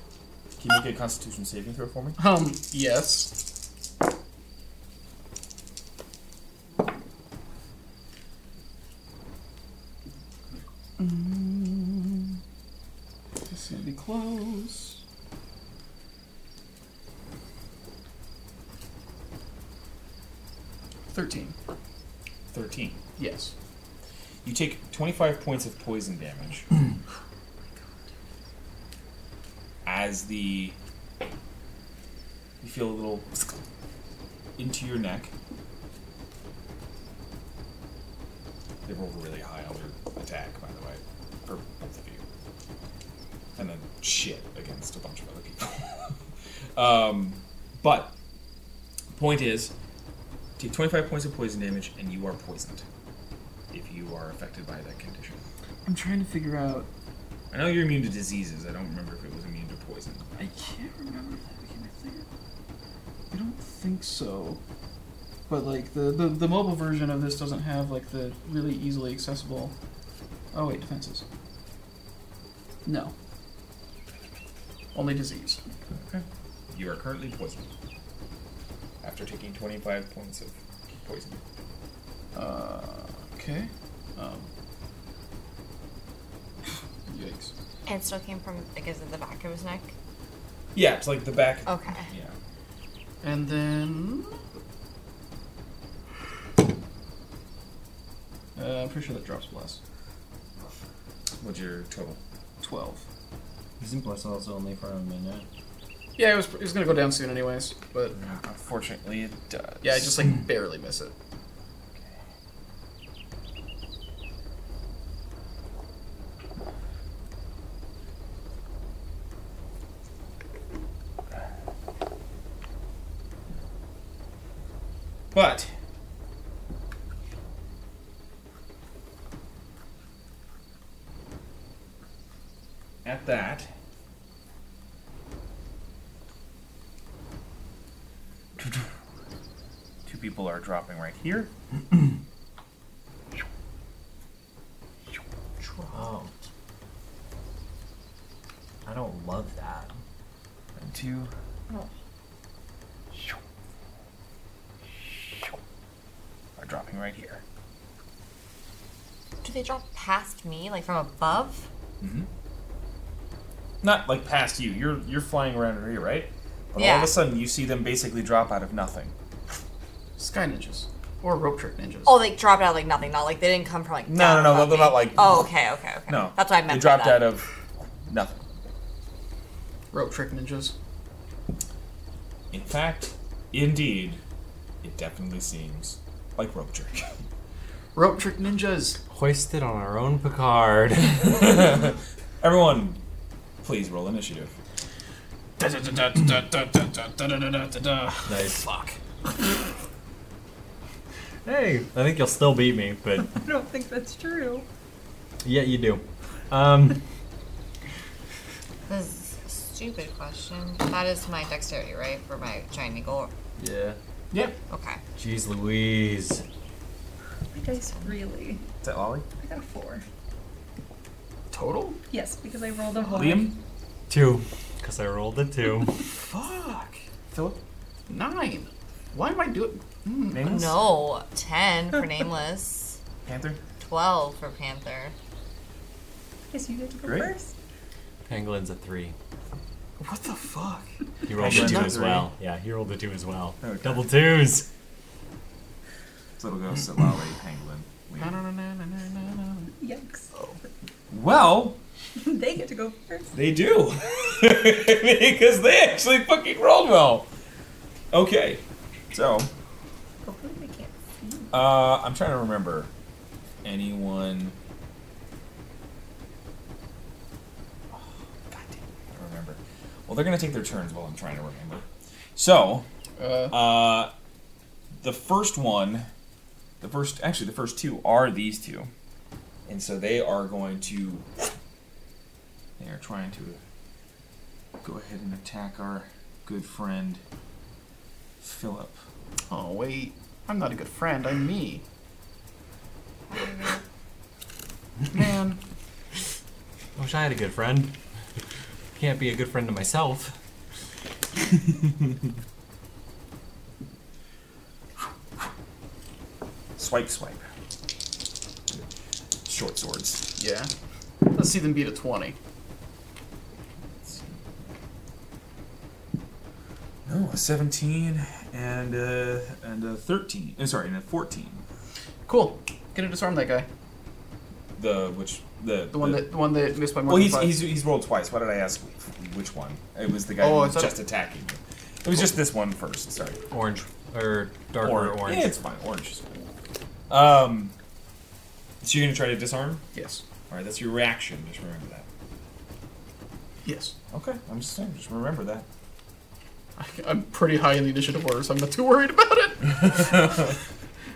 Speaker 2: can you make a Constitution saving throw for me?
Speaker 4: Um, yes. Mm.
Speaker 9: It's gonna be close.
Speaker 4: Thirteen.
Speaker 2: Thirteen.
Speaker 4: Yes.
Speaker 2: You take 25 points of poison damage. As the. You feel a little. into your neck. They rolled really high on their attack, by the way. For both of you. And then shit against a bunch of other people. um, but. Point is, take 25 points of poison damage, and you are poisoned if you are affected by that condition.
Speaker 9: I'm trying to figure out.
Speaker 2: I know you're immune to diseases. I don't remember if it was immune to poison.
Speaker 9: I can't remember if that became a thing. I don't think so. But like the, the the mobile version of this doesn't have like the really easily accessible. Oh wait, defenses. No.
Speaker 4: Only disease.
Speaker 2: You are currently poisoned after taking 25 points of poison.
Speaker 9: Uh, okay. Um. Yikes.
Speaker 3: And it still came from, like, is it the back of his neck?
Speaker 2: Yeah, it's like the back.
Speaker 3: Okay.
Speaker 2: Yeah.
Speaker 4: And then.
Speaker 9: Uh, I'm pretty sure that drops bless.
Speaker 2: What's your total?
Speaker 9: Twelve.
Speaker 6: Isn't Bless also only for a minute?
Speaker 4: Yeah, it was. It was gonna go down soon, anyways. But
Speaker 2: Unfortunately, it does.
Speaker 4: yeah, I just like barely miss it.
Speaker 2: But. At that. Two people are dropping right here.
Speaker 6: Oh. I don't love that.
Speaker 2: And two. Are dropping right here.
Speaker 3: Do they drop past me, like from above?
Speaker 2: Not like past you. You're you're flying around here, right? But all of
Speaker 3: Yeah.
Speaker 2: a sudden, you see them basically drop out of nothing.
Speaker 4: Sky ninjas or rope trick ninjas.
Speaker 3: Oh, like dropped out like nothing. Not like they didn't come from like.
Speaker 2: No,
Speaker 3: down
Speaker 2: no, no,
Speaker 3: above
Speaker 2: they're
Speaker 3: me.
Speaker 2: not, like-
Speaker 3: Oh, okay, okay, okay.
Speaker 2: No,
Speaker 3: That's what I
Speaker 2: They
Speaker 3: meant.
Speaker 2: dropped
Speaker 3: by that.
Speaker 2: out of nothing.
Speaker 4: Rope trick ninjas.
Speaker 2: In fact, indeed, it definitely seems like rope jerk.
Speaker 4: Rope trick ninjas.
Speaker 7: Hoisted on our own Picard.
Speaker 2: Everyone, please roll initiative.
Speaker 6: Nice.
Speaker 2: Fuck.
Speaker 6: Hey, I think you'll still beat me, but
Speaker 5: I don't think that's true.
Speaker 6: yeah, you do. Um,
Speaker 3: This is a stupid question. That is my dexterity, right, for my giant eagle.
Speaker 6: yeah.
Speaker 2: Yep.
Speaker 3: Okay.
Speaker 6: Jeez Louise.
Speaker 5: My dice really.
Speaker 2: Is that Ollie?
Speaker 5: I got a four.
Speaker 4: Total.
Speaker 5: Yes, because I rolled a one.
Speaker 2: Liam?
Speaker 7: Two. Because I rolled a two.
Speaker 4: Fuck.
Speaker 2: Philip?
Speaker 4: Nine. Why am I doing? Mm.
Speaker 2: Nameless?
Speaker 3: No, ten for nameless,
Speaker 2: Panther?
Speaker 3: twelve for panther.
Speaker 5: Yes, you get to go
Speaker 2: Great.
Speaker 5: first.
Speaker 7: Pangolins a three.
Speaker 4: What the fuck?
Speaker 7: He rolled a
Speaker 2: should
Speaker 7: two
Speaker 2: not
Speaker 7: as
Speaker 2: three.
Speaker 7: well. Yeah, he rolled a two as well.
Speaker 2: Okay.
Speaker 7: Double twos.
Speaker 2: So it'll go Silali, Pangolin.
Speaker 4: Na, na, na, na, na, na, na, na.
Speaker 5: Yikes.
Speaker 2: Oh. Well,
Speaker 5: they get to go first.
Speaker 2: they do. because they actually fucking rolled well. Okay, so
Speaker 5: Hopefully they can't see.
Speaker 2: uh, I'm trying to remember anyone. Oh, God damn, I gotta remember. Well, they're gonna take their turns while I'm trying to remember. So
Speaker 4: Uh,
Speaker 2: Uh, the first one, the first actually the first two are these two, and so they are going to. They are trying to go ahead and attack our good friend Philip.
Speaker 4: oh wait, I'm not a good friend. I'm me. Man,
Speaker 7: I wish I had a good friend. Can't be a good friend to myself.
Speaker 2: Swipe, swipe. Short swords.
Speaker 4: yeah. Let's see them beat a twenty.
Speaker 2: No, a seventeen and a, and a thirteen. uh, sorry, and a fourteen.
Speaker 4: Cool. Gonna disarm that guy.
Speaker 2: The which the
Speaker 4: The one that the one that missed by more
Speaker 2: Well,
Speaker 4: than
Speaker 2: he's,
Speaker 4: five.
Speaker 2: he's, he's rolled twice. Why did I ask which one? It was the guy
Speaker 4: Oh,
Speaker 2: who
Speaker 4: I
Speaker 2: was
Speaker 4: thought-
Speaker 2: just attacking. you. It was just this one first. Sorry.
Speaker 7: Orange or darker orange.
Speaker 2: Yeah, it's fine. Orange is fine. Um, so you're gonna try to disarm?
Speaker 4: yes.
Speaker 2: All right, that's your reaction. Just remember that.
Speaker 4: Yes.
Speaker 2: Okay, I'm just saying. Just remember that.
Speaker 4: I, I'm pretty high in the initiative order, so I'm not too worried about it.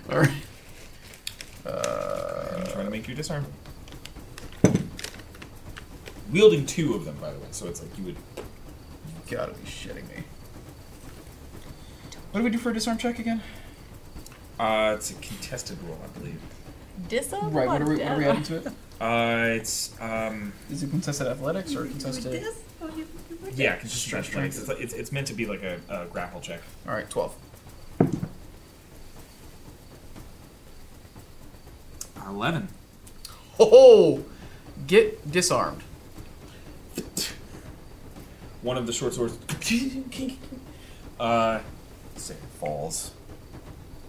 Speaker 4: All right.
Speaker 2: I'm trying to make you disarm. Wielding two of them, by the way. So it's like you would.
Speaker 4: Gotta be shitting me.
Speaker 9: What do we do for a disarm check again?
Speaker 2: Uh, it's a contested roll, I believe.
Speaker 3: Disarm
Speaker 9: Right, what are we, what are we adding
Speaker 3: Oh, down.
Speaker 9: to it?
Speaker 2: Uh, it's um,
Speaker 9: Is it contested athletics or contested.
Speaker 5: This? Oh, you, you like
Speaker 2: yeah,
Speaker 5: it?
Speaker 2: contested strength. It's, like- it's it's meant to be like a, a grapple check.
Speaker 4: All right, twelve.
Speaker 2: Eleven.
Speaker 4: Oh, get disarmed.
Speaker 2: one of the short swords uh say it falls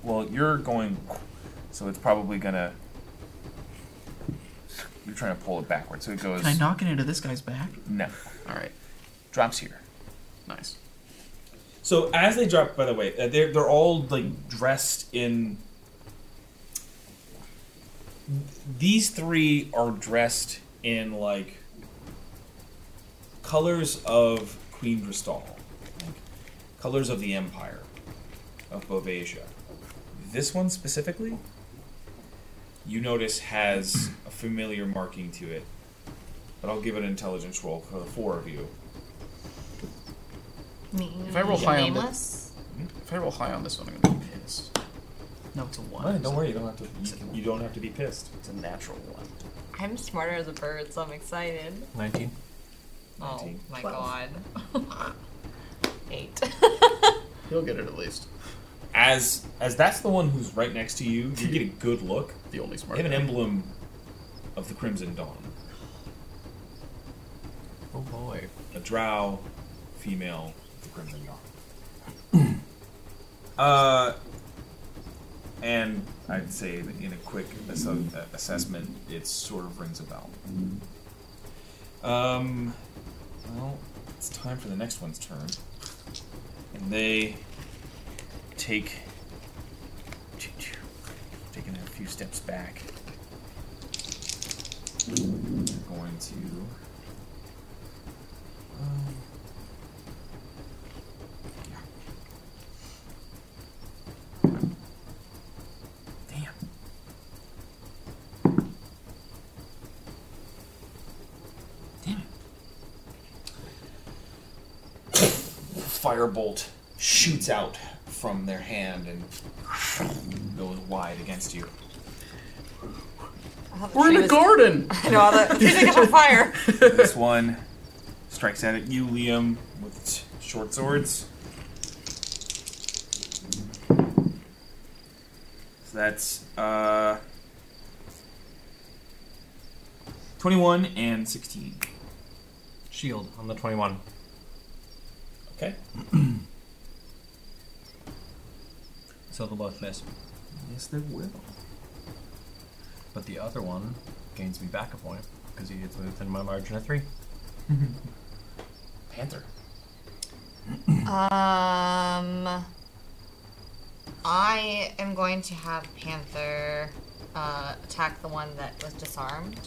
Speaker 2: well you're going so it's probably gonna you're trying to pull it backward so it goes
Speaker 4: Can I knock it into this guy's back?
Speaker 2: no
Speaker 4: All right,
Speaker 2: drops here
Speaker 4: nice.
Speaker 2: so as they drop by the way uh, they're, they're all like dressed in these three are dressed in like colors of Queen Dristal, like colors of the Empire of Bovasia. This one specifically, you notice has a familiar marking to it, but I'll give it an intelligence roll for the four of you.
Speaker 3: Me.
Speaker 4: If I roll high on the-
Speaker 3: nameless.
Speaker 4: If I roll high on this one, I'm gonna be pissed. No, it's a one.
Speaker 2: worry, you don't have to. You, you don't have to be pissed.
Speaker 4: It's a natural one.
Speaker 3: I'm smarter as a bird, so I'm excited.
Speaker 7: 19.
Speaker 3: Oh
Speaker 2: Nineteen.
Speaker 3: my god. Eight.
Speaker 4: He'll get it at least.
Speaker 2: As as that's the one who's right next to you, you get a good look.
Speaker 4: The only smart.
Speaker 2: They have an
Speaker 4: guy.
Speaker 2: emblem of the Crimson Dawn.
Speaker 7: Oh boy.
Speaker 2: a drow female with the crimson yarn. uh, and I'd say that in a quick ass- uh, assessment, it sort of rings a bell. Um, well, it's time for the next one's turn, and they take taking a few steps back. They're going to. Um, yeah. Damn. Damn it. Firebolt shoots out from their hand and goes wide against you.
Speaker 4: We're in a garden.
Speaker 3: No, all the she's like on fire.
Speaker 2: this one strikes out at you, Liam, with its short swords. So that's uh, 21 and 16.
Speaker 7: Shield on the 21.
Speaker 2: Okay.
Speaker 7: So they'll both miss.
Speaker 2: Yes, they will.
Speaker 7: But the other one gains me back a point because he gets within my margin of three.
Speaker 2: Panther.
Speaker 3: Um, I am going to have Panther uh, attack the one that was disarmed.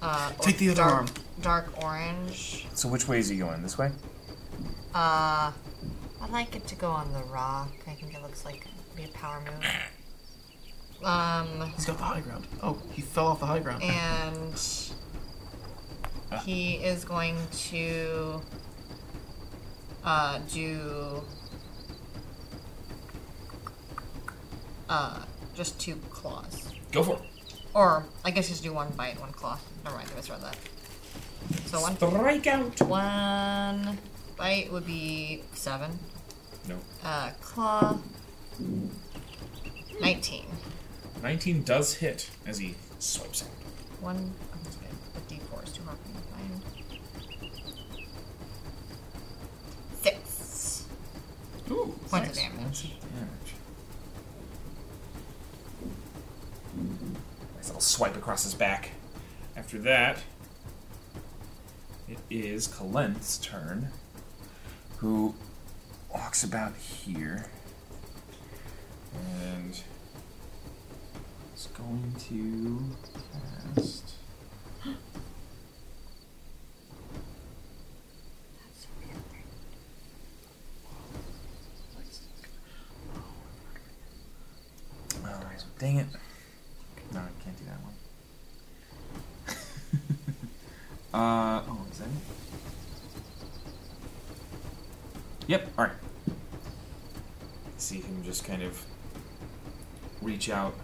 Speaker 3: Uh, or
Speaker 9: Take the other
Speaker 3: dark,
Speaker 9: arm.
Speaker 3: Dark orange.
Speaker 10: So which way is he going? This way?
Speaker 3: Uh, I'd like it to go on the rock. I think it looks like it'd be a power move. Um,
Speaker 4: He's got the high ground. Oh, he fell off the high ground.
Speaker 3: and he is going to uh, do uh, just two claws.
Speaker 2: Go for it.
Speaker 3: Or I guess just do one bite, one claw. Never mind, I misread that. So one
Speaker 2: Strike out.
Speaker 3: one bite would be seven.
Speaker 2: No.
Speaker 3: Uh, claw. Nineteen.
Speaker 2: 19 does hit as he swipes out.
Speaker 3: One. oh, I'm just gonna put D4 is too hard for me to find. Six.
Speaker 2: Ooh.
Speaker 3: Points of damage.
Speaker 2: Points of damage. Nice little swipe across his back. After that, it is Kalen's turn.
Speaker 10: Who walks about here?
Speaker 2: And it's going to cast.
Speaker 10: Oh, dang it. No, I can't do that one. uh, oh, is that it? Yep, alright.
Speaker 2: see him just kind of reach out.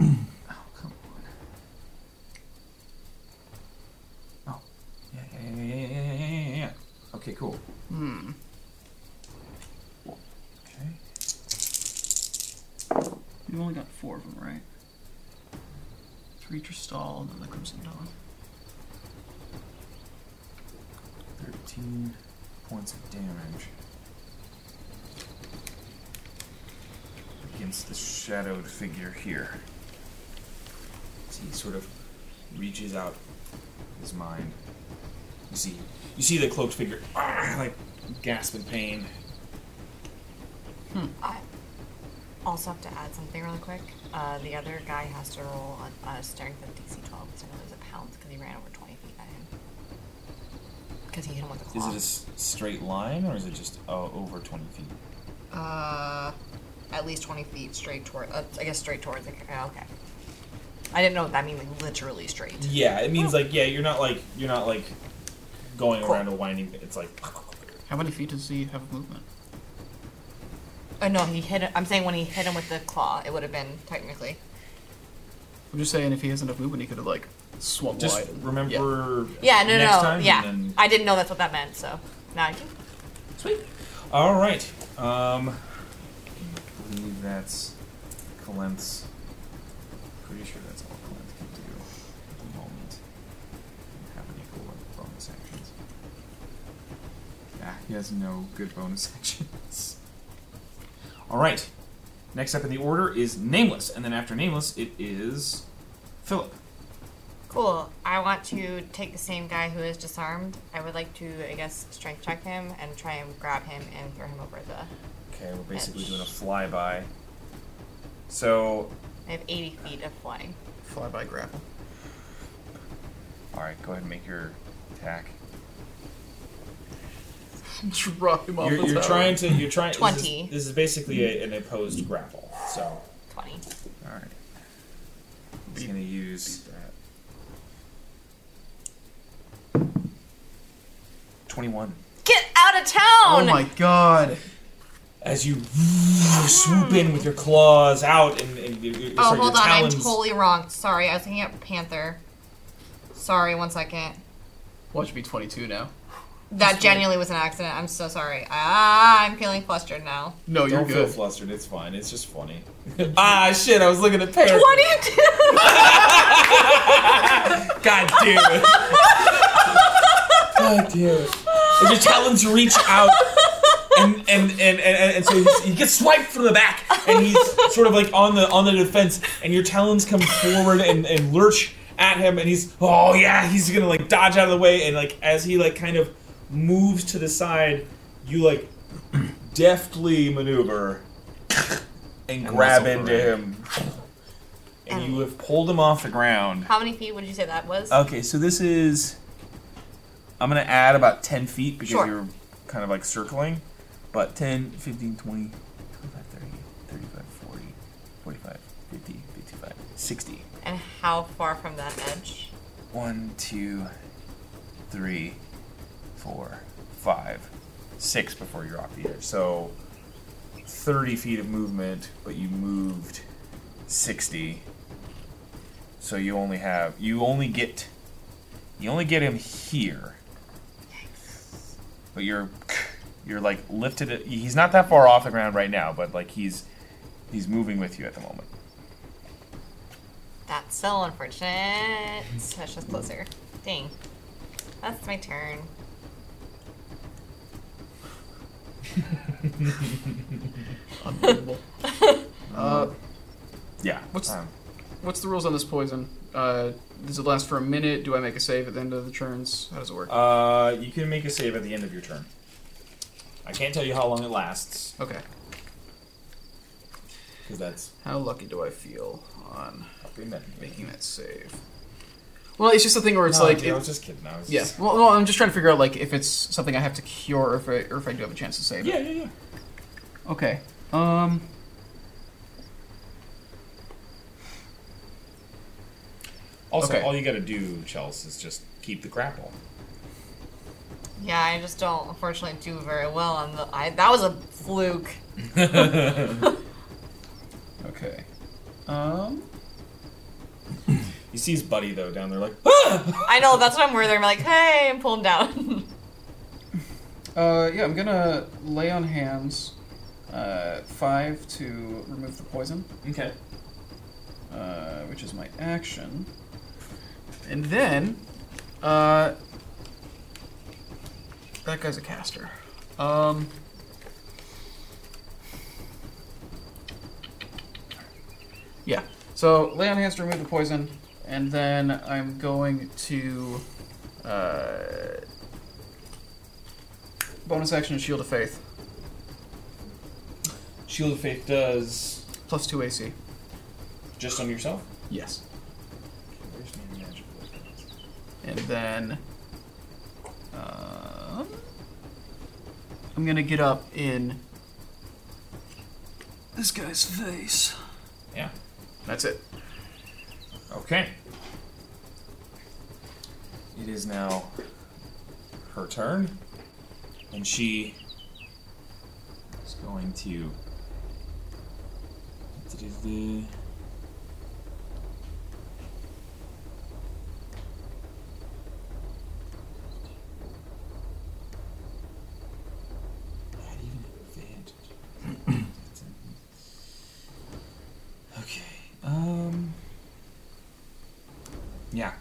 Speaker 10: Oh, come on. Oh, yeah, yeah, yeah, yeah, yeah, yeah, yeah, yeah, yeah. Okay, cool.
Speaker 4: Hmm.
Speaker 10: Okay.
Speaker 9: We've only got four of them, right?
Speaker 4: Three Tristal and then the Crimson Dawn.
Speaker 10: 13 points of damage.
Speaker 2: against the shadowed figure here. As he sort of reaches out his mind. You see, you see the cloaked figure, ah, like gasp in pain.
Speaker 3: I also have to add something really quick. Uh, the other guy has to roll a, a strength of DC 12 because I know there's a pounce because he ran over 20 feet at him. Because he hit him with a
Speaker 10: Is
Speaker 3: claw.
Speaker 10: it a s- straight line or is it just uh, over 20 feet?
Speaker 3: Uh, at least 20 feet straight toward, uh, I guess straight towards the, ca- okay. I didn't know what that means, like literally straight.
Speaker 2: Yeah, it means like yeah, you're not like you're not like going
Speaker 3: Cool.
Speaker 2: around a winding. It's like
Speaker 4: How many feet does he have of movement?
Speaker 3: Oh no, he hit. I'm saying when he hit him with the claw, it would have been technically.
Speaker 4: I'm just saying, if he has enough movement, he could have like swung
Speaker 2: just
Speaker 4: wide. and- Yeah.
Speaker 2: remember.
Speaker 3: Yeah, no,
Speaker 2: next
Speaker 3: no,
Speaker 2: time,
Speaker 3: yeah.
Speaker 2: And then
Speaker 3: I didn't know that's what that meant, so now I do.
Speaker 2: Sweet. All right. Um, I believe that's Kalenth's. Pretty sure that's all Kalenth can do at the moment. Doesn't Have any cool bonus actions? Yeah, he has no good bonus actions. All right. Next up in the order is Nameless, and then after Nameless, it is Philip.
Speaker 3: Cool. I want to take the same guy who is disarmed. I would like to, I guess, strength check him and try and grab him and throw him over the.
Speaker 2: Okay, we're basically
Speaker 3: Edge.
Speaker 2: doing a flyby. So,
Speaker 3: I have 80 feet of flying.
Speaker 4: Fly by grapple.
Speaker 10: Alright, go ahead and make your attack.
Speaker 4: Draw him off
Speaker 2: you're,
Speaker 4: the
Speaker 2: you're
Speaker 4: tower.
Speaker 2: trying to you're trying this is-
Speaker 3: 20.
Speaker 2: This is, basically a, an opposed grapple. So
Speaker 3: 20.
Speaker 10: Alright. He's gonna use. 21.
Speaker 3: Get out of town!
Speaker 4: Oh my god!
Speaker 2: as you swoop in with your claws out and, and your, your,
Speaker 3: Oh,
Speaker 2: sorry,
Speaker 3: hold
Speaker 2: your
Speaker 3: on. I'm
Speaker 2: talons,
Speaker 3: totally wrong. Sorry, I was thinking of Panther. Sorry, one second.
Speaker 4: Watch me 22 now.
Speaker 3: That genuinely was an accident. I'm so sorry. Ah, I'm feeling flustered now.
Speaker 4: No, you're
Speaker 2: don't feel
Speaker 4: good.
Speaker 2: flustered. It's fine. It's just funny. ah, shit! I was looking at Pear.
Speaker 3: What do you do?
Speaker 2: God damn it! God damn it! As your talons reach out, and and and and, and, and so he's, he gets swiped from the back, and he's sort of like on the on the defense, and your talons come forward and and lurch at him, and he's oh yeah, he's gonna like dodge out of the way, and like as he like kind of moves to the side. You like deftly maneuver and grab
Speaker 8: muscle
Speaker 2: into him, and you have pulled him off the ground.
Speaker 3: How many feet would you say that was?
Speaker 2: Okay, so this is. I'm gonna add about 10 feet because
Speaker 3: Sure.
Speaker 2: you're kind of like circling, but 10, 15, 20, 25, 30, 35, 40, 45, 50, 55, 60.
Speaker 3: And how far from that edge?
Speaker 2: One, two, three, four, five, six before you're off the edge. So 30 feet of movement, but you moved 60. So you only have you only get you only get him here. But you're you're like lifted it he's not that far off the ground right now, but like he's he's moving with you at the moment.
Speaker 3: That's so unfortunate. That's just closer. Dang. That's my turn.
Speaker 4: Unbelievable. uh,
Speaker 2: Yeah.
Speaker 4: What's-
Speaker 2: um,
Speaker 4: what's the rules on this poison? Uh, does it last for a minute? Do I make a save at the end of the turns? How does it work?
Speaker 2: Uh, you can make a save at the end of your turn. I can't tell you how long it lasts
Speaker 4: Okay.
Speaker 2: because that's
Speaker 4: How lucky do I feel on
Speaker 2: three minutes.
Speaker 4: making that save? Well, it's just a thing where it's
Speaker 2: No,
Speaker 4: like,
Speaker 2: Oh, dude, I
Speaker 4: it,
Speaker 2: was just kidding. I was
Speaker 4: yeah.
Speaker 2: just-
Speaker 4: Well, well, I'm just trying to figure out like if it's something I have to cure, or if I, or if I do have a chance to save. it.
Speaker 2: yeah, yeah, yeah.
Speaker 4: Okay. Um.
Speaker 2: Also,
Speaker 4: Okay.
Speaker 2: all you got to do, Chels, is just keep the grapple.
Speaker 3: Yeah, I just don't unfortunately do very well on the. I, that was a fluke.
Speaker 4: Okay. Um.
Speaker 2: You see his buddy though down there, like
Speaker 3: I know that's what I'm worried. I'm like, hey, and pull him down.
Speaker 4: Uh, yeah, I'm gonna lay on hands, uh, five to remove the poison,
Speaker 2: okay.
Speaker 4: uh, which is my action. And then, uh, that guy's a caster. Um, yeah, so lay on hands to remove the poison, and then I'm going to, uh, bonus action Shield of Faith.
Speaker 2: Shield of Faith does
Speaker 4: Plus two AC.
Speaker 2: just on yourself.
Speaker 4: Yes.
Speaker 2: Where's my magic weapons?
Speaker 4: And then. Um, I'm gonna get up in. This guy's face.
Speaker 2: Yeah.
Speaker 4: That's it.
Speaker 2: Okay. It is now her turn, and she is going to.
Speaker 8: Not even advantage. That's a- okay. Um.
Speaker 2: Yeah.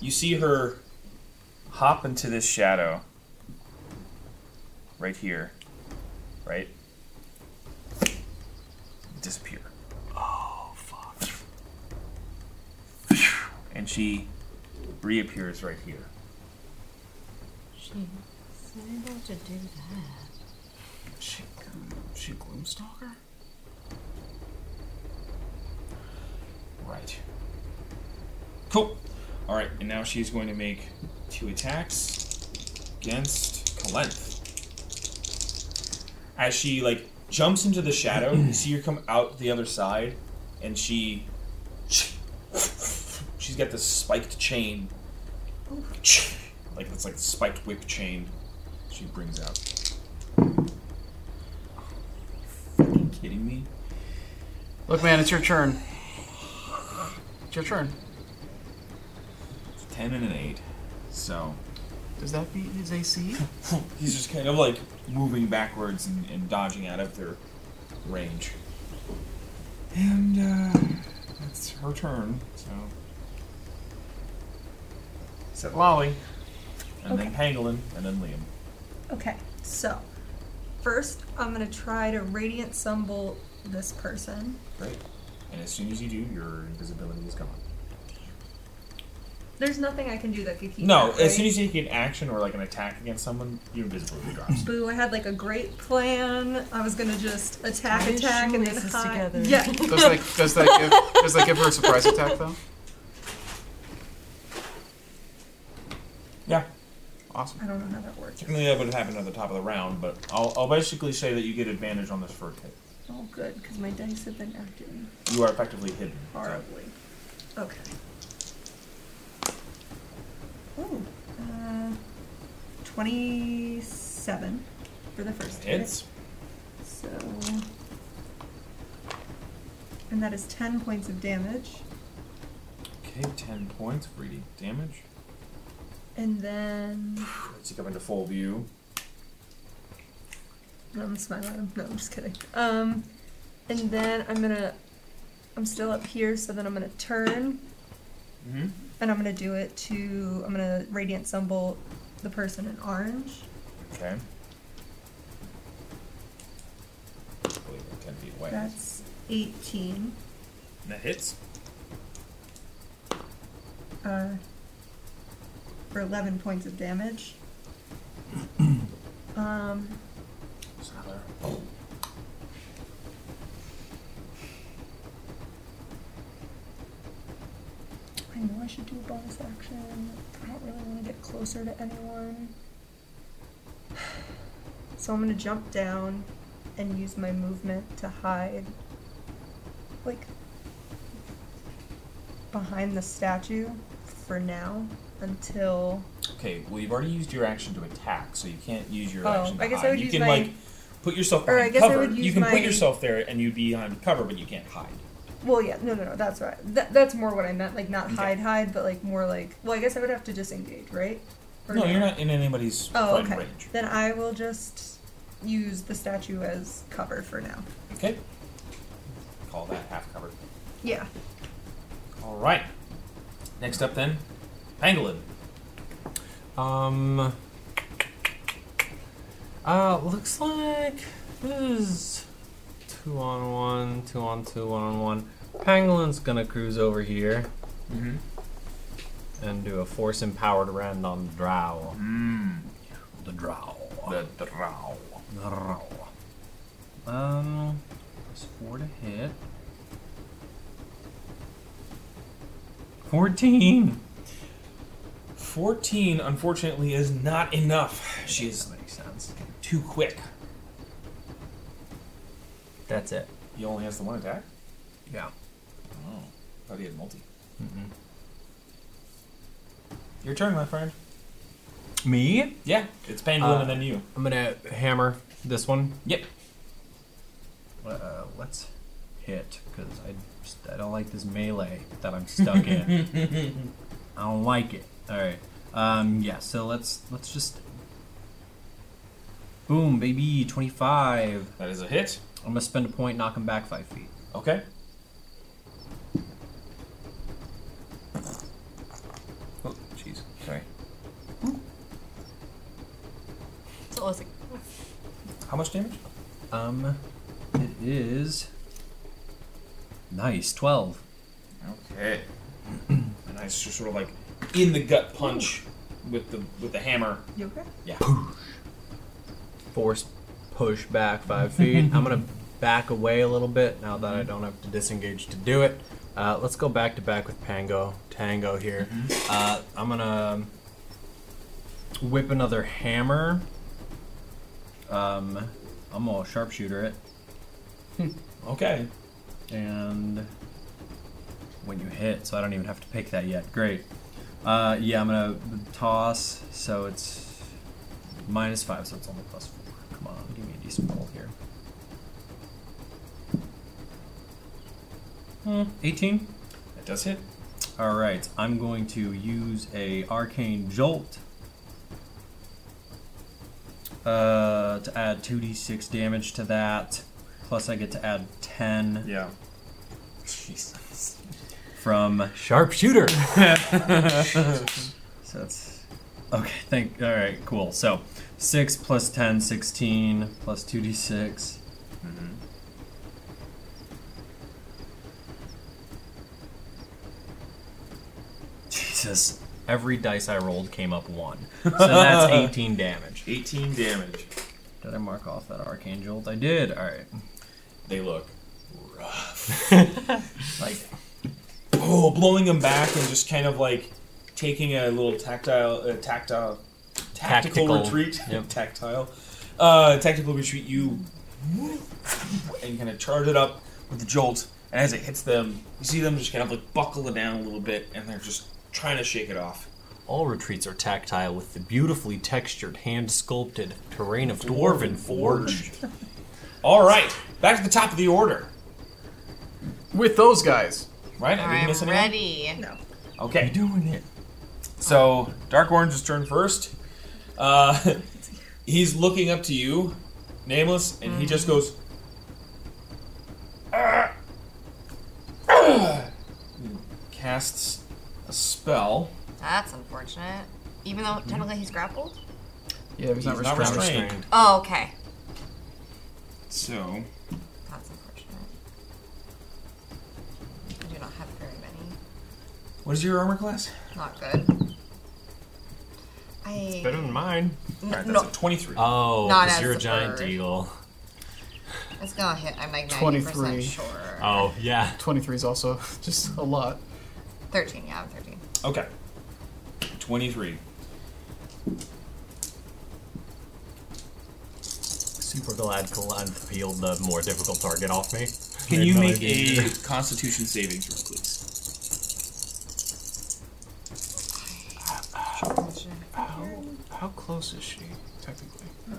Speaker 2: You see her hop into this shadow right here, right? Disappear. Oh, fuck. And she reappears right here.
Speaker 3: She's able to do that.
Speaker 4: She, she Gloomstalker?
Speaker 2: Right. Cool. All right, and now she's going to make two attacks against Kalenth. As she like jumps into the shadow, you see her come out the other side, and she she's got this spiked chain, like it's like spiked whip chain. She brings out. Are you fucking kidding me?
Speaker 4: Look, man, it's your turn. It's your turn.
Speaker 2: Ten and an eight, so.
Speaker 4: Does that beat his AC?
Speaker 2: He's just kind of like moving backwards and, and dodging out of their range. And uh, that's her turn. So set Lolly, and then Pangolin, and then Liam.
Speaker 5: Okay, so first I'm gonna try to radiant symbol this person.
Speaker 2: Great. And as soon as you do, your invisibility is gone.
Speaker 5: There's nothing I can do that could keep.
Speaker 2: No,
Speaker 5: that, right?
Speaker 2: as soon as you take an action or like an attack against someone, your invisibility drops.
Speaker 5: Boo, I had like a great plan. I was gonna just attack,
Speaker 3: Tie your
Speaker 5: attack, and then
Speaker 3: shoelaces
Speaker 5: hide.
Speaker 3: together.
Speaker 5: Yeah.
Speaker 4: Does that, does that give does that give her a surprise attack though?
Speaker 2: Yeah.
Speaker 4: Awesome.
Speaker 5: I don't know how that works.
Speaker 2: Technically, that would happen at the top of the round, but I'll, I'll basically say that you get advantage on this first hit.
Speaker 5: Oh, good, because my dice have been acting
Speaker 2: You are effectively hidden. so-
Speaker 5: horribly. Okay. Oh, uh, 27 for the first hit.
Speaker 2: Hits.
Speaker 5: So. And that is 10 points of damage.
Speaker 2: Okay, 10 points for eating damage.
Speaker 5: And then.
Speaker 2: Let's come into full view.
Speaker 5: I'm smiling at him. No, I'm just kidding. Um, and then I'm gonna. I'm still up here, so then I'm gonna turn.
Speaker 2: Mm-hmm.
Speaker 5: And I'm gonna do it to. I'm gonna radiant symbol the person in orange.
Speaker 2: Okay. Believe we're 10 feet away.
Speaker 5: That's 18.
Speaker 2: that hits.
Speaker 5: Uh, for 11 points of damage. um,
Speaker 2: It's another-
Speaker 5: I know I should do a bonus action. I don't really want to get closer to anyone. So I'm gonna jump down and use my movement to hide, like, behind the statue for now until.
Speaker 2: Okay, well, you've already used your action to attack, so you can't use your
Speaker 5: Oh,
Speaker 2: action to
Speaker 5: I guess I
Speaker 2: hide.
Speaker 5: would
Speaker 2: you
Speaker 5: use
Speaker 2: can,
Speaker 5: my-
Speaker 2: like, put yourself
Speaker 5: Or I
Speaker 2: behind
Speaker 5: guess I
Speaker 2: cover.
Speaker 5: would
Speaker 2: you
Speaker 5: use
Speaker 2: can
Speaker 5: my-
Speaker 2: put yourself there and you'd be behind cover, but you can't hide.
Speaker 5: Well, yeah, no, no, no, that's right. That, that's more what I meant, like not
Speaker 2: Okay.
Speaker 5: hide, hide, but like more like. Well, I guess I would have to disengage, right? Or
Speaker 2: No, you're not in anybody's
Speaker 5: Oh,
Speaker 2: friend
Speaker 5: okay.
Speaker 2: range.
Speaker 5: Then I will just use the statue as cover for now.
Speaker 2: Okay. Call that half covered.
Speaker 5: Yeah.
Speaker 2: All right. Next up, then, Pangolin.
Speaker 7: Um. Uh, looks like this is two on one, two on two, one on one. Pangolin's gonna cruise over here
Speaker 2: Mm-hmm.
Speaker 7: and do a force empowered round on the drow.
Speaker 2: Mm.
Speaker 7: The drow.
Speaker 2: The drow.
Speaker 7: Drow. Um, plus four to hit. Fourteen.
Speaker 2: 14, unfortunately, is not enough. She is
Speaker 7: That makes sense.
Speaker 2: too quick.
Speaker 7: That's it.
Speaker 2: He only has the one attack?
Speaker 7: Yeah.
Speaker 2: Oh. Thought he had multi. Mm-hmm. Your turn, my friend.
Speaker 7: Me?
Speaker 2: Yeah, it's Pangolin
Speaker 7: Uh,
Speaker 2: and then you.
Speaker 7: I'm gonna hammer this one.
Speaker 2: Yep.
Speaker 7: Uh, let's hit because I just, I don't like this melee that I'm stuck in. I don't like it. All right. Um. Yeah. So let's let's just. Boom, baby, twenty-five.
Speaker 2: That is a hit.
Speaker 7: I'm gonna spend a point, knock him back five feet.
Speaker 2: Okay. Oh, jeez. Sorry.
Speaker 3: So listen,
Speaker 2: How much damage?
Speaker 7: Um, it is nice twelve.
Speaker 2: Okay. a nice, just sort of like in the gut punch with the with the hammer.
Speaker 5: You okay?
Speaker 7: force push back five feet. I'm gonna back away a little bit now that I don't have to disengage to do it. Uh, let's go back to back with Pango Tango here. Uh, I'm gonna whip another hammer. Um, I'm gonna sharpshooter it,
Speaker 2: Okay.
Speaker 7: and when you hit, so I don't even have to pick that yet. Great. Uh, yeah, I'm gonna toss, so it's minus five, so it's only plus four. Come on, give me a decent roll here. Hmm, 18.
Speaker 2: That does hit.
Speaker 7: All right, I'm going to use a arcane jolt uh, to add 2d6 damage to that. Plus, I get to add 10
Speaker 2: Yeah. Jesus.
Speaker 7: from sharpshooter. so that's okay. Thank. All right. Cool. So six plus 10, 16, plus two d six. Mm-hmm. Jesus. Every dice I rolled came up one. So that's 18 damage.
Speaker 2: 18 damage.
Speaker 7: Did I mark off that arcane jolt? I did. All right.
Speaker 2: They look
Speaker 7: Like
Speaker 2: oh, blowing them back and just kind of like taking a little tactile, uh, tactile, tactical,
Speaker 7: Tactical.
Speaker 2: retreat,
Speaker 7: Yep.
Speaker 2: tactile, uh, tactical retreat. You and kind of charge it up with the jolt, and as it hits them, you see them just kind of like buckle it down a little bit, and they're just trying to shake it off.
Speaker 7: all retreats are tactile with the beautifully textured, hand sculpted terrain of dwarven forge.
Speaker 2: All right, back to the top of the order.
Speaker 4: With those guys.
Speaker 2: Right, I didn't
Speaker 3: I'm
Speaker 2: miss anyone?
Speaker 3: ready.
Speaker 5: No.
Speaker 2: Okay. doing it. So, Dark Orange's turn first. Uh, he's looking up to you, Nameless, and he just goes. "Ah." And Casts a spell.
Speaker 3: That's unfortunate. Even though technically he's grappled.
Speaker 9: Yeah, he's not
Speaker 2: He's not
Speaker 9: restrained.
Speaker 2: restrained.
Speaker 3: Oh, okay.
Speaker 2: So,
Speaker 3: That's unfortunate. I do not have very many.
Speaker 2: what is your armor class?
Speaker 3: Not good. I
Speaker 7: Better than mine.
Speaker 3: n-
Speaker 2: Alright, that's
Speaker 3: no,
Speaker 2: a 23.
Speaker 7: Oh,
Speaker 3: Not
Speaker 7: 'cause
Speaker 3: as
Speaker 7: you're a
Speaker 3: the
Speaker 7: giant
Speaker 3: bird.
Speaker 7: eagle.
Speaker 3: it's gonna hit. I'm like 90 percent
Speaker 4: 23.
Speaker 3: sure.
Speaker 7: Oh, yeah.
Speaker 4: 23 is also just a lot.
Speaker 3: Thirteen. Yeah, I'm thirteen.
Speaker 2: Okay. 23.
Speaker 7: Super glad Kalan peeled the more difficult target off me.
Speaker 2: Can
Speaker 7: Made
Speaker 2: you
Speaker 7: my
Speaker 2: make
Speaker 7: life
Speaker 2: a
Speaker 7: easier.
Speaker 2: constitution saving throw, please?
Speaker 9: How, how close is she, technically?
Speaker 5: Oh,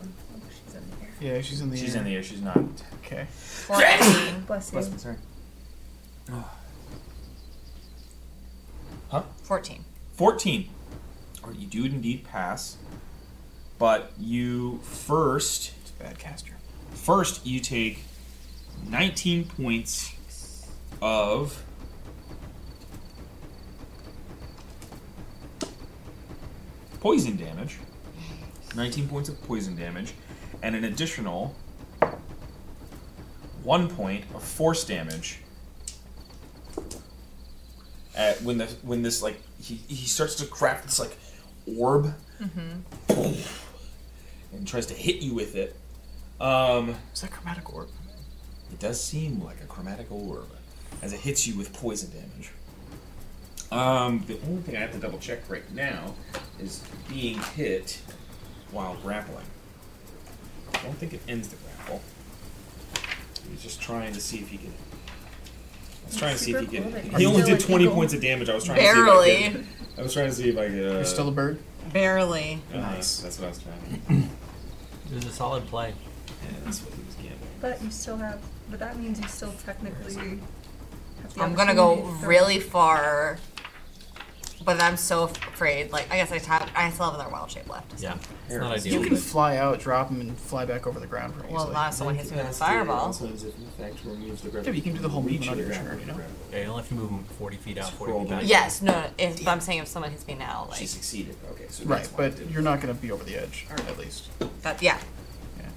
Speaker 5: She's in there.
Speaker 4: Yeah, she's in the
Speaker 2: She's
Speaker 4: air.
Speaker 2: in the air, she's not.
Speaker 4: Okay.
Speaker 3: Fourteen.
Speaker 5: Bless you.
Speaker 2: Bless me, sorry.
Speaker 3: Fourteen.
Speaker 2: 14. Or you do indeed pass, but you first,
Speaker 4: It's a bad caster.
Speaker 2: first you take 19 points of poison damage. 19 points of poison damage, and an additional one point of force damage. At when the when this like he, he starts to craft this like orb, and tries to hit you with it. Um,
Speaker 4: Is that chromatic orb?
Speaker 2: it does seem like a chromatic orb as it hits you with poison damage. Um, the only thing I have to double check right now is being hit while grappling. I don't think it ends the grapple. He's just trying to see if he can. I was trying to see if he
Speaker 5: super
Speaker 2: could.
Speaker 5: cool that
Speaker 2: He
Speaker 5: you're
Speaker 2: only
Speaker 5: still
Speaker 2: did
Speaker 5: an
Speaker 2: 20
Speaker 5: eagle.
Speaker 2: points of damage. I was trying to see if I
Speaker 3: Barely.
Speaker 2: could. I was trying to see if I could. Uh,
Speaker 4: You're still a bird?
Speaker 3: Barely.
Speaker 2: nice. Uh, That's what I was trying to
Speaker 7: It was a solid play.
Speaker 2: Yeah, that's what he was gambling.
Speaker 5: But you still have. But that means you still technically. Have the
Speaker 3: I'm gonna go
Speaker 5: opportunity to-
Speaker 3: really far, but I'm so afraid. Like I guess I have, I still have another wild shape left.
Speaker 7: Yeah. It's not
Speaker 4: You
Speaker 7: ideal.
Speaker 4: can fly out, drop him, and fly back over the ground pretty
Speaker 3: Well,
Speaker 4: easily.
Speaker 3: not if someone hits me with a fireball.
Speaker 4: Yeah, but you can do the whole movement under your turn, you know?
Speaker 7: Yeah, you'll have to move them 40 feet out, 40
Speaker 2: Scroll
Speaker 7: feet back.
Speaker 2: down.
Speaker 3: Yes, no. If, but I'm saying if someone hits me now,
Speaker 2: She
Speaker 3: like
Speaker 2: succeeded. Okay, so
Speaker 4: Right,
Speaker 2: that's why it
Speaker 4: but
Speaker 2: didn't
Speaker 4: you're not going to be over the edge, at least.
Speaker 3: that, yeah.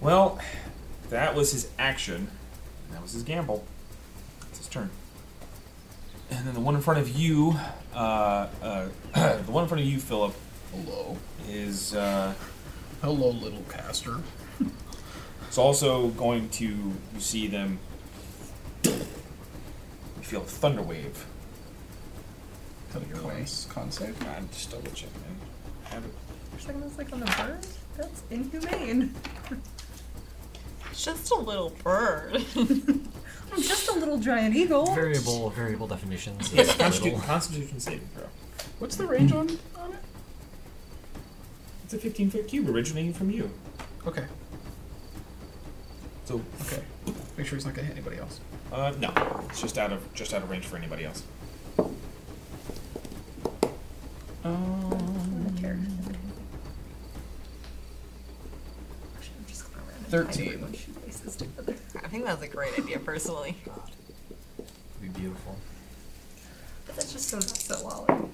Speaker 2: Well, that was his action. And that was his gamble. It's his turn. And then the one in front of you, uh, uh, the one in front of you, Philip,
Speaker 4: Hello.
Speaker 2: is uh,
Speaker 4: Hello, little caster.
Speaker 2: is also going to. You see them. You feel a thunder wave.
Speaker 4: Coming your way. Con save.
Speaker 2: I'm just double checking. I have it.
Speaker 5: For a second, I was like on the bird. That's inhumane.
Speaker 3: It's just a little bird.
Speaker 5: I'm just a little giant eagle.
Speaker 7: Variable, variable definitions. of
Speaker 2: Yes,
Speaker 7: little.
Speaker 2: Constitution, Constitution saving throw.
Speaker 4: What's the range on, on it?
Speaker 2: It's a 15 foot cube originating from you.
Speaker 4: Okay,
Speaker 2: So,
Speaker 4: okay. Make sure he's not going to hit anybody else.
Speaker 2: uh, no, it's just out of just out of range for anybody else.
Speaker 5: I'm
Speaker 4: Um,
Speaker 5: a character. Actually, I'm just gonna run and tie
Speaker 4: 13.
Speaker 5: everyone's shoelaces together.
Speaker 3: I think that's a great idea, personally.
Speaker 7: It'd be beautiful.
Speaker 5: But that just goes so well.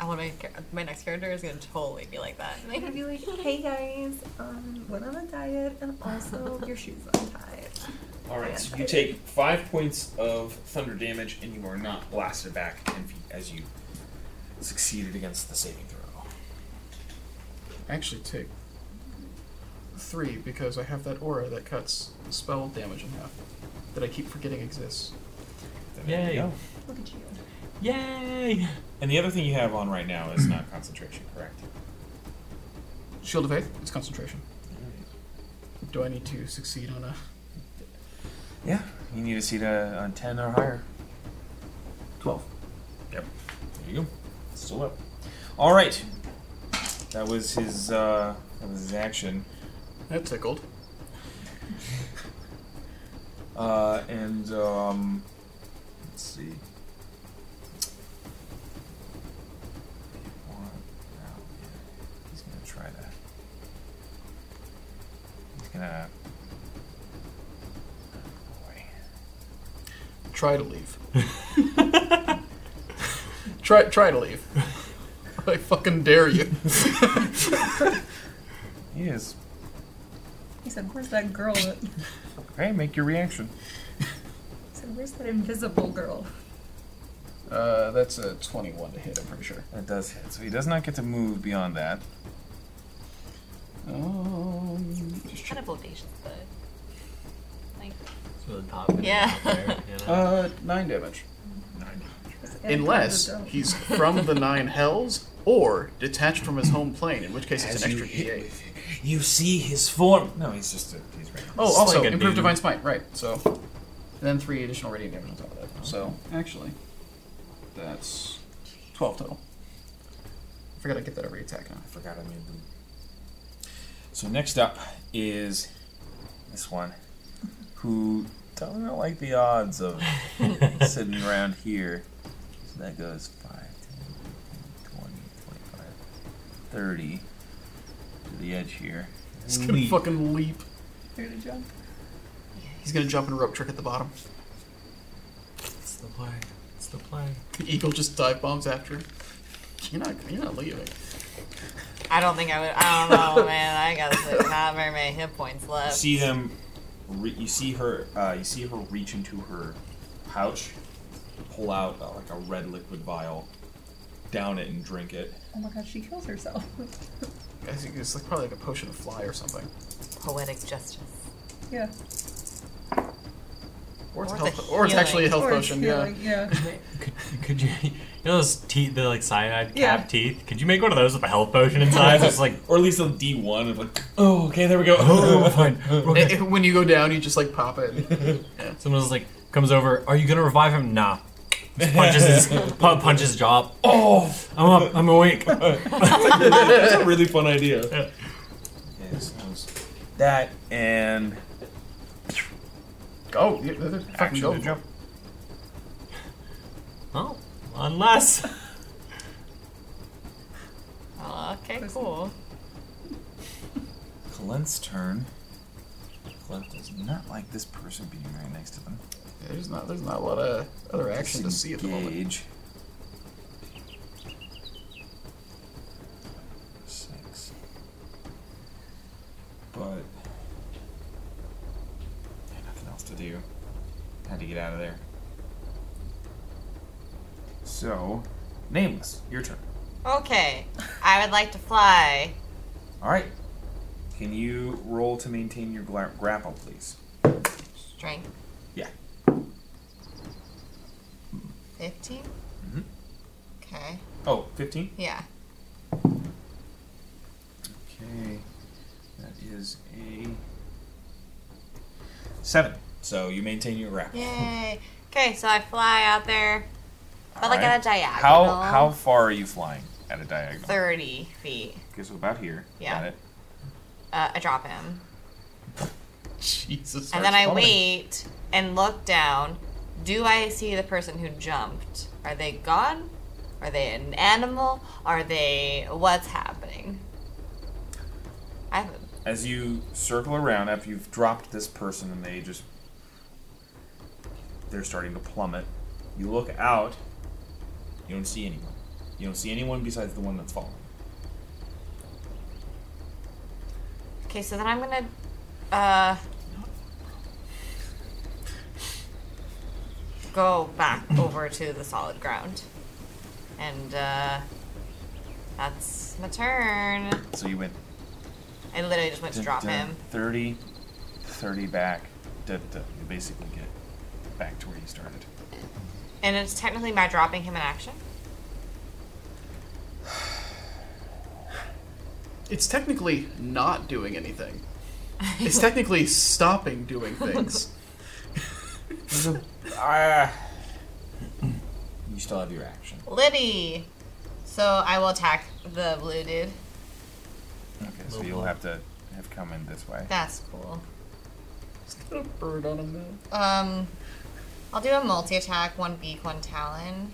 Speaker 3: I want my char- my next character is gonna totally be like that.
Speaker 5: I'm gonna be like, hey guys, um, went on a diet and also your shoes untied.
Speaker 2: All right, so you take five points of thunder damage, and you are not blasted back ten feet as you
Speaker 11: succeeded against the saving throw.
Speaker 9: Actually, take three because I have that aura that cuts spell damage in half that I keep forgetting exists.
Speaker 11: There you go.
Speaker 5: Look at you.
Speaker 11: Yay! And the other thing you have on right now is not concentration, correct?
Speaker 9: Shield of Faith, it's concentration. Do I need to succeed on a.
Speaker 2: Yeah, you need to see to on ten or higher.
Speaker 12: Twelve.
Speaker 11: There you go. Still up.
Speaker 2: All right. That was his. Uh, that was his action.
Speaker 9: That tickled.
Speaker 2: Uh, and um, let's see. One, oh, yeah. He's gonna try to. He's gonna. Oh, boy.
Speaker 9: Try to leave. try, try to leave. I fucking dare you.
Speaker 2: He is.
Speaker 5: He said, "Where's that girl?" That... He
Speaker 2: Okay, make your reaction.
Speaker 5: said, "Where's that invisible girl?"
Speaker 9: Uh, that's a 21 to hit, I'm pretty sure.
Speaker 2: That uh, does hit. So he does not get to move beyond that.
Speaker 9: Um, just
Speaker 3: Kind
Speaker 9: check.
Speaker 3: of audacious, but like
Speaker 7: So the top. end
Speaker 3: Yeah.
Speaker 7: out there, you know?
Speaker 9: Uh, 9 damage.
Speaker 5: And
Speaker 9: Unless
Speaker 5: the girl.
Speaker 9: he's from the nine hells or detached from his home plane, in which case it's an extra D8.
Speaker 11: You see his form.
Speaker 2: No, he's just a, he's right.
Speaker 9: Oh, also
Speaker 7: Sling a
Speaker 9: improved
Speaker 7: dude.
Speaker 9: divine smite, right? So, and then three additional radiant damage on top of that. So actually, that's twelve total. I forgot I get that every attack now.
Speaker 2: I forgot I made them. So next up is this one, who doesn't like the odds of sitting around here. So that goes 5, 10, 15, 20, 25, 30 to the edge here.
Speaker 9: He's gonna fucking leap.
Speaker 5: You're gonna jump.
Speaker 9: He's gonna jump and rope trick at the bottom.
Speaker 7: It's the play. It's the play.
Speaker 9: The eagle just dive bombs after him. You're not, you're not leaving.
Speaker 3: I don't think I would. I don't know, man. I got like, not very many hit points left.
Speaker 11: see him. Re- you see her. Uh, you see her reach into her pouch, pull out uh, like a red liquid vial, down it and drink it.
Speaker 5: Oh my god, she kills herself.
Speaker 9: I think it's like probably like a potion of fly or something,
Speaker 3: Poetic justice.
Speaker 5: yeah.
Speaker 9: or it's,
Speaker 3: Or it's
Speaker 9: a
Speaker 3: a
Speaker 9: health, or it's actually a health
Speaker 5: Or it's
Speaker 9: potion. Yeah.
Speaker 5: healing, yeah.
Speaker 7: Could, could you, you know those teeth, the like cyanide
Speaker 5: Yeah.
Speaker 7: cap teeth? Could you make one of those with a health potion inside? It's like,
Speaker 11: Or at least a D one of like.
Speaker 7: oh, okay, there we go. Oh, fine. Okay.
Speaker 9: Eh, eh, When you go down, you just like pop it.
Speaker 7: Someone's like comes over. Are you gonna revive him? Nah. Just punches his pu- punches his jaw. up. Oh, I'm up. I'm awake.
Speaker 11: That's a really fun idea.
Speaker 2: Yes, that and
Speaker 9: Go. you- they're Fucking
Speaker 2: action
Speaker 9: go.
Speaker 2: to jump.
Speaker 7: Oh, unless
Speaker 3: Oh, okay, cool.
Speaker 2: Clint's turn. Clint does not like this person being right next to them.
Speaker 9: There's not. There's not a lot of other action to see at the moment.
Speaker 2: Disengage. Six. But yeah, nothing else to do. Had to get out of there. So, nameless, your turn.
Speaker 3: Okay, I would like to fly.
Speaker 2: All right. Can you roll to maintain your gla- grapple, please?
Speaker 3: Strength.
Speaker 2: Yeah.
Speaker 3: Fifteen.
Speaker 2: Mm-hmm.
Speaker 3: Okay.
Speaker 2: Oh, 15?
Speaker 3: Yeah.
Speaker 2: Okay. That is a 7. So you maintain your grapple.
Speaker 3: Yay. Okay, so I fly out there, but like
Speaker 2: Alright.
Speaker 3: at a diagonal.
Speaker 2: How how far are you flying at a diagonal?
Speaker 3: Thirty feet.
Speaker 2: Okay, so about here.
Speaker 3: Yeah.
Speaker 2: Got it.
Speaker 3: Uh, I drop him,
Speaker 9: Jesus.
Speaker 3: and then I wait and look down. Do I see the person who jumped? Are they gone? Are they an animal? Are they what's happening? I have
Speaker 2: As you circle around after you've dropped this person and they just they're starting to plummet, you look out. You don't see anyone. You don't see anyone besides the one that's falling.
Speaker 3: Okay, so then I'm gonna. Uh, go back over to the solid ground. And uh, that's my turn.
Speaker 8: So you went
Speaker 3: I literally just went to drop
Speaker 8: dun, dun,
Speaker 3: him.
Speaker 8: 30, 30 back. Dun, dun. You basically get back to where you started.
Speaker 3: And it's technically my dropping him in action.
Speaker 4: It's technically not doing anything. It's technically stopping doing things.
Speaker 2: Ah. You still have your action.
Speaker 3: Liddy! So I will attack the blue dude.
Speaker 8: Okay, so you'll have to have come in this way.
Speaker 3: That's cool.
Speaker 4: Put a bird on him now.
Speaker 3: Um, I'll do a multi attack, one beak, one talon.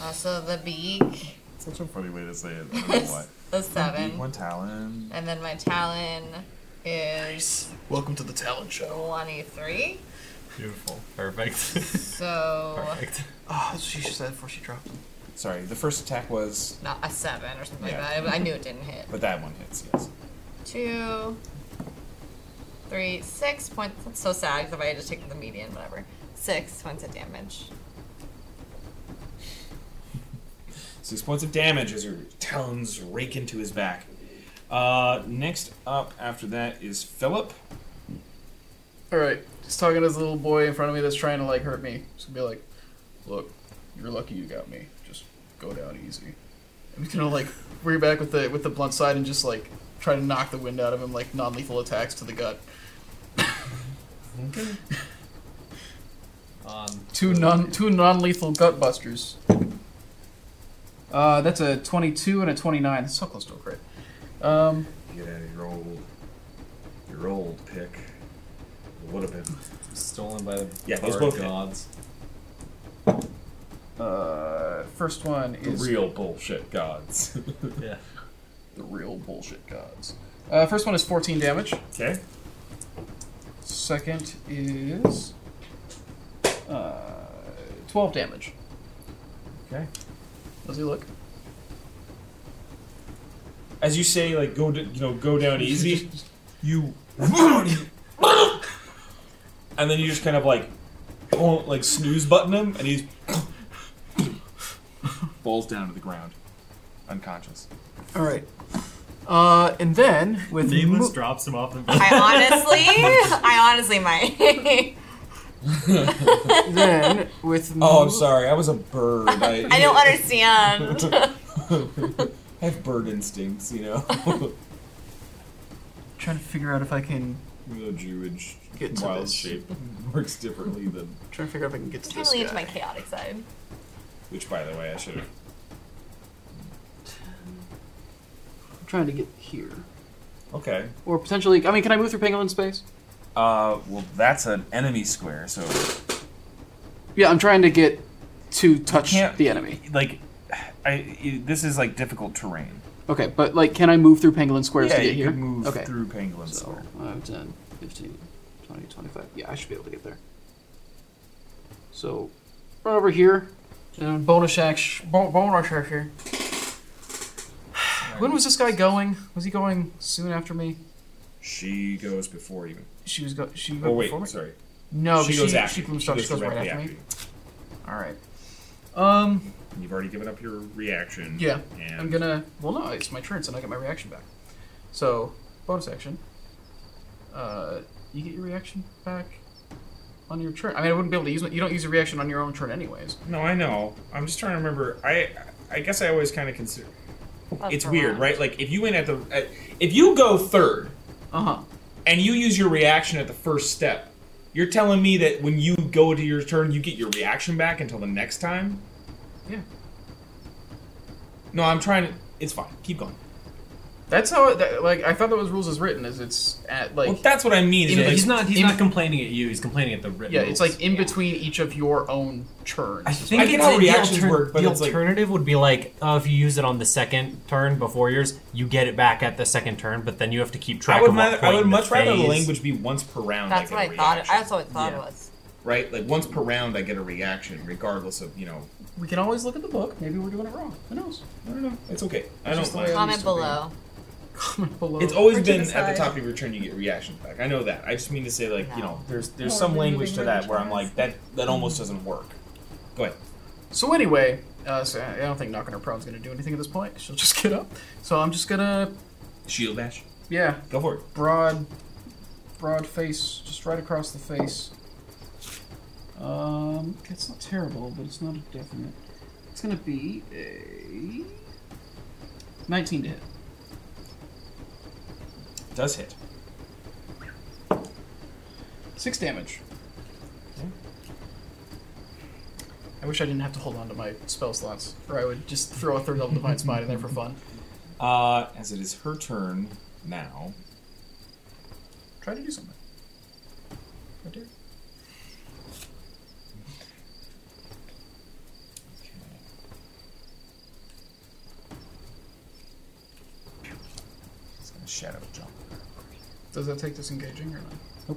Speaker 3: Uh, so the beak
Speaker 8: Such a funny way to say it. I don't know
Speaker 3: is
Speaker 8: what.
Speaker 3: a seven,
Speaker 8: One talon.
Speaker 3: and then my talon is
Speaker 4: Welcome to the talent show.
Speaker 3: twenty-three.
Speaker 7: Beautiful. Perfect.
Speaker 3: So
Speaker 7: Perfect.
Speaker 4: Oh, that's what she said before she dropped him.
Speaker 2: Sorry, the first attack was,
Speaker 3: not a seven or something
Speaker 2: Yeah.
Speaker 3: like that. I- I knew it didn't hit.
Speaker 2: but that one hits. Yes.
Speaker 3: two, three, six points. That's so sad because if I had just taken the median, whatever. Six points of damage.
Speaker 2: Six points of damage as your talons rake into his back. Uh, next up after that is Philip.
Speaker 4: Alright, he's talking to this little boy in front of me that's trying to like hurt me. He's gonna be like, Look, you're lucky you got me. Just go down easy. I'm just gonna like rear back with the with the blunt side and just like try to knock the wind out of him, like non lethal attacks to the gut.
Speaker 7: Um,
Speaker 4: Two non two non lethal gut busters. Uh, that's a 22 and a 29. That's so close to a crit. Um,
Speaker 8: Get out of your old, your old pick. Would have been.
Speaker 7: Stolen by the
Speaker 2: Yeah, those
Speaker 7: bird
Speaker 2: both hit.
Speaker 7: gods.
Speaker 4: uh, first one
Speaker 8: The
Speaker 4: is
Speaker 8: real bullshit gods.
Speaker 7: Yeah.
Speaker 4: the real bullshit gods. Uh, first one is 14 damage.
Speaker 2: Okay.
Speaker 4: Second is uh, 12 damage.
Speaker 2: Okay.
Speaker 4: Does he look?
Speaker 2: As you say, like go, d- you know, go down easy. you, and then you just kind of like, oh, like snooze button him, and he's falls down to the ground, unconscious.
Speaker 4: All right. Uh, and then with
Speaker 6: Nameless
Speaker 4: mo-
Speaker 6: drops him off the
Speaker 3: I honestly, I honestly might.
Speaker 4: then with
Speaker 2: Oh, I'm
Speaker 4: mo-
Speaker 2: sorry. I was a bird. I,
Speaker 3: I don't understand.
Speaker 2: I have bird instincts, you know.
Speaker 4: trying to figure out if I can
Speaker 2: the Jewish
Speaker 4: Get to
Speaker 2: wild
Speaker 4: this.
Speaker 2: shape works differently than.
Speaker 4: trying to figure out if I can get to
Speaker 3: Trying
Speaker 4: this
Speaker 3: to lean into
Speaker 4: guy.
Speaker 3: my chaotic side.
Speaker 2: Which, by the way, I should have.
Speaker 4: I'm trying to get here
Speaker 2: Okay.
Speaker 4: or potentially. I mean, can I move through penguin space?
Speaker 8: Uh, well, that's an enemy square, so
Speaker 4: Yeah, I'm trying to get to touch
Speaker 8: can't-
Speaker 4: the enemy.
Speaker 8: like, I i this is like difficult terrain.
Speaker 4: Okay, but like, can I move through penguin squares to
Speaker 8: yeah,
Speaker 4: get
Speaker 8: you
Speaker 4: here?
Speaker 8: could move
Speaker 4: okay,
Speaker 8: through Penguin
Speaker 4: so
Speaker 8: Square.
Speaker 4: 5, 10, 15, 20, 25. Yeah, I should be able to get there. So, right over here. And bonus action. Bon- bonus action. When was this guy going? Was he going soon after me?
Speaker 2: She goes before you.
Speaker 4: She was go. She
Speaker 2: Oh
Speaker 4: went
Speaker 2: wait,
Speaker 4: before me.
Speaker 2: sorry.
Speaker 4: No,
Speaker 2: she
Speaker 4: she,
Speaker 2: goes
Speaker 4: she,
Speaker 2: after.
Speaker 4: she,
Speaker 2: you.
Speaker 4: comes up, she goes right
Speaker 2: directly
Speaker 4: after me.
Speaker 2: you.
Speaker 4: All right. Um.
Speaker 2: And You've already given up your reaction.
Speaker 4: Yeah.
Speaker 2: And
Speaker 4: I'm gonna. Well, no, it's my turn, so I get my reaction back. So, bonus action. Uh, you get your reaction back on your turn. I mean, I wouldn't be able to use it. You don't use your reaction on your own turn, anyways.
Speaker 2: No, I know. I'm just trying to remember. I I guess I always kind of consider.
Speaker 3: That's
Speaker 2: It's
Speaker 3: a
Speaker 2: weird,
Speaker 3: lot.
Speaker 2: right? Like if you went at the, at, if you go third
Speaker 4: Uh huh.
Speaker 2: and you use your reaction at the first step, you're telling me that when you go to your turn, you get your reaction back until the next time.
Speaker 4: Yeah.
Speaker 2: No, I'm trying to. It's fine. Keep going.
Speaker 4: That's how. It, that, like, I thought that was rules is written. Is it's at like.
Speaker 2: Well, that's what I mean. Is
Speaker 4: You know,
Speaker 2: like,
Speaker 4: Like,
Speaker 6: he's not. He's
Speaker 4: in-
Speaker 6: not complaining at you. He's complaining at the written.
Speaker 4: yeah, it's
Speaker 6: rules.
Speaker 4: like in between each of your own turns.
Speaker 7: I think
Speaker 2: I get
Speaker 7: it's
Speaker 2: how
Speaker 7: the
Speaker 2: reactions
Speaker 7: altern-
Speaker 2: work, but
Speaker 7: the
Speaker 2: it's like-
Speaker 7: alternative would be like, oh, if you use it on the second turn before yours, you get it back at the second turn, but then you have to keep track
Speaker 2: I would,
Speaker 7: of
Speaker 2: ma-
Speaker 7: what
Speaker 2: I
Speaker 7: point
Speaker 2: would
Speaker 7: in the
Speaker 2: much rather the
Speaker 7: phase-
Speaker 2: language be once per round.
Speaker 3: That's
Speaker 2: I
Speaker 3: what
Speaker 2: get
Speaker 3: I
Speaker 2: a
Speaker 3: thought.
Speaker 2: reaction,
Speaker 3: I also thought it
Speaker 7: Yeah.
Speaker 3: was.
Speaker 2: right? Like once per round, I get a reaction, regardless of you know.
Speaker 4: we can always look at the book. Maybe we're doing it wrong. Who knows?
Speaker 2: I don't know. It's okay. I
Speaker 4: It's just
Speaker 2: don't.
Speaker 4: the way
Speaker 2: mind.
Speaker 4: I-
Speaker 3: Comment
Speaker 4: used to be.
Speaker 3: below.
Speaker 4: Comment below.
Speaker 2: It's always
Speaker 5: Or to
Speaker 2: been
Speaker 5: the
Speaker 2: at the
Speaker 5: side.
Speaker 2: top of your turn you get reactions back. I know that. I just mean to say like you know there's there's
Speaker 5: No,
Speaker 2: some
Speaker 5: they're
Speaker 2: language to
Speaker 5: moving
Speaker 2: that where I'm
Speaker 5: reactions.
Speaker 2: like that that almost doesn't work. Go ahead.
Speaker 4: So anyway, Uh, so I I don't think knocking her prone is going to do anything at this point. She'll just get up. So I'm just going to,
Speaker 2: Shield bash.
Speaker 4: yeah,
Speaker 2: Go for it.
Speaker 4: broad, broad face, just right across the face.
Speaker 9: Um, it's not terrible, but it's not a definite. It's gonna be a 19 to hit.
Speaker 2: Does hit.
Speaker 4: Six damage. I wish I didn't have to hold on to my spell slots, or I would just throw a third level divine smite in there for fun.
Speaker 2: Uh, as it is her turn now.
Speaker 4: Try to do something. Right there.
Speaker 2: It's gonna shadow jump.
Speaker 4: Does that take disengaging or not?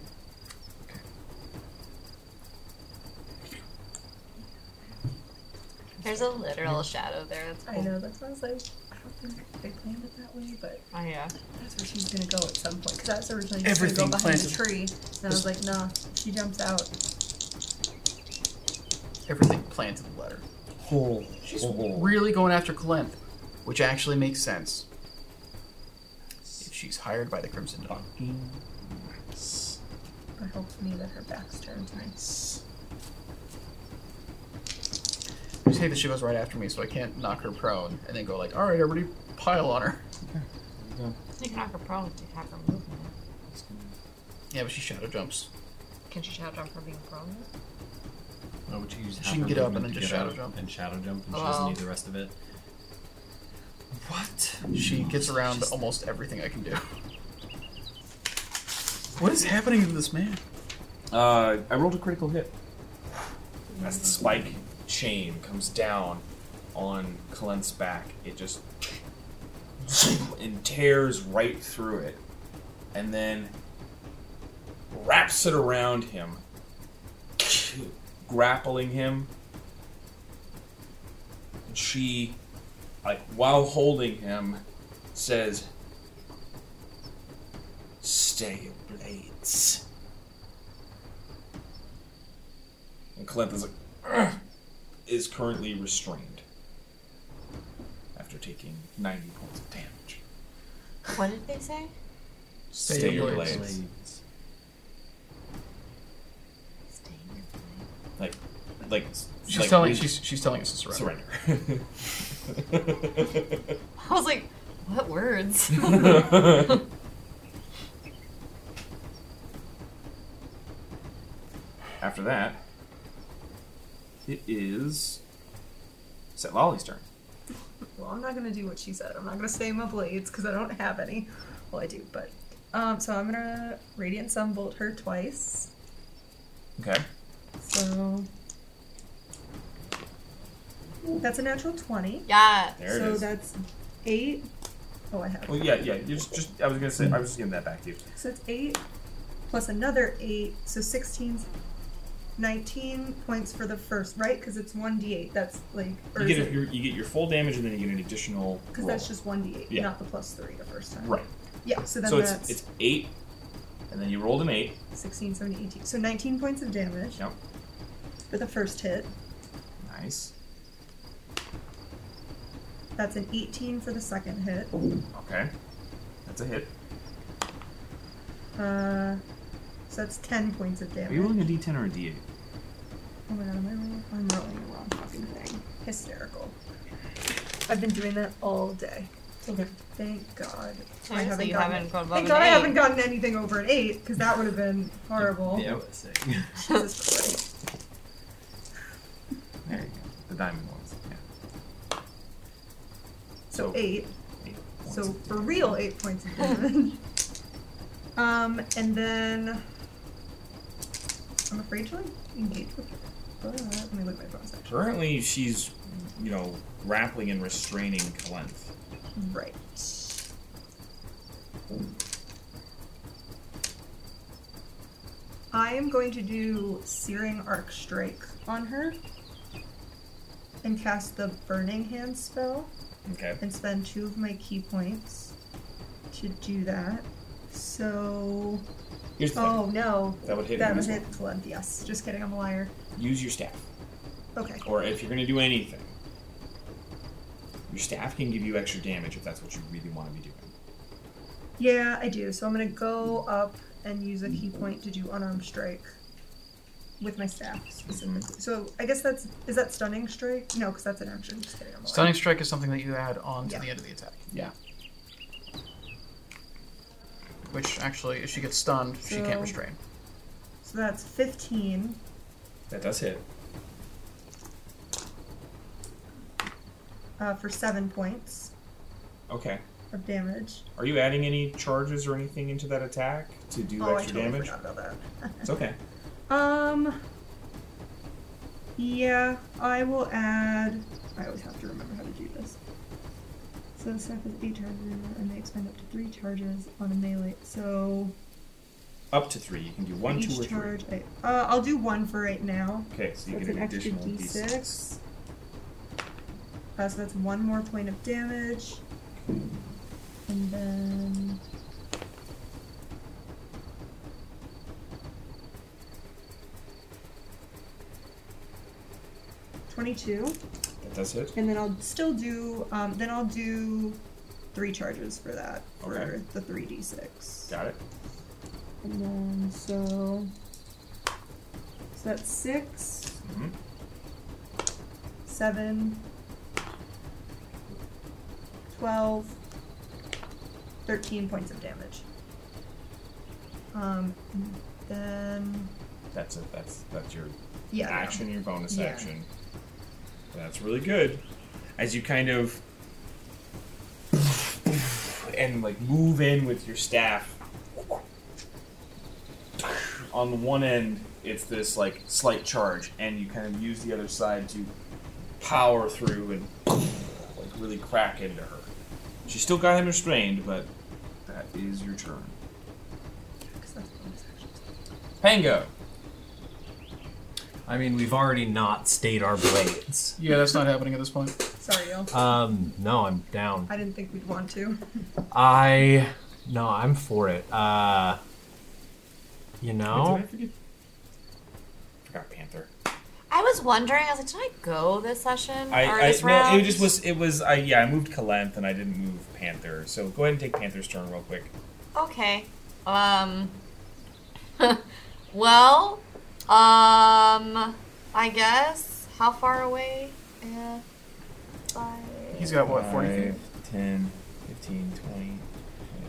Speaker 3: There's a literal shadow there. That's
Speaker 5: I know, that's why I was like, I don't think they planned it that way, but
Speaker 3: Oh yeah.
Speaker 5: that's where she's gonna go at some point. Because that's originally just
Speaker 4: Everything
Speaker 5: gonna go behind the
Speaker 4: planted.
Speaker 5: tree. And I was like, nah, she jumps out.
Speaker 4: Everything planted the letter.
Speaker 2: Oh,
Speaker 4: She's really going after Kalenth, which actually makes sense. If she's hired by the Crimson Dawn.
Speaker 5: It helps me that her back's turned.
Speaker 4: I just hate that she goes right after me, so I can't knock her prone and then go like, all right, everybody pile on her.
Speaker 3: You can knock her prone if you have her movement.
Speaker 4: Yeah, but she shadow jumps.
Speaker 3: Can she shout jump her being prone?
Speaker 6: Why would you use
Speaker 4: She
Speaker 6: half
Speaker 4: can
Speaker 6: her
Speaker 4: get up
Speaker 6: movement
Speaker 4: and
Speaker 6: to
Speaker 4: then just
Speaker 6: get
Speaker 4: shadow
Speaker 6: up
Speaker 4: jump.
Speaker 6: And shadow jump, and she doesn't
Speaker 3: Wow.
Speaker 6: need the rest of it. What?
Speaker 9: Mm.
Speaker 4: She gets around almost everything I can do. What is happening to this man?
Speaker 2: Uh, I rolled a critical hit. As the spike chain comes down on Kalent's back, it just and tears right through it, and then wraps it around him, grappling him. And she, like while holding him, says, "Stay your blades." And Calantha is like, "Ugh," is currently restrained after taking 90 points of damage.
Speaker 3: What did they say?
Speaker 4: Stay
Speaker 2: your blades.
Speaker 3: Stay in your place.
Speaker 2: Like, like,
Speaker 4: She's
Speaker 2: like,
Speaker 4: telling
Speaker 2: we-
Speaker 4: she's, she's telling us to surrender.
Speaker 2: surrender.
Speaker 3: I was like, what words?
Speaker 2: after that, it is Set Lolly's turn.
Speaker 5: Well, I'm not gonna do what she said. I'm not gonna stay in my blades because I don't have any. Well, I do, but um, so I'm gonna radiant sunbolt her twice.
Speaker 2: Okay.
Speaker 5: So that's a natural twenty.
Speaker 3: yeah.
Speaker 2: There
Speaker 5: so
Speaker 2: it is.
Speaker 5: that's eight. Oh, I have.
Speaker 2: well, yeah, yeah. You just, just, I was gonna say, I was just giving that back to you.
Speaker 5: So it's eight plus another eight, so 16, 19 points for the first, right? Because it's one d8. That's like, or
Speaker 2: You
Speaker 5: is
Speaker 2: get,
Speaker 5: it?
Speaker 2: your, you get your full damage, and then you get an additional.
Speaker 5: Because
Speaker 2: roll.
Speaker 5: that's just one d8,
Speaker 2: Yeah.
Speaker 5: not the plus three the first time.
Speaker 2: right.
Speaker 5: Yeah. So then
Speaker 2: So
Speaker 5: that's
Speaker 2: it's it's eight, and then you rolled an eight.
Speaker 5: 16, 17, 18. So 19 points of damage
Speaker 2: Yep.
Speaker 5: for the first hit.
Speaker 2: Nice.
Speaker 5: That's an 18 for the second hit.
Speaker 2: Oh. Okay. That's a hit.
Speaker 5: Uh, so that's 10 points of damage.
Speaker 2: Are you rolling a d10 or a d8?
Speaker 5: Oh my god, am I rolling? I'm rolling the wrong fucking thing. Hysterical. I've been doing that all day.
Speaker 2: Okay.
Speaker 5: Thank God.
Speaker 3: So you
Speaker 5: gotten-
Speaker 3: haven't gone above
Speaker 5: Thank
Speaker 3: an
Speaker 5: God I
Speaker 3: eight.
Speaker 5: haven't gotten anything over an eight, because that would have been horrible.
Speaker 6: Yeah, I was saying.
Speaker 5: Jesus Christ.
Speaker 2: There you go. The diamond ones. Yeah.
Speaker 5: So
Speaker 2: So-
Speaker 5: eight.
Speaker 2: Eight points.
Speaker 5: So for real, eight points of damage. um, and then I'm afraid to like engage with her. But let me look at my bonus action.
Speaker 2: currently she's, you know, grappling and restraining Kalenth.
Speaker 5: Right. I am going to do Searing Arc Strike on her and cast the Burning Hand spell
Speaker 2: Okay.
Speaker 5: and spend two of my key points to do that. So.
Speaker 2: Here's the
Speaker 5: Oh no.
Speaker 2: thing. That would hit.
Speaker 5: That
Speaker 2: him
Speaker 5: was
Speaker 2: as
Speaker 5: it. Blood, yes. Just kidding, I'm a liar.
Speaker 2: well. Use your staff,
Speaker 5: Okay.
Speaker 2: or if you're gonna do anything, Your staff can give you extra damage if that's what you really want to be doing.
Speaker 5: Yeah, I do. So I'm gonna go up and use a key point to do unarmed strike with my staff specifically. So I guess that's is that stunning strike? No, because that's an action. Just kidding, I'm alive.
Speaker 9: Stunning strike is something that you add on to
Speaker 5: Yeah.
Speaker 9: the end of the attack. Yeah. Which actually, if she gets stunned, she
Speaker 5: So-
Speaker 9: can't restrain.
Speaker 5: So that's 15.
Speaker 2: That does hit.
Speaker 5: uh, for seven points
Speaker 2: Okay.
Speaker 5: of damage.
Speaker 2: Are you adding any charges or anything into that attack to do
Speaker 5: oh, I
Speaker 2: extra
Speaker 5: totally
Speaker 2: damage?
Speaker 5: forgot about
Speaker 2: It's okay.
Speaker 5: that. Um. Yeah, I will add. I always have to remember how to do this. So the staff is eight charges, and they expend up to three charges on a melee. So
Speaker 2: Up to three. You can do
Speaker 5: for
Speaker 2: one, two,
Speaker 5: each
Speaker 2: or three.
Speaker 5: charge, I, uh, I'll do one for right now.
Speaker 2: Okay, so you
Speaker 5: That's
Speaker 2: get
Speaker 5: an
Speaker 2: an
Speaker 5: extra
Speaker 2: additional
Speaker 5: D6.
Speaker 2: D6.
Speaker 5: Uh, so that's one more point of damage. And then. Twenty-two,
Speaker 2: That does hit.
Speaker 5: and then I'll still do. Um, then I'll do three charges for that for
Speaker 2: Okay.
Speaker 5: the three d six.
Speaker 2: Got it.
Speaker 5: And then so. So that's 6
Speaker 2: Mhm.
Speaker 5: Seven. Twelve. Thirteen points of damage. Um, then
Speaker 2: That's it. That's that's your
Speaker 5: yeah. no.
Speaker 2: action, your bonus
Speaker 5: Yeah.
Speaker 2: action. That's really good. As you kind of and like move in with your staff. On the one end, it's this like slight charge, and you kind of use the other side to power through and like really crack into her. She still got him restrained, but that is your turn.
Speaker 5: 'Cause that's bonus actions.
Speaker 2: Pango.
Speaker 7: I mean, we've already not stayed our blades.
Speaker 9: Yeah, that's not happening at this point.
Speaker 5: Sorry, y'all.
Speaker 7: Um, no, I'm down.
Speaker 5: I didn't think we'd want to.
Speaker 7: I no, I'm for it. Uh, you know,
Speaker 2: Wait, did I forget? Forgot Panther.
Speaker 3: I was wondering. I was like, did I go this session
Speaker 2: I,
Speaker 3: or
Speaker 2: I
Speaker 3: this
Speaker 2: no,
Speaker 3: round?
Speaker 2: it just was it was I yeah I moved Kalanth and I didn't move Panther. So go ahead and take Panther's turn real quick.
Speaker 3: Okay. Um. well, um. I guess. How far away? Yeah. By...
Speaker 9: He's got what, 40 feet?
Speaker 2: 10, 15, 20,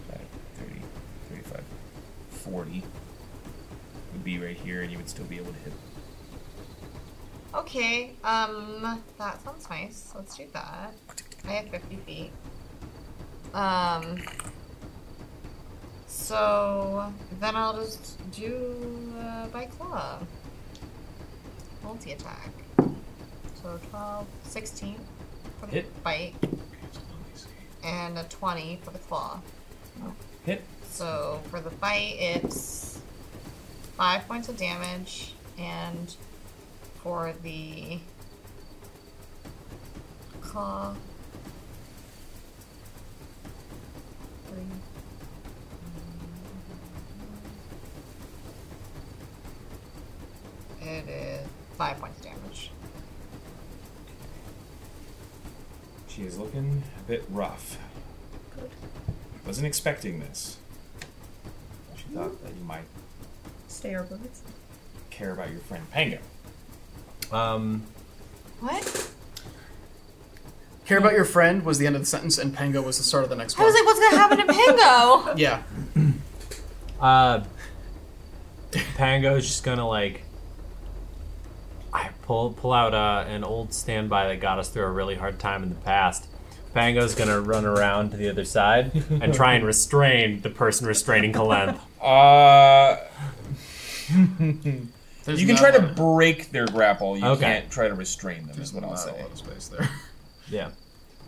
Speaker 2: 25, 30, 35, 40 would be right here and you would still be able to hit.
Speaker 3: Okay. Um. That sounds nice. Let's do that. I have fifty feet. Um. So then I'll just do uh, by claw. Multi attack. So 12, 16 for the
Speaker 2: Hit.
Speaker 3: bite, and a 20 for the claw.
Speaker 2: Hit.
Speaker 3: So for the bite, it's 5 points of damage, and for the claw, 3. It is 5 points of damage.
Speaker 2: She is looking a bit rough. Good. Wasn't expecting this. She thought that you might
Speaker 5: Stay our bullets.
Speaker 2: care about your friend Pango.
Speaker 7: um,
Speaker 3: What?
Speaker 9: Care about your friend was the end of the sentence, and Pango was the start of the next
Speaker 3: I
Speaker 9: one.
Speaker 3: was like, what's gonna happen to Pingo?
Speaker 9: yeah.
Speaker 7: uh, Pango's just gonna like, I pull pull out uh, an old standby that got us through a really hard time in the past. Pango's gonna run around to the other side and try and restrain the person restraining Kalenth.
Speaker 2: Uh
Speaker 9: There's
Speaker 2: you can
Speaker 9: not
Speaker 2: try
Speaker 9: a-
Speaker 2: to break their grapple. You
Speaker 7: Okay.
Speaker 2: can't try to restrain them.
Speaker 9: There's
Speaker 2: Is what
Speaker 9: not
Speaker 2: I'll
Speaker 9: a
Speaker 2: say.
Speaker 9: lot of space there.
Speaker 7: Yeah.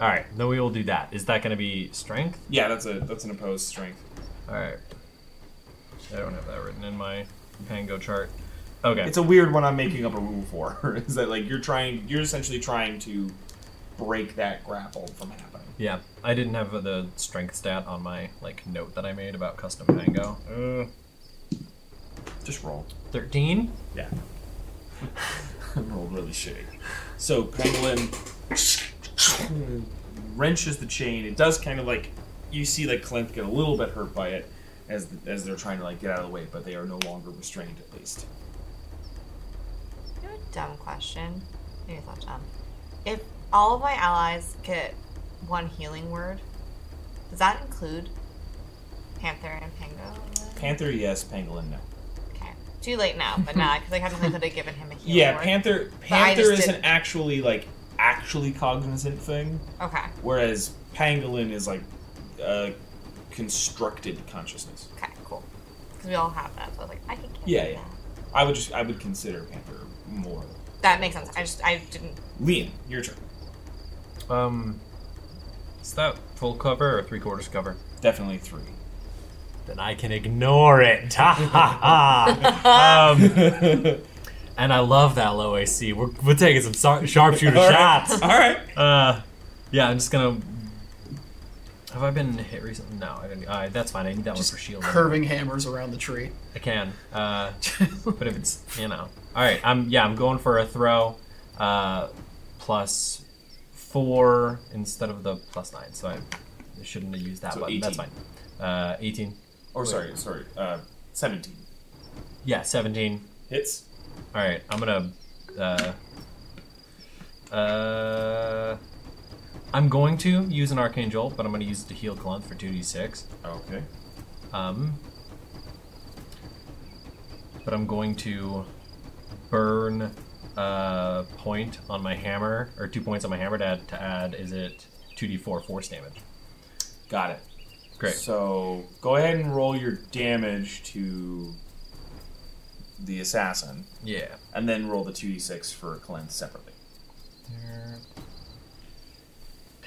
Speaker 7: All right. Then we will do that. Is that gonna be strength?
Speaker 2: Yeah, that's a that's an opposed strength.
Speaker 7: All right. I don't have that written in my Pango chart. Okay.
Speaker 2: It's a weird one. I'm making up a rule for. is that like you're trying? You're essentially trying to break that grapple from happening.
Speaker 7: Yeah, I didn't have the strength stat on my like note that I made about custom Pango. Uh,
Speaker 2: Just roll.
Speaker 7: Thirteen.
Speaker 2: Yeah. roll really shitty. So pangolin wrenches the chain. It does kind of like you see like Clent get a little bit hurt by it as as they're trying to like get out of the way, but they are no longer restrained at least.
Speaker 3: You have a dumb question. Maybe it's not dumb. If all of my allies get one healing word, does that include Panther and Pango?
Speaker 2: Panther, yes. Pangolin, no.
Speaker 3: Okay. Too late now, but not because I contemplated given him a healing
Speaker 2: Yeah,
Speaker 3: word.
Speaker 2: Panther.
Speaker 3: I
Speaker 2: Panther
Speaker 3: just
Speaker 2: is an
Speaker 3: didn't-
Speaker 2: actually like actually cognizant thing,
Speaker 3: Okay.
Speaker 2: whereas Pangolin is like uh, constructed consciousness.
Speaker 3: Okay. Cool. Because we all have that, so I was like, I can. Get
Speaker 2: Yeah,
Speaker 3: that.
Speaker 2: yeah. I would just I would consider Panther more.
Speaker 3: That makes sense. I just I didn't.
Speaker 2: Liam, your turn.
Speaker 7: Um, is that full cover or three quarters cover?
Speaker 2: Definitely three.
Speaker 7: Then I can ignore it. Ha ha ha. Um, and I love that low AC. We're, we're taking some sar- sharpshooter shots.
Speaker 2: All right.
Speaker 7: Uh, yeah, I'm just gonna. Have I been hit recently? No, I didn't. All right, that's fine. I need that one for shield.
Speaker 4: Curving hammers around the tree.
Speaker 7: I can. Uh, but if it's you know, all right. I'm yeah. I'm going for a throw, uh, plus four instead of the plus nine. So I shouldn't have used that
Speaker 2: So
Speaker 7: button. That's
Speaker 2: 18.
Speaker 7: fine. Uh, Eighteen.
Speaker 2: Or sorry, sorry. Uh, Seventeen
Speaker 7: Yeah, seventeen.
Speaker 2: hits.
Speaker 7: All right. I'm gonna. Uh, uh, I'm going to use an arcane jolt, but I'm gonna use it to heal Glunt for two d six.
Speaker 2: Okay.
Speaker 7: Um, but I'm going to burn a point on my hammer, or two points on my hammer to add, to add is it 2d4 force damage?
Speaker 2: Got it.
Speaker 7: Great.
Speaker 2: So go ahead and roll your damage to the assassin,
Speaker 7: Yeah.
Speaker 2: and then roll the two d six for cleanse separately.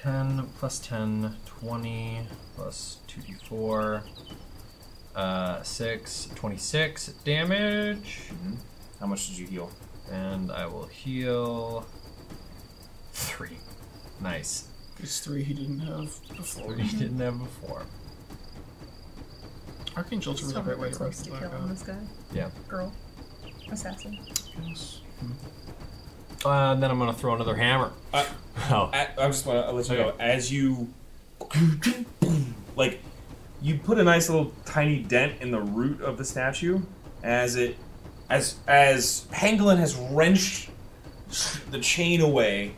Speaker 7: 10 plus 10, 20 plus 2d4, uh, 6, 26 damage.
Speaker 2: How much did you heal?
Speaker 7: And I will heal 3. Nice.
Speaker 4: There's three he didn't have before.
Speaker 7: We didn't have before.
Speaker 4: Arcane Jolt's a
Speaker 5: So
Speaker 4: really great way
Speaker 5: really
Speaker 4: to
Speaker 5: close to
Speaker 4: represent
Speaker 5: kill
Speaker 4: that.
Speaker 5: on this guy.
Speaker 7: Yeah.
Speaker 5: Girl. Assassin.
Speaker 7: Uh, and then I'm gonna throw another hammer.
Speaker 2: Uh,
Speaker 7: oh,
Speaker 2: I, I just want to let you
Speaker 7: Okay.
Speaker 2: know as you like you put a nice little tiny dent in the root of the statue as it as as Pangolin has wrenched the chain away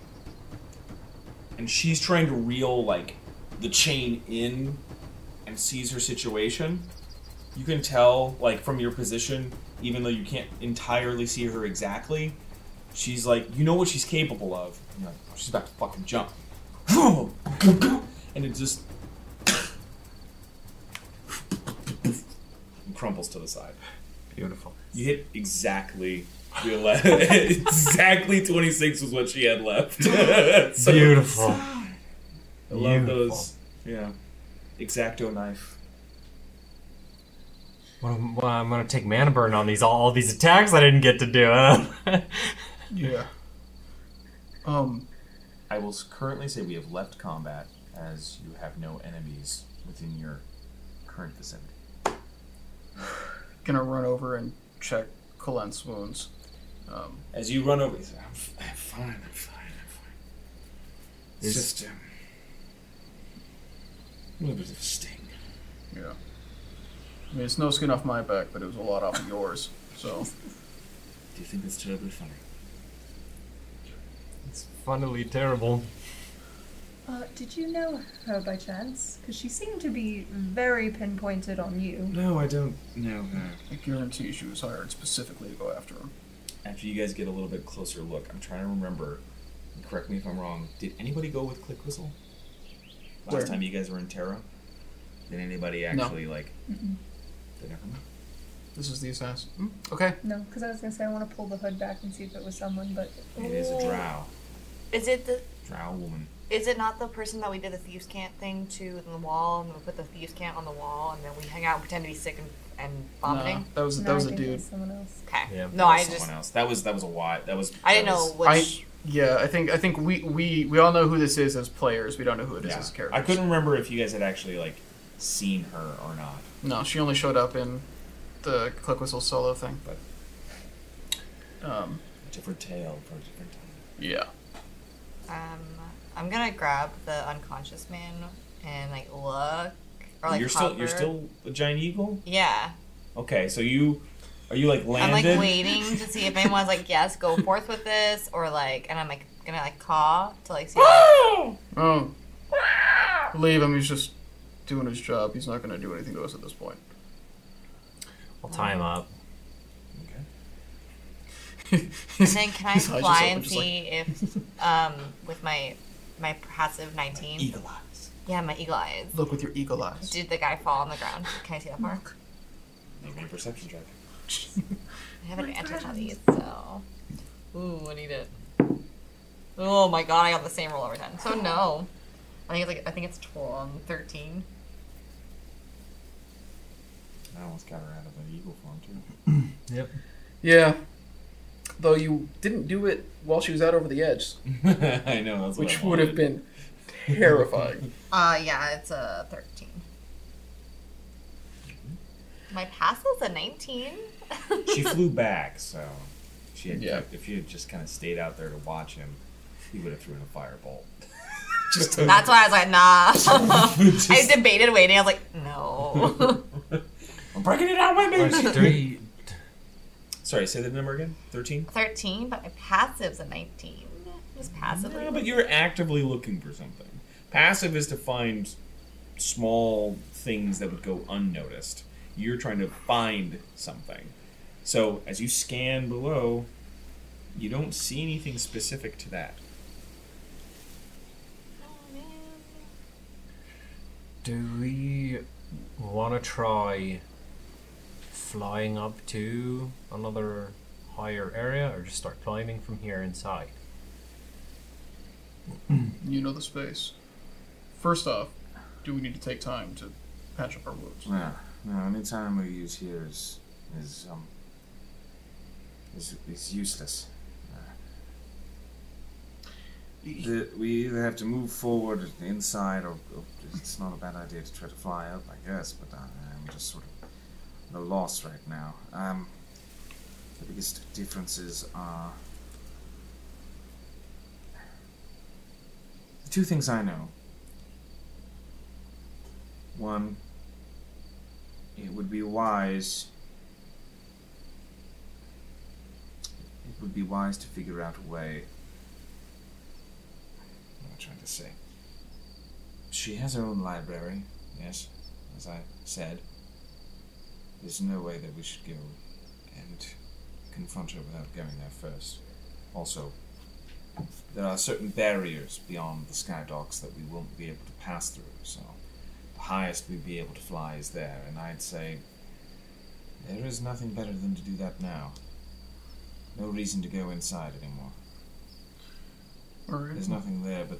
Speaker 2: and she's trying to reel like the chain in and sees her situation you can tell like from your position even though you can't entirely see her exactly she's like you know what she's capable of and you're like "Oh, she's about to fucking jump and it just and crumbles to the side
Speaker 7: beautiful.
Speaker 2: you hit exactly your left exactly 26 was what she had left So-
Speaker 7: Beautiful.
Speaker 2: I love
Speaker 7: Beautiful.
Speaker 2: those yeah exacto knife
Speaker 7: Well, I'm, well, I'm gonna take mana burn on these all, all these attacks I didn't get to do. huh?
Speaker 4: Yeah. Um,
Speaker 2: I will s- currently say we have left combat as you have no enemies within your current vicinity.
Speaker 4: gonna run over and check Colen's wounds. Um,
Speaker 2: As you run over, you say, I'm, f- I'm fine, I'm fine, I'm fine. It's
Speaker 7: Is-
Speaker 2: just um, a little bit of a sting.
Speaker 4: yeah. I mean, it's no skin off my back, but it was a lot off of yours. So,
Speaker 2: Do you think that's terribly funny?
Speaker 7: it's funnily terrible.
Speaker 5: Uh, did you know her by chance? Because she seemed to be very pinpointed on you.
Speaker 2: No, I don't. No, no.
Speaker 4: I guarantee she was hired specifically to go after him.
Speaker 2: After you guys get a little bit closer look, I'm trying to remember. and Correct me if I'm wrong. Did anybody go with Click Whistle? Last
Speaker 4: Where?
Speaker 2: time you guys were in Terra? Did anybody actually, like. Did never mind.
Speaker 4: This is the assassin. Hmm, Okay.
Speaker 5: No, because I was gonna say I want to pull the hood back and see if it was someone, but
Speaker 2: It is a drow.
Speaker 3: Is it the?
Speaker 2: Drow woman.
Speaker 3: Is it not the person that we did the thieves camp thing to in the wall, and then we put the thieves camp on the wall, and then we hang out and pretend to be sick and, and vomiting?
Speaker 4: Nah, that was
Speaker 5: no,
Speaker 4: that was
Speaker 5: I
Speaker 4: a
Speaker 5: think it
Speaker 4: dude.
Speaker 5: was someone else.
Speaker 3: Okay.
Speaker 7: Yeah.
Speaker 3: No, I
Speaker 2: someone
Speaker 3: just
Speaker 2: else. That was that was a why. That was.
Speaker 3: I didn't
Speaker 2: that
Speaker 3: know
Speaker 2: was-
Speaker 3: which.
Speaker 4: I yeah, I think I think we we we all know who this is as players. We don't know who it is
Speaker 2: yeah.
Speaker 4: as characters.
Speaker 2: I couldn't remember if you guys had actually like seen her or not.
Speaker 4: No, she only showed up in the click whistle solo thing.
Speaker 2: But-
Speaker 4: um,
Speaker 2: Different tale for a different time.
Speaker 4: yeah.
Speaker 3: Um, I'm gonna grab the unconscious man and like look or like
Speaker 4: you're still you're
Speaker 3: hover.
Speaker 4: still a giant eagle.
Speaker 3: yeah.
Speaker 4: Okay, so you are you like
Speaker 3: I'm like
Speaker 4: landed?
Speaker 3: waiting to see if anyone's like yes, go forth with this or like and I'm like gonna like caw to like see. Like,
Speaker 9: Oh. Leave him. He's just doing his job. He's not going to do anything to us at this point.
Speaker 13: I'll tie him up.
Speaker 3: and then can I
Speaker 9: His eyes
Speaker 3: fly
Speaker 9: just open,
Speaker 3: and
Speaker 9: just like-
Speaker 3: see if um with my my passive 19?
Speaker 4: Eagle eyes.
Speaker 3: Yeah, my eagle eyes.
Speaker 9: Look with your eagle eyes.
Speaker 3: Did the guy fall on the ground? Can I see that far?
Speaker 4: Make me a perception check.
Speaker 3: I have advantage on these, so. Ooh, I need it. Oh my god, I got the same roll every time. So no, I think it's like I think it's 12, 13.
Speaker 4: I almost got her out of an eagle form too.
Speaker 9: Yeah. Though you didn't do it while she was out over the edge,
Speaker 4: I know that's what
Speaker 9: which
Speaker 4: I
Speaker 9: would have
Speaker 4: wanted.
Speaker 9: been terrifying.
Speaker 3: Uh, yeah, it's a 13. My pass was a 19.
Speaker 4: She flew back, so she had
Speaker 9: Yeah.
Speaker 4: if you had just kind of stayed out there to watch him, he would have thrown a firebolt.
Speaker 9: Just
Speaker 3: That's why I was like, nah. I debated waiting. I was like, no.
Speaker 4: I'm breaking it out, my
Speaker 13: There's three.
Speaker 4: Sorry, say the number again. Thirteen.
Speaker 3: 13, but my passive's a 19. Just passively.
Speaker 4: No, but you're actively looking for something. Passive is to find small things that would go unnoticed. You're trying to find something. So as you scan below, you don't see anything specific to that.
Speaker 3: Oh,
Speaker 7: Do we want to try flying up to another higher area or just start climbing from here inside?
Speaker 9: You know the space. First off, do we need to take time to patch up our wounds?
Speaker 2: No, no. Any time we use here is is um is is useless. The, we either have to move forward inside, or, or it's not a bad idea to try to fly up, I guess. But I, I'm just sort of at a loss right now. Um, the biggest differences are the two things I know. One, it would be wise. It would be wise to figure out a way. What am I trying to say? She has her own library, yes, as I said. There's no way that we should go and confront her without going there first. Also, there are certain barriers beyond the sky docks that we won't be able to pass through, so the highest we'd be able to fly is there, and I'd say there is nothing better than to do that now. No reason to go inside anymore.
Speaker 9: Or
Speaker 2: There's nothing there but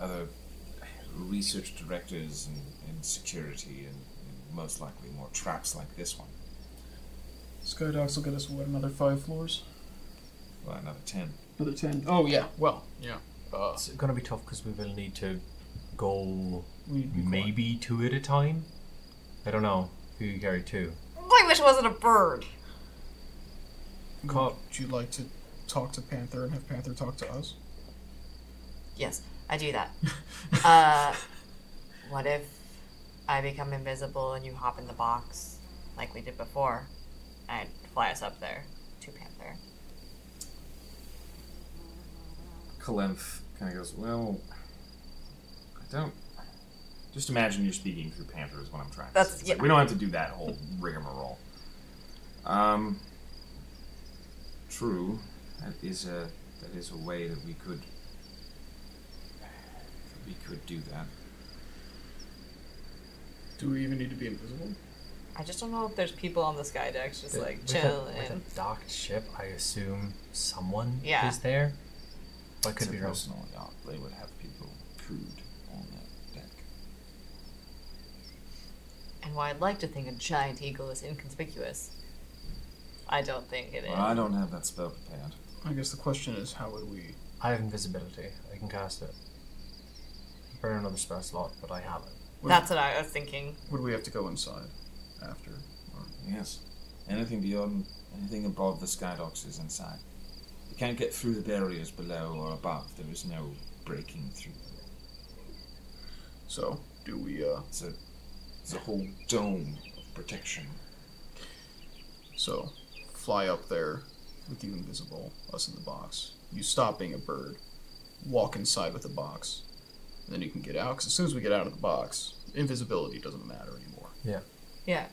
Speaker 2: other research directors and, and security, and, and most likely more traps like this one.
Speaker 9: Skydox will get us what another five floors?
Speaker 2: Well, another ten.
Speaker 9: Another ten. Oh yeah. Well, yeah. Uh,
Speaker 7: It's going to be tough because we will need to go
Speaker 9: we need to be quiet.
Speaker 7: maybe two at a time. I don't know who you carry two.
Speaker 3: I wish it wasn't a bird.
Speaker 7: Cop.
Speaker 9: Would you like to talk to Panther and have Panther talk to us?
Speaker 3: Yes, I do that. uh, what if I become invisible and you hop in the box like we did before? And fly us up there to Panther.
Speaker 2: Kalenth kind of goes, Well, I don't.
Speaker 4: Just imagine you're speaking through Panther is what I'm trying
Speaker 3: That's-
Speaker 4: to say. It's like,
Speaker 3: yeah.
Speaker 4: we don't have to do that whole rigmarole.
Speaker 2: Um, true. That is a that is a way that we could we could do that.
Speaker 9: Do we even need to be invisible?
Speaker 3: I just don't know if there's people on the sky decks just like
Speaker 7: With a-
Speaker 3: chilling.
Speaker 7: With a docked ship, I assume someone
Speaker 3: Yeah.
Speaker 7: is there. I
Speaker 2: It's
Speaker 7: could
Speaker 2: a
Speaker 7: be wrong.
Speaker 2: personal yacht. They would have people crewed on that deck.
Speaker 3: And while I'd like to think a giant eagle is inconspicuous, I don't think it is.
Speaker 2: Well, I don't have that spell prepared.
Speaker 9: I guess the question is, how would we?
Speaker 7: I have invisibility. I can cast it. Burn another spell slot, but I have it.
Speaker 9: Would,
Speaker 3: That's what I was thinking.
Speaker 9: would we have to go inside after?
Speaker 2: Yes. Anything beyond anything above the sky docks is inside. You can't get through the barriers below or above. There is no breaking through.
Speaker 9: So, do we, uh,
Speaker 2: It's a, it's a whole dome of protection.
Speaker 9: so fly up there with you invisible, us in the box. You stop being a bird, walk inside with the box, and then you can get out, because as soon as we get out of the box, invisibility doesn't matter anymore.
Speaker 3: Yeah.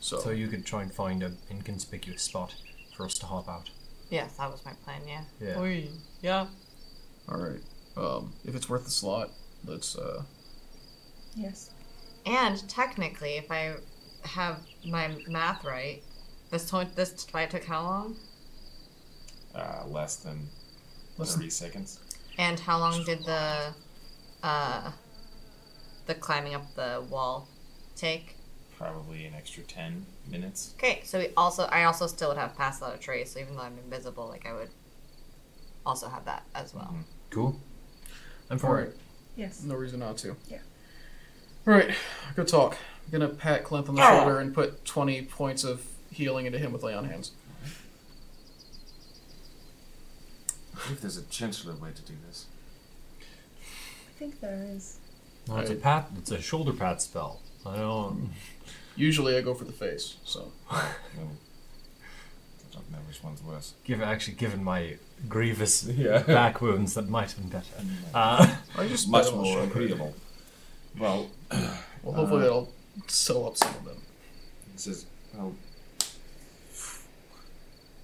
Speaker 9: So,
Speaker 7: So you could try and find an inconspicuous spot for us to hop out.
Speaker 3: Yes, that was my plan. Yeah.
Speaker 7: Yeah.
Speaker 3: Oi, Yeah.
Speaker 9: alright. Um, if it's worth the slot, let's, uh,
Speaker 5: Yes.
Speaker 3: And technically, if I have my math right, this to- this fight took how long?
Speaker 14: Uh, less than
Speaker 9: Less than-
Speaker 14: 30 seconds.
Speaker 3: And how long did the uh the climbing up the wall take?
Speaker 14: Probably an extra 10 minutes.
Speaker 3: Okay, so we also I also still would have passed out a trace, so even though I'm invisible, like I would also have that as well.
Speaker 7: Mm-hmm. Cool. I'm for
Speaker 9: alright.
Speaker 7: it.
Speaker 5: Yes.
Speaker 9: No reason not to.
Speaker 5: Yeah.
Speaker 9: All right, good talk. I'm gonna pat Clint on the shoulder and put 20 points of healing into him with lay on hands.
Speaker 2: If there's a gentler way to do this,
Speaker 5: I think there is.
Speaker 7: No, it's a pat. It's a shoulder pat spell. I don't.
Speaker 9: Usually I go for the face, so
Speaker 2: no, I don't know which one's worse.
Speaker 7: Give actually given my grievous
Speaker 14: Yeah.
Speaker 7: back wounds, that might have been better. Uh,
Speaker 9: I just
Speaker 2: Much
Speaker 9: pat him on the
Speaker 2: more
Speaker 9: shoulder.
Speaker 2: agreeable. Well,
Speaker 9: Well,
Speaker 7: Uh,
Speaker 9: hopefully that'll sell up some of them.
Speaker 2: It says, well,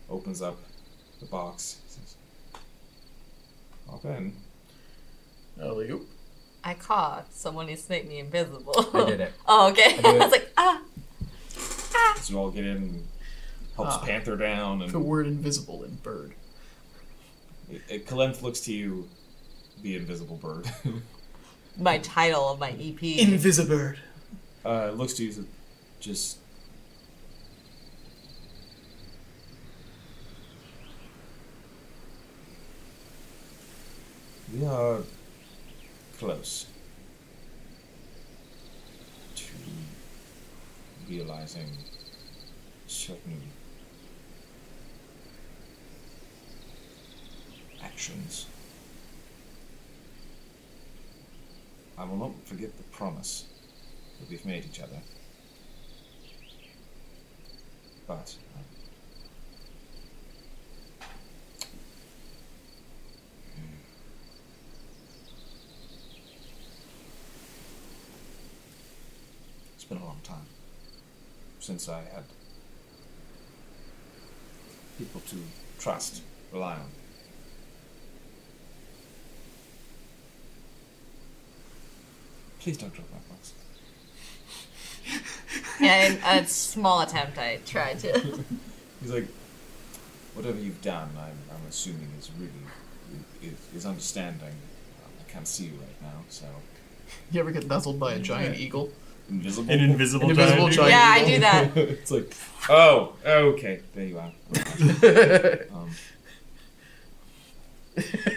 Speaker 2: opens up the box. Says, Hop in.
Speaker 7: E
Speaker 9: Alley oop.
Speaker 3: I caught someone who snake me invisible.
Speaker 7: I did it.
Speaker 3: Oh, okay.
Speaker 7: I
Speaker 3: I,
Speaker 7: did it.
Speaker 3: was like, ah,
Speaker 2: So you all get in and helps
Speaker 9: Ah.
Speaker 2: Panther down.
Speaker 9: The
Speaker 2: And
Speaker 9: word invisible in bird.
Speaker 14: It, it, Kalenth looks to you, the invisible bird.
Speaker 3: my title of my E EP.
Speaker 9: Invisibird.
Speaker 14: uh, looks to you, says, just.
Speaker 2: we are close to realizing certain actions. I will not forget the promise that we've made each other. But uh, It's been a long time since I had people to trust, rely on. Please don't drop that box.
Speaker 3: and a small attempt I tried to.
Speaker 2: He's like, whatever you've done, I'm, I'm assuming is really is, is understanding. Um, I can't see you right now, so
Speaker 9: You ever get nuzzled by a giant eagle?
Speaker 2: invisible.
Speaker 15: An invisible,
Speaker 9: An invisible
Speaker 15: giant.
Speaker 9: giant
Speaker 3: yeah, I
Speaker 9: eagle.
Speaker 3: do that.
Speaker 2: it's like, oh, okay, there you are. um,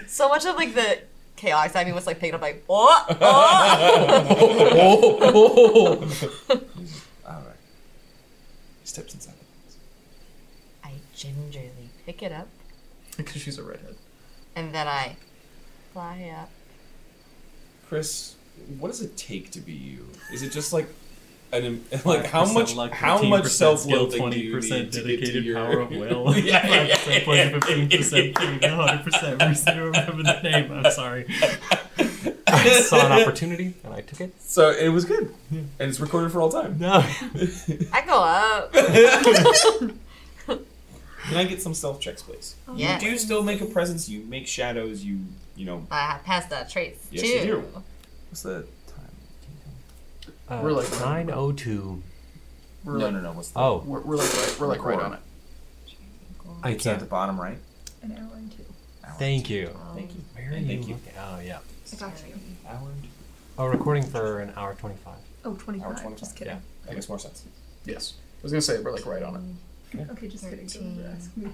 Speaker 3: So much of like the chaos I mean was like picked up like oh, oh.
Speaker 2: all right. He steps inside the box.
Speaker 3: I gingerly pick it up
Speaker 9: Because she's a redhead.
Speaker 3: and then I fly up.
Speaker 14: Chris, what does it take to be you? Is it just like. An, im- like how
Speaker 15: 5%
Speaker 14: much
Speaker 15: luck,
Speaker 14: how much
Speaker 15: 15%
Speaker 14: self
Speaker 15: skill,
Speaker 14: loathing do you need
Speaker 15: 20%
Speaker 14: to get to
Speaker 15: dedicated
Speaker 14: your
Speaker 15: power of will.
Speaker 14: Yeah, yeah, yeah,
Speaker 15: 5% poison, 15% thing, 100% reason to remember the name. I'm sorry.
Speaker 7: I saw an opportunity and I took it.
Speaker 14: so it was good and it's recorded for all time
Speaker 15: No.
Speaker 3: I go up.
Speaker 14: Can I get some stealth checks, please?
Speaker 3: Yeah.
Speaker 14: You do still make a presence. You make shadows. You you know.
Speaker 3: I have passed that trace
Speaker 14: Yes,
Speaker 3: too.
Speaker 14: you do.
Speaker 2: What's the time?
Speaker 7: Uh,
Speaker 9: We're like-
Speaker 7: 902.
Speaker 9: We're
Speaker 2: no,
Speaker 9: like,
Speaker 2: no, no. What's the
Speaker 7: Oh,
Speaker 9: We're, we're like right, we're like right on it.
Speaker 7: I
Speaker 2: It's at
Speaker 7: can't.
Speaker 2: the bottom right.
Speaker 5: An hour and two.
Speaker 7: Thank you.
Speaker 14: Thank you.
Speaker 7: Where are
Speaker 14: And
Speaker 7: you?
Speaker 14: thank you.
Speaker 7: looking? Oh, yeah.
Speaker 5: I got you.
Speaker 14: Howard.
Speaker 7: Oh, recording for an hour 25.
Speaker 5: Oh, 25.
Speaker 14: Hour 25,
Speaker 5: Just kidding.
Speaker 14: That makes more sense.
Speaker 9: Yes. I was gonna say we're like right on it.
Speaker 5: Okay, just kidding. Don't ever ask me.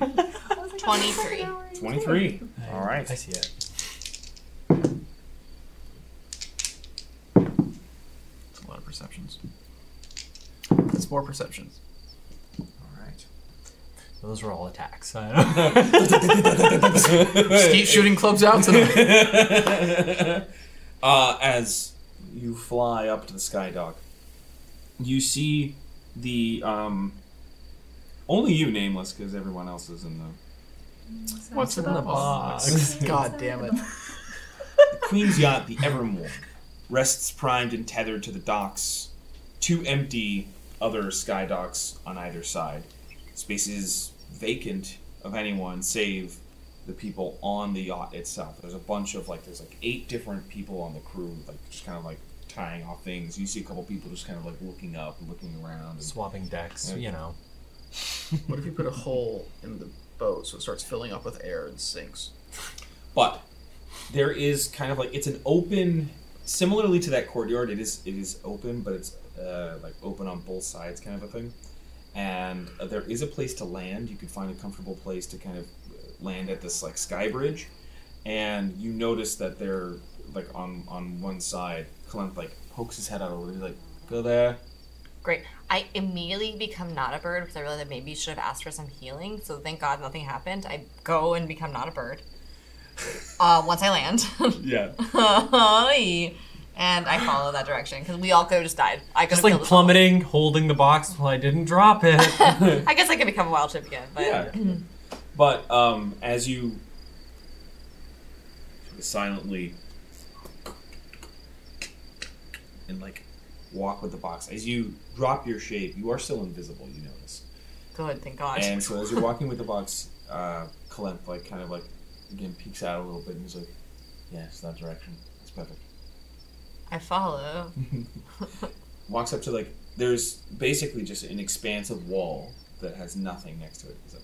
Speaker 5: I was like,
Speaker 3: Twenty-three.
Speaker 5: "Hour and two."
Speaker 14: Twenty-three. All
Speaker 7: I
Speaker 14: right.
Speaker 7: see it.
Speaker 9: It's a lot of perceptions. It's more perceptions.
Speaker 2: All right.
Speaker 7: Those were all attacks. I don't know.
Speaker 4: Just keep shooting clubs out to them.
Speaker 2: uh, as you fly up to the sky dog, you see the um, only you nameless because everyone else is in the
Speaker 4: What's in the box? God damn it.
Speaker 2: Queen's yacht, the Evermore, rests primed and tethered to the docks. Two empty other sky docks on either side. Space is vacant of anyone save the people on the yacht itself. There's a bunch of like there's like eight different people on the crew, like just kind of like tying off things. You see a couple people just kind of like looking up and looking around. And,
Speaker 7: Swapping decks, you know.
Speaker 4: What if you put a hole in the boat so it starts filling up with air and sinks?
Speaker 2: but there is kind of like it's an open similarly to that courtyard it is it is open but it's uh, like open on both sides kind of a thing and uh, there is a place to land you could find a comfortable place to kind of uh, land at this like sky bridge and you notice that they're like on on one side Clem like pokes his head out over there like go there
Speaker 3: Great. I immediately become not a bird because I realized that maybe you should have asked for some healing. So thank God nothing happened. I go and become not a bird. Uh, once I land,
Speaker 2: yeah
Speaker 3: and I follow that direction because we all could have just died. I could
Speaker 7: Just
Speaker 3: have
Speaker 7: like
Speaker 3: killed us
Speaker 7: plummeting, holding the box while I didn't drop it.
Speaker 3: all. I guess I could become a wild chip again, but
Speaker 2: Yeah. but um, as you sort of silently and like walk with the box, as you drop your shade, you are still invisible. You notice,
Speaker 3: good. Thank God.
Speaker 2: and so as you're walking with the box, uh, Kalemp like kind of like again peeks out a little bit and he's like, "Yes, that direction. That's perfect."
Speaker 3: I follow.
Speaker 2: Walks up to like there's basically just an expansive wall that has nothing next to it. He's like,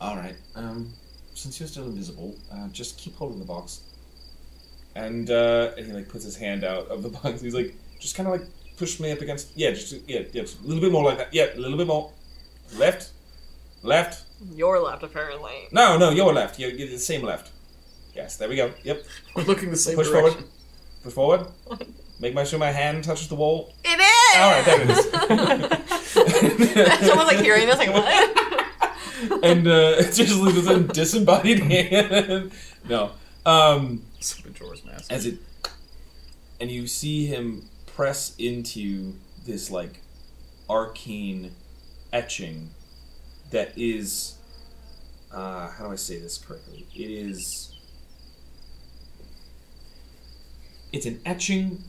Speaker 2: All right. Um, since you're still invisible, uh, just keep holding the box. And, uh, and he like puts his hand out of the box. He's like, just kind of like push me up against. Yeah, just yeah, yeah, just a little bit more like that. Yeah, a little bit more. Left, left.
Speaker 3: Your left, apparently.
Speaker 2: No, no, your left. You're, you're the same left. Yes, there we go. Yep.
Speaker 4: We're looking the same
Speaker 2: Push
Speaker 4: direction.
Speaker 2: forward. Push forward. Make my sure my hand touches the wall.
Speaker 3: It is.
Speaker 14: Oh,
Speaker 2: All right, there it is.
Speaker 3: Someone's like hearing this, like what?
Speaker 2: and uh, it's just loses a disembodied hand. no, um,
Speaker 4: It's Majora's Mask.
Speaker 2: as it, and you see him press into this like arcane etching that is, uh, how do I say this correctly? It is, it's an etching,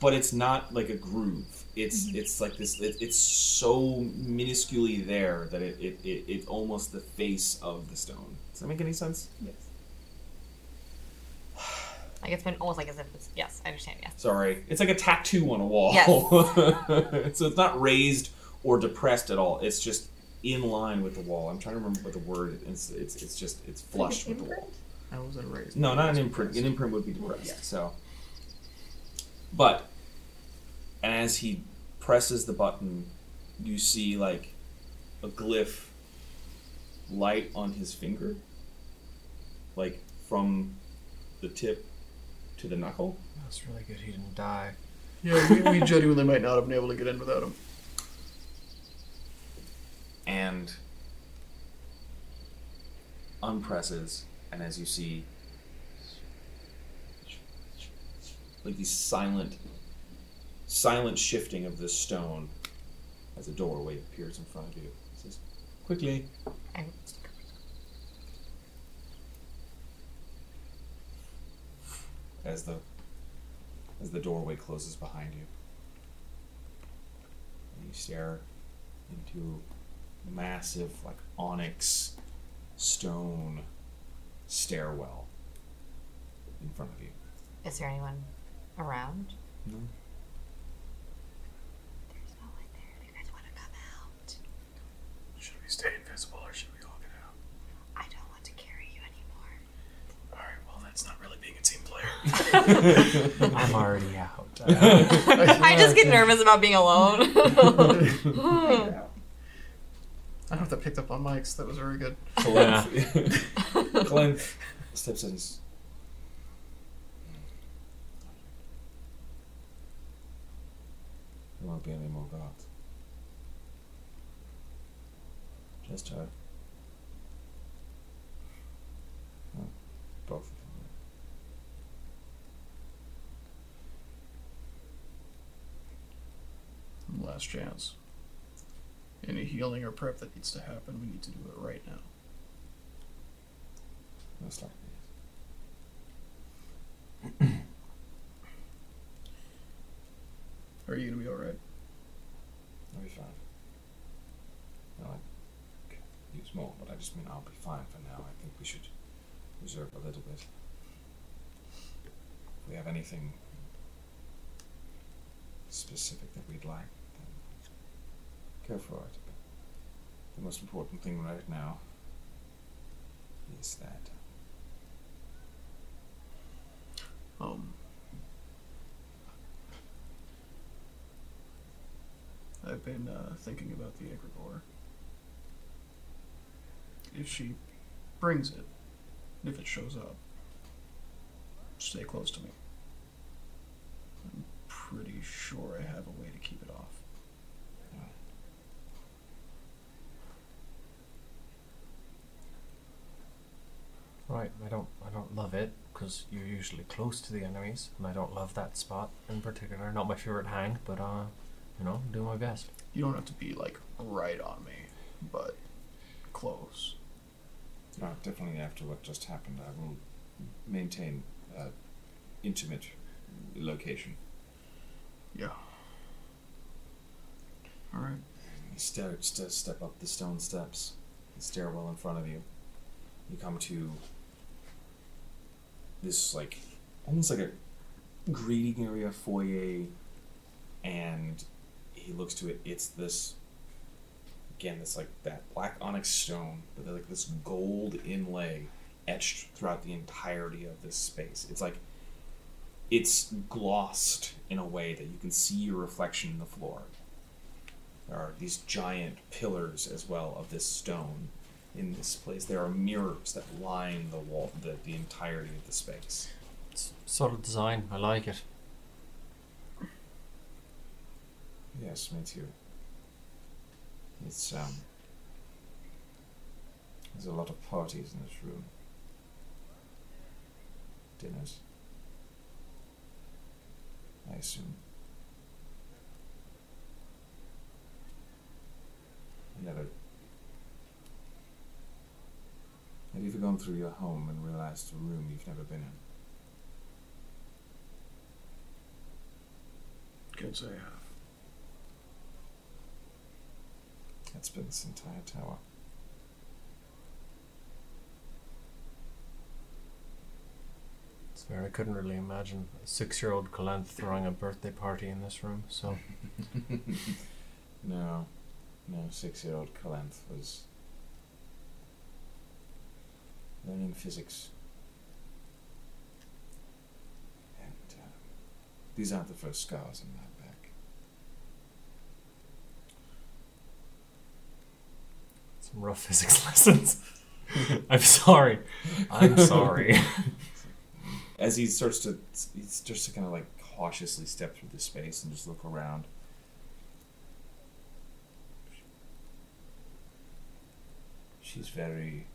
Speaker 2: but it's not like a groove. It's it's like this. It, it's so minusculely there that it, it, it it's almost the face of the stone. Does that make any sense? Yes.
Speaker 3: like it's been almost like as if it's yes, I understand. Yes.
Speaker 2: Sorry. It's like a tattoo on a wall.
Speaker 3: Yes.
Speaker 2: so it's not raised or depressed at all. It's just in line with the wall. I'm trying to remember what the word is. It's, it's, it's just, it's flush with the wall.
Speaker 4: I was raised.
Speaker 2: No, not an imprint. An imprint would be depressed. So, but as he presses the button, you see like a glyph light on his finger, like from the tip to the knuckle.
Speaker 7: That's really good. He didn't die.
Speaker 4: Yeah, we, we genuinely might not have been able to get in without him.
Speaker 2: and unpresses, and as you see, like these silent, silent shifting of this stone as a doorway appears in front of you. It says, "Quickly,
Speaker 3: And
Speaker 2: as the as the doorway closes behind you. And you stare into massive like onyx stone stairwell in front of you.
Speaker 3: is there anyone around?
Speaker 2: No.
Speaker 3: There's no one there. If you guys want to come out,
Speaker 10: Should we stay invisible or should we all get out?
Speaker 3: I don't want to carry you anymore.
Speaker 10: Alright, well, that's not really being a team player.
Speaker 7: I'm already out. Uh,
Speaker 3: I just get nervous about being alone.
Speaker 4: I don't know if that picked up on mics. That was very good.
Speaker 2: Clint, Clint steps in. and s- There won't be any more guards. Just her. Both.
Speaker 9: Last chance. Any healing or prep that needs to happen, we need to do it right now.
Speaker 2: Most likely.
Speaker 9: Are you gonna be alright?
Speaker 2: I'll be fine. No, I could use more, but I just mean I'll be fine for now. I think we should reserve a little bit. If we have anything specific that we'd like, then go for it. But the most important thing right now is that
Speaker 9: Um. I've been uh, thinking about the egregore. If she brings it, if it shows up, stay close to me. I'm pretty sure I have a way to keep it off.
Speaker 7: Right, I don't, I don't love it because you're usually close to the enemies, and I don't love that spot in particular. Not my favorite hang, but uh, you know, do my best.
Speaker 9: You don't have to be like right on me, but close.
Speaker 2: No, definitely after what just happened, I will maintain uh, intimate location.
Speaker 9: Yeah. All right.
Speaker 2: You step, ste- step up the stone steps, the stairwell in front of you. You come to this, like, almost like a greeting area foyer, and he looks to it. It's this, again, this, like, that black onyx stone, but like this gold inlay etched throughout the entirety of this space. It's like, it's glossed in a way that you can see your reflection in the floor. There are these giant pillars as well of this stone in this place. There are mirrors that line the wall, the, the entirety of the space.
Speaker 7: It's solid design. I like it.
Speaker 2: Yes, me too. It's, um. There's a lot of parties in this room. Dinners. I assume. Never. Have you ever gone through your home and realized a room you've never been in?
Speaker 9: Can't say I have.
Speaker 2: That's been this entire tower.
Speaker 7: It's fair. I couldn't really imagine a six-year-old Kalanth throwing a birthday party in this room. So
Speaker 2: No, no, six year old Kalanth was learning physics. And um, these aren't the first scars on my back.
Speaker 7: some rough physics lessons. I'm sorry. I'm sorry.
Speaker 2: As he starts to, he starts to kind of like cautiously step through the space and just look around. She's very.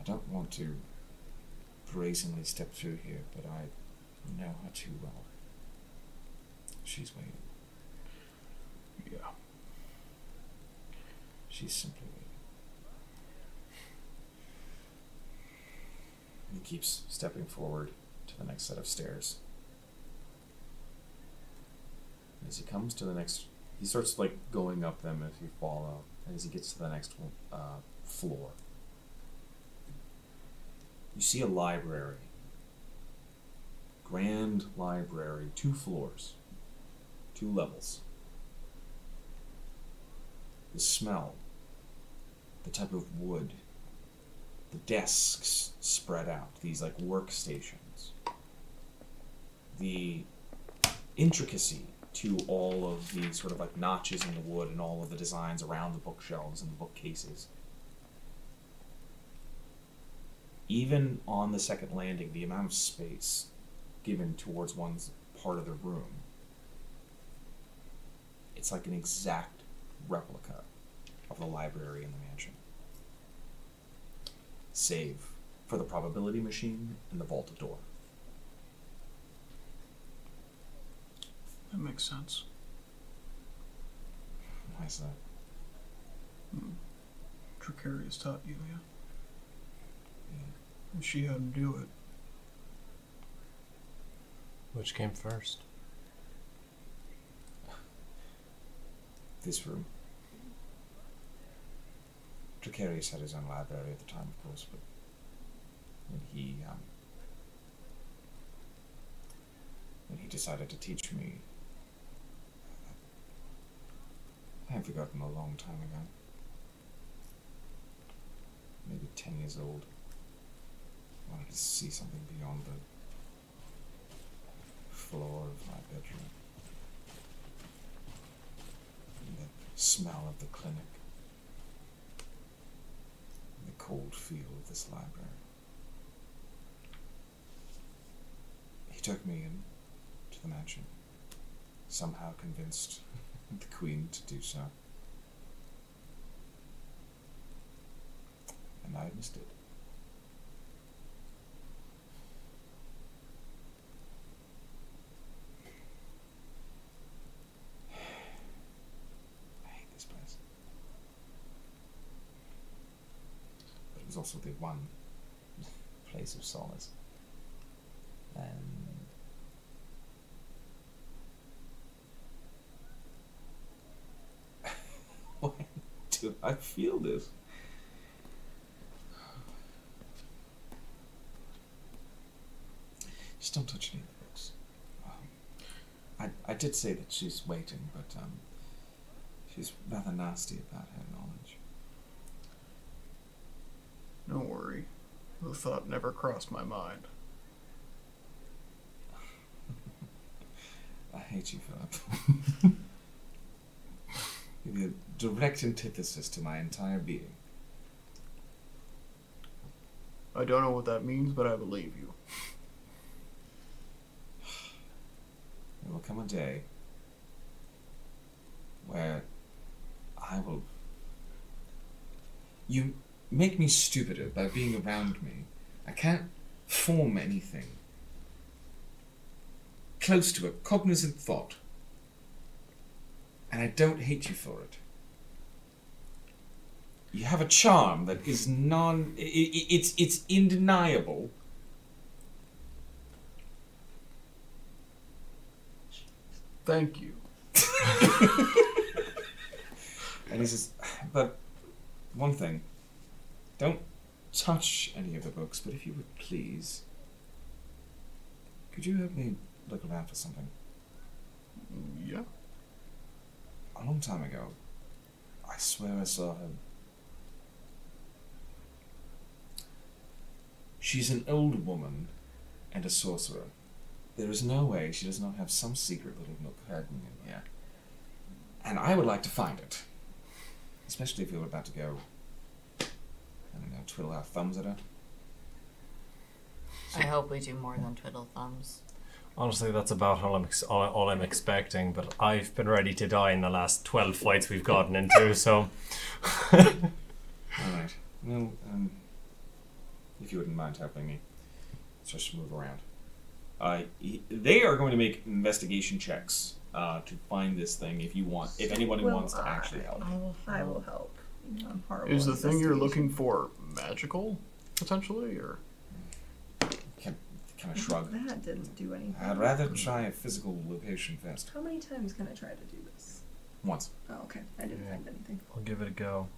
Speaker 2: I don't want to brazenly step through here, but I know her too well. She's waiting.
Speaker 9: Yeah.
Speaker 2: She's simply waiting. He keeps stepping forward to the next set of stairs. As he comes to the next, he starts like going up them as you follow, and as he gets to the next one- uh, floor, you see a library. Grand library, two floors, two levels. The smell, the type of wood, the desks spread out, these like workstations. The intricacy to all of the sort of like notches in the wood and all of the designs around the bookshelves and the bookcases. Even on the second landing, the amount of space given towards one's part of the room, it's like an exact replica of the library in the mansion
Speaker 16: save for the probability machine and the vault door.
Speaker 17: That makes sense.
Speaker 16: Why is that?
Speaker 17: Tricarius taught you, yeah? And she had him do it.
Speaker 7: Which came first?
Speaker 16: This room.
Speaker 2: Dracarius had his own library at the time, of course, but when he um, when he decided to teach me, I had forgotten a long time ago. Maybe ten years old. I wanted to see something beyond the floor of my bedroom, and the smell of the clinic the cold feel of this library. He took me in to the mansion, somehow convinced the queen to do so. And I missed it. I hate this place. but it was also the one place of solace. And why do I feel this? Just don't touch any of the books. Um, I, I did say that she's waiting, but um, she's rather nasty about her knowledge.
Speaker 9: No worry. The thought never crossed my mind.
Speaker 2: I hate you, Philip. You're the direct antithesis to my entire being.
Speaker 9: I don't know what that means, but I believe you.
Speaker 2: There will come a day where I will. You make me stupider by being around me. I can't form anything close to a cognizant thought. And I don't hate you for it. You have a charm that is non. i i it's, it's undeniable.
Speaker 9: Thank you.
Speaker 2: And he says, but one thing, don't touch any of the books, but if you would please, could you help me look around for something?
Speaker 9: Yeah.
Speaker 2: A long time ago, I swear I saw her. She's an old woman and a sorcerer. There is no way she does not have some secret little nook hidden in here. And I would like to find it. Especially if we were about to go, I don't know, twiddle our thumbs at her.
Speaker 3: I hope we do more than twiddle thumbs.
Speaker 7: Honestly, that's about all I'm ex- all, all I'm expecting. But I've been ready to die in the last twelve fights we've gotten into. So,
Speaker 2: Alright. Well, um, if you wouldn't mind helping me,
Speaker 16: Let's just move around. Uh, he- they are going to make investigation checks uh, to find this thing if you want, if anyone
Speaker 5: Will
Speaker 16: wants to actually help.
Speaker 5: I will. I will help. You know, I'm horrible.
Speaker 9: Is the
Speaker 5: at
Speaker 9: thing you're
Speaker 5: investigation.
Speaker 9: looking for magical, potentially, or
Speaker 16: Kind of shrug.
Speaker 5: That didn't do anything.
Speaker 2: I'd rather try a physical location first.
Speaker 5: How many times can I try to do this?
Speaker 16: Once.
Speaker 5: Oh, okay. I didn't
Speaker 7: Yeah.
Speaker 5: find anything.
Speaker 7: I'll give it a go.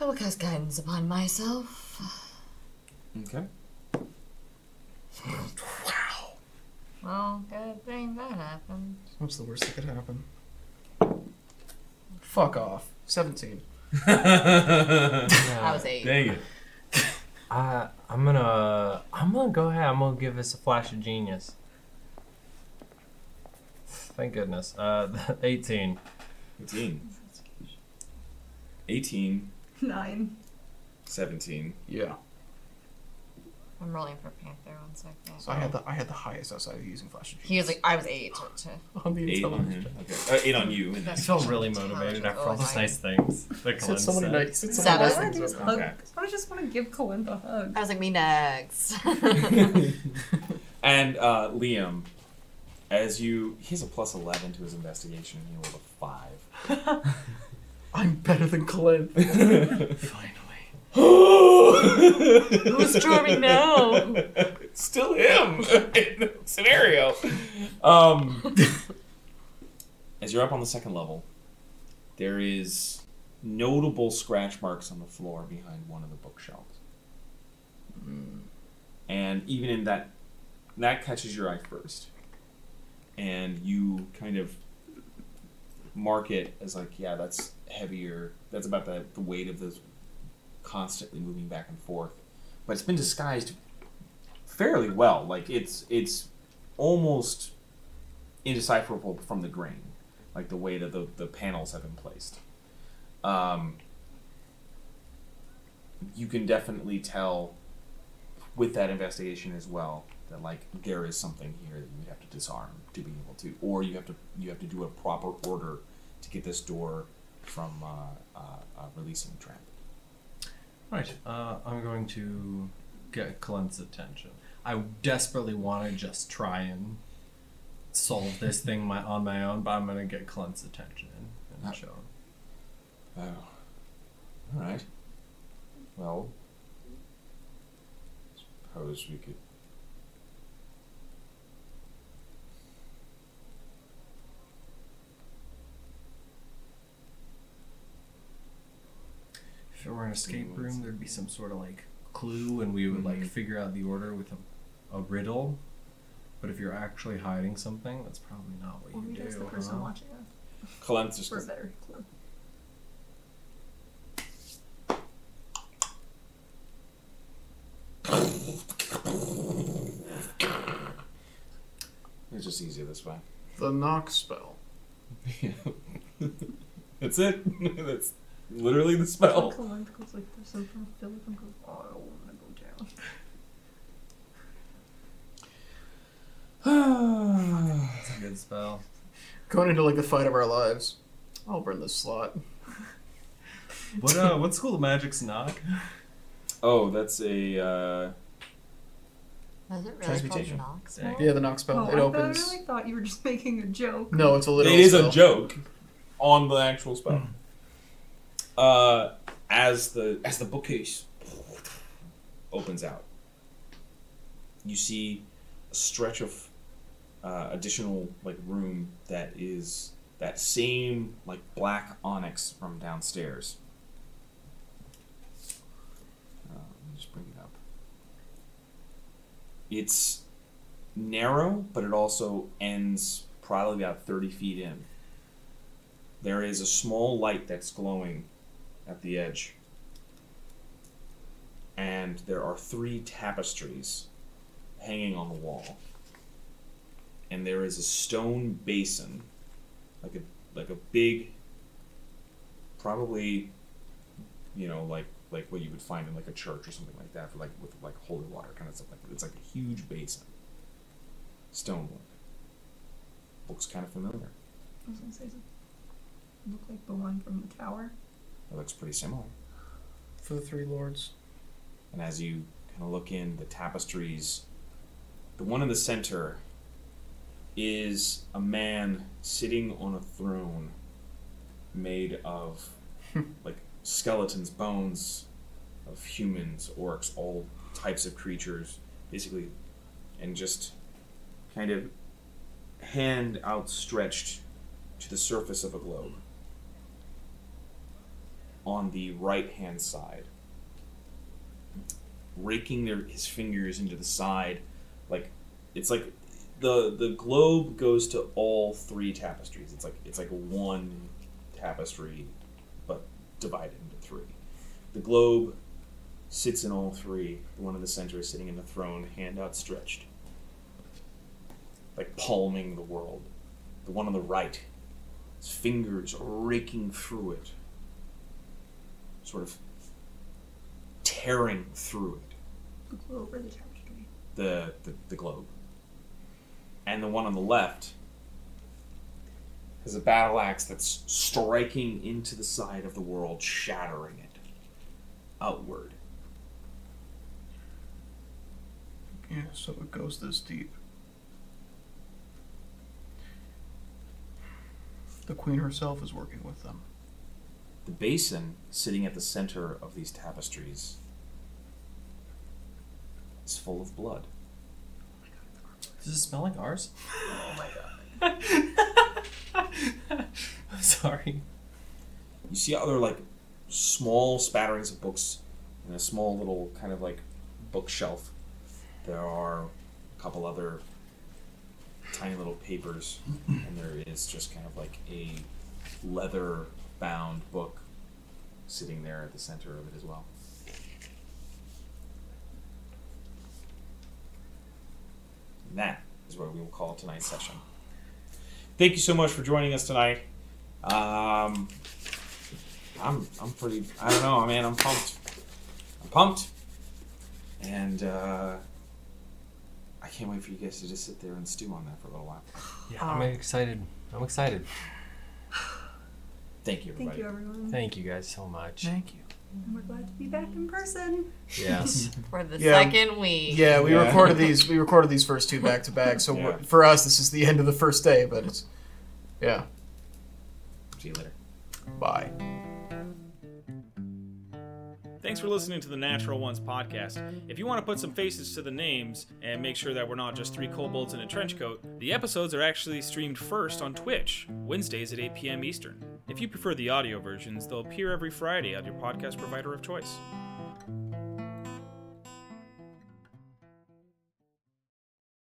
Speaker 3: I will cast guidance upon myself.
Speaker 2: Okay.
Speaker 3: Well, good thing that happened.
Speaker 9: what's the worst that could happen? Fuck off. Seventeen.
Speaker 3: I was eight.
Speaker 18: it.
Speaker 7: Uh, I'm gonna I'm gonna go ahead. I'm gonna give this a flash of genius. Thank goodness. Uh, 18.
Speaker 16: 18. 18,
Speaker 5: Nine.
Speaker 16: 17,
Speaker 9: Yeah.
Speaker 3: I'm rolling for Panther one second.
Speaker 4: So I had the I had the highest outside of using flash. of
Speaker 3: He was like, I was eight. To,
Speaker 4: on the
Speaker 2: Eight on
Speaker 4: intelligence.
Speaker 2: him. Okay. Uh, eight on you. And
Speaker 6: I feel really motivated after
Speaker 3: Oh,
Speaker 6: all those nice things that
Speaker 4: Said
Speaker 6: Glenn
Speaker 4: so many
Speaker 6: said.
Speaker 4: nice. said so many
Speaker 3: Seven?
Speaker 4: nice
Speaker 5: Why don't I
Speaker 4: things
Speaker 5: just
Speaker 4: about
Speaker 5: hug?
Speaker 2: Okay.
Speaker 5: Why don't I just want to give Kalimba a hug?
Speaker 3: I was like, me next.
Speaker 2: and uh, Liam, as you, he has a plus eleven to his investigation. He rolled a five.
Speaker 4: I'm better than Clint.
Speaker 3: Who's Stormy now?
Speaker 2: It's still him in the scenario. Um, as you're up on the second level, there is notable scratch marks on the floor behind one of the bookshelves. And even in that, that catches your eye first. And you kind of mark it as like, yeah, that's heavier. That's about the, the weight of those constantly moving back and forth. But it's been disguised fairly well. Like it's it's almost indecipherable from the grain, like the way that the, the panels have been placed. Um, you can definitely tell with that investigation as well that like there is something here that you have to disarm to be able to, or you have to you have to do a proper order to get this door from uh, uh, uh, releasing the trap.
Speaker 6: Right. Uh, I'm going to get Glenn's attention. I desperately want to just try and solve this thing my, on my own, but I'm going to get Glenn's attention and show him.
Speaker 2: Oh. All right. Well, suppose we could.
Speaker 6: If it were an escape room, there'd be some sort of like clue, and we would like
Speaker 5: Mm-hmm.
Speaker 6: figure out the order with a, a riddle. But if you're actually hiding something, that's probably not what
Speaker 5: Well,
Speaker 6: you
Speaker 5: maybe
Speaker 6: do.
Speaker 5: it's the person
Speaker 7: uh-huh.
Speaker 6: huh?
Speaker 5: watching us.
Speaker 2: Kalen's just
Speaker 5: We're a better clue.
Speaker 2: It's just easier this way.
Speaker 4: The knock spell.
Speaker 2: That's it. That's literally the
Speaker 5: Oh.
Speaker 2: spell.
Speaker 5: Kalimba goes like this, and from Philip and goes, oh, I don't want to go down.
Speaker 6: It's a good spell.
Speaker 4: Going into like the fight of our lives. I'll burn this slot.
Speaker 6: What uh, what school of magic's knock?
Speaker 2: Oh, that's a. Uh,
Speaker 3: Was it really called
Speaker 2: Transmutation.
Speaker 3: Knox?
Speaker 6: Dang.
Speaker 4: Yeah, the knock spell.
Speaker 5: Oh,
Speaker 4: it
Speaker 5: I
Speaker 4: opens.
Speaker 5: thought, I really thought you were just making a joke.
Speaker 4: No, it's a
Speaker 2: it
Speaker 4: little.
Speaker 2: is a joke on the actual spell. uh, as the as the bookcase opens out, you see a stretch of uh, additional like room that is that same like black onyx from downstairs. Uh, let me just bring it up. It's narrow, but it also ends probably about thirty feet in. There is a small light that's glowing at the edge. And there are three tapestries hanging on the wall. And there is a stone basin, like a like a big probably you know, like like what you would find in like a church or something like that for like with like holy water kind of stuff like it's like a huge basin. Stonework. Looks kind of familiar.
Speaker 5: I was gonna say, does it look like the one from the tower?
Speaker 2: It looks pretty similar.
Speaker 4: for the three lords.
Speaker 2: And as you kind of look in, the tapestries, the one in the center is a man sitting on a throne made of like skeletons, bones of humans, orcs, all types of creatures, basically, and just kind of hand outstretched to the surface of a globe. On the right hand side raking their his fingers into the side, like it's like the the globe goes to all three tapestries. It's like it's like one tapestry, but divided into three. The globe sits in all three. The one in the center is sitting in the throne, hand outstretched, like palming the world. The one on the right, his fingers are raking through it, sort of tearing through it
Speaker 5: the globe or the tapestry?
Speaker 2: the, the, the globe. And the one on the left has a battle axe that's striking into the side of the world, shattering it outward.
Speaker 9: Yeah, so it goes this deep. The queen herself is working with them.
Speaker 2: The basin sitting at the center of these tapestries is full of blood.
Speaker 7: Does it smell like ours? Oh my god. I'm sorry.
Speaker 2: You see other like small spatterings of books in a small little kind of like bookshelf. There are a couple other tiny little papers, and there is just kind of like a leather bound book sitting there at the center of it as well. And that is what we will call tonight's session. Thank you so much for joining us tonight. Um, I'm I'm pretty I don't know man I'm pumped I'm pumped and uh, I can't wait for you guys to just sit there and stew on that for a little while.
Speaker 7: Yeah,
Speaker 5: Um,
Speaker 7: I'm excited. I'm excited.
Speaker 2: Thank you
Speaker 5: Thank
Speaker 2: everybody.
Speaker 5: you, everyone.
Speaker 7: Thank you guys so much.
Speaker 19: Thank you.
Speaker 5: And we're glad to be back in person.
Speaker 7: Yes.
Speaker 3: For the
Speaker 9: Yeah.
Speaker 3: second week.
Speaker 9: Yeah, we
Speaker 2: Yeah.
Speaker 9: recorded these. We recorded these first two back to back. So
Speaker 2: Yeah.
Speaker 9: we're- for us, this is the end of the first day. But it's yeah.
Speaker 2: See you later.
Speaker 9: Bye.
Speaker 1: Thanks for listening to the Natural Ones podcast. If you want to put some faces to the names and make sure that we're not just three kobolds in a trench coat, the episodes are actually streamed first on Twitch, Wednesdays at 8 p.m. Eastern. If you prefer the audio versions, they'll appear every Friday on your podcast provider of choice.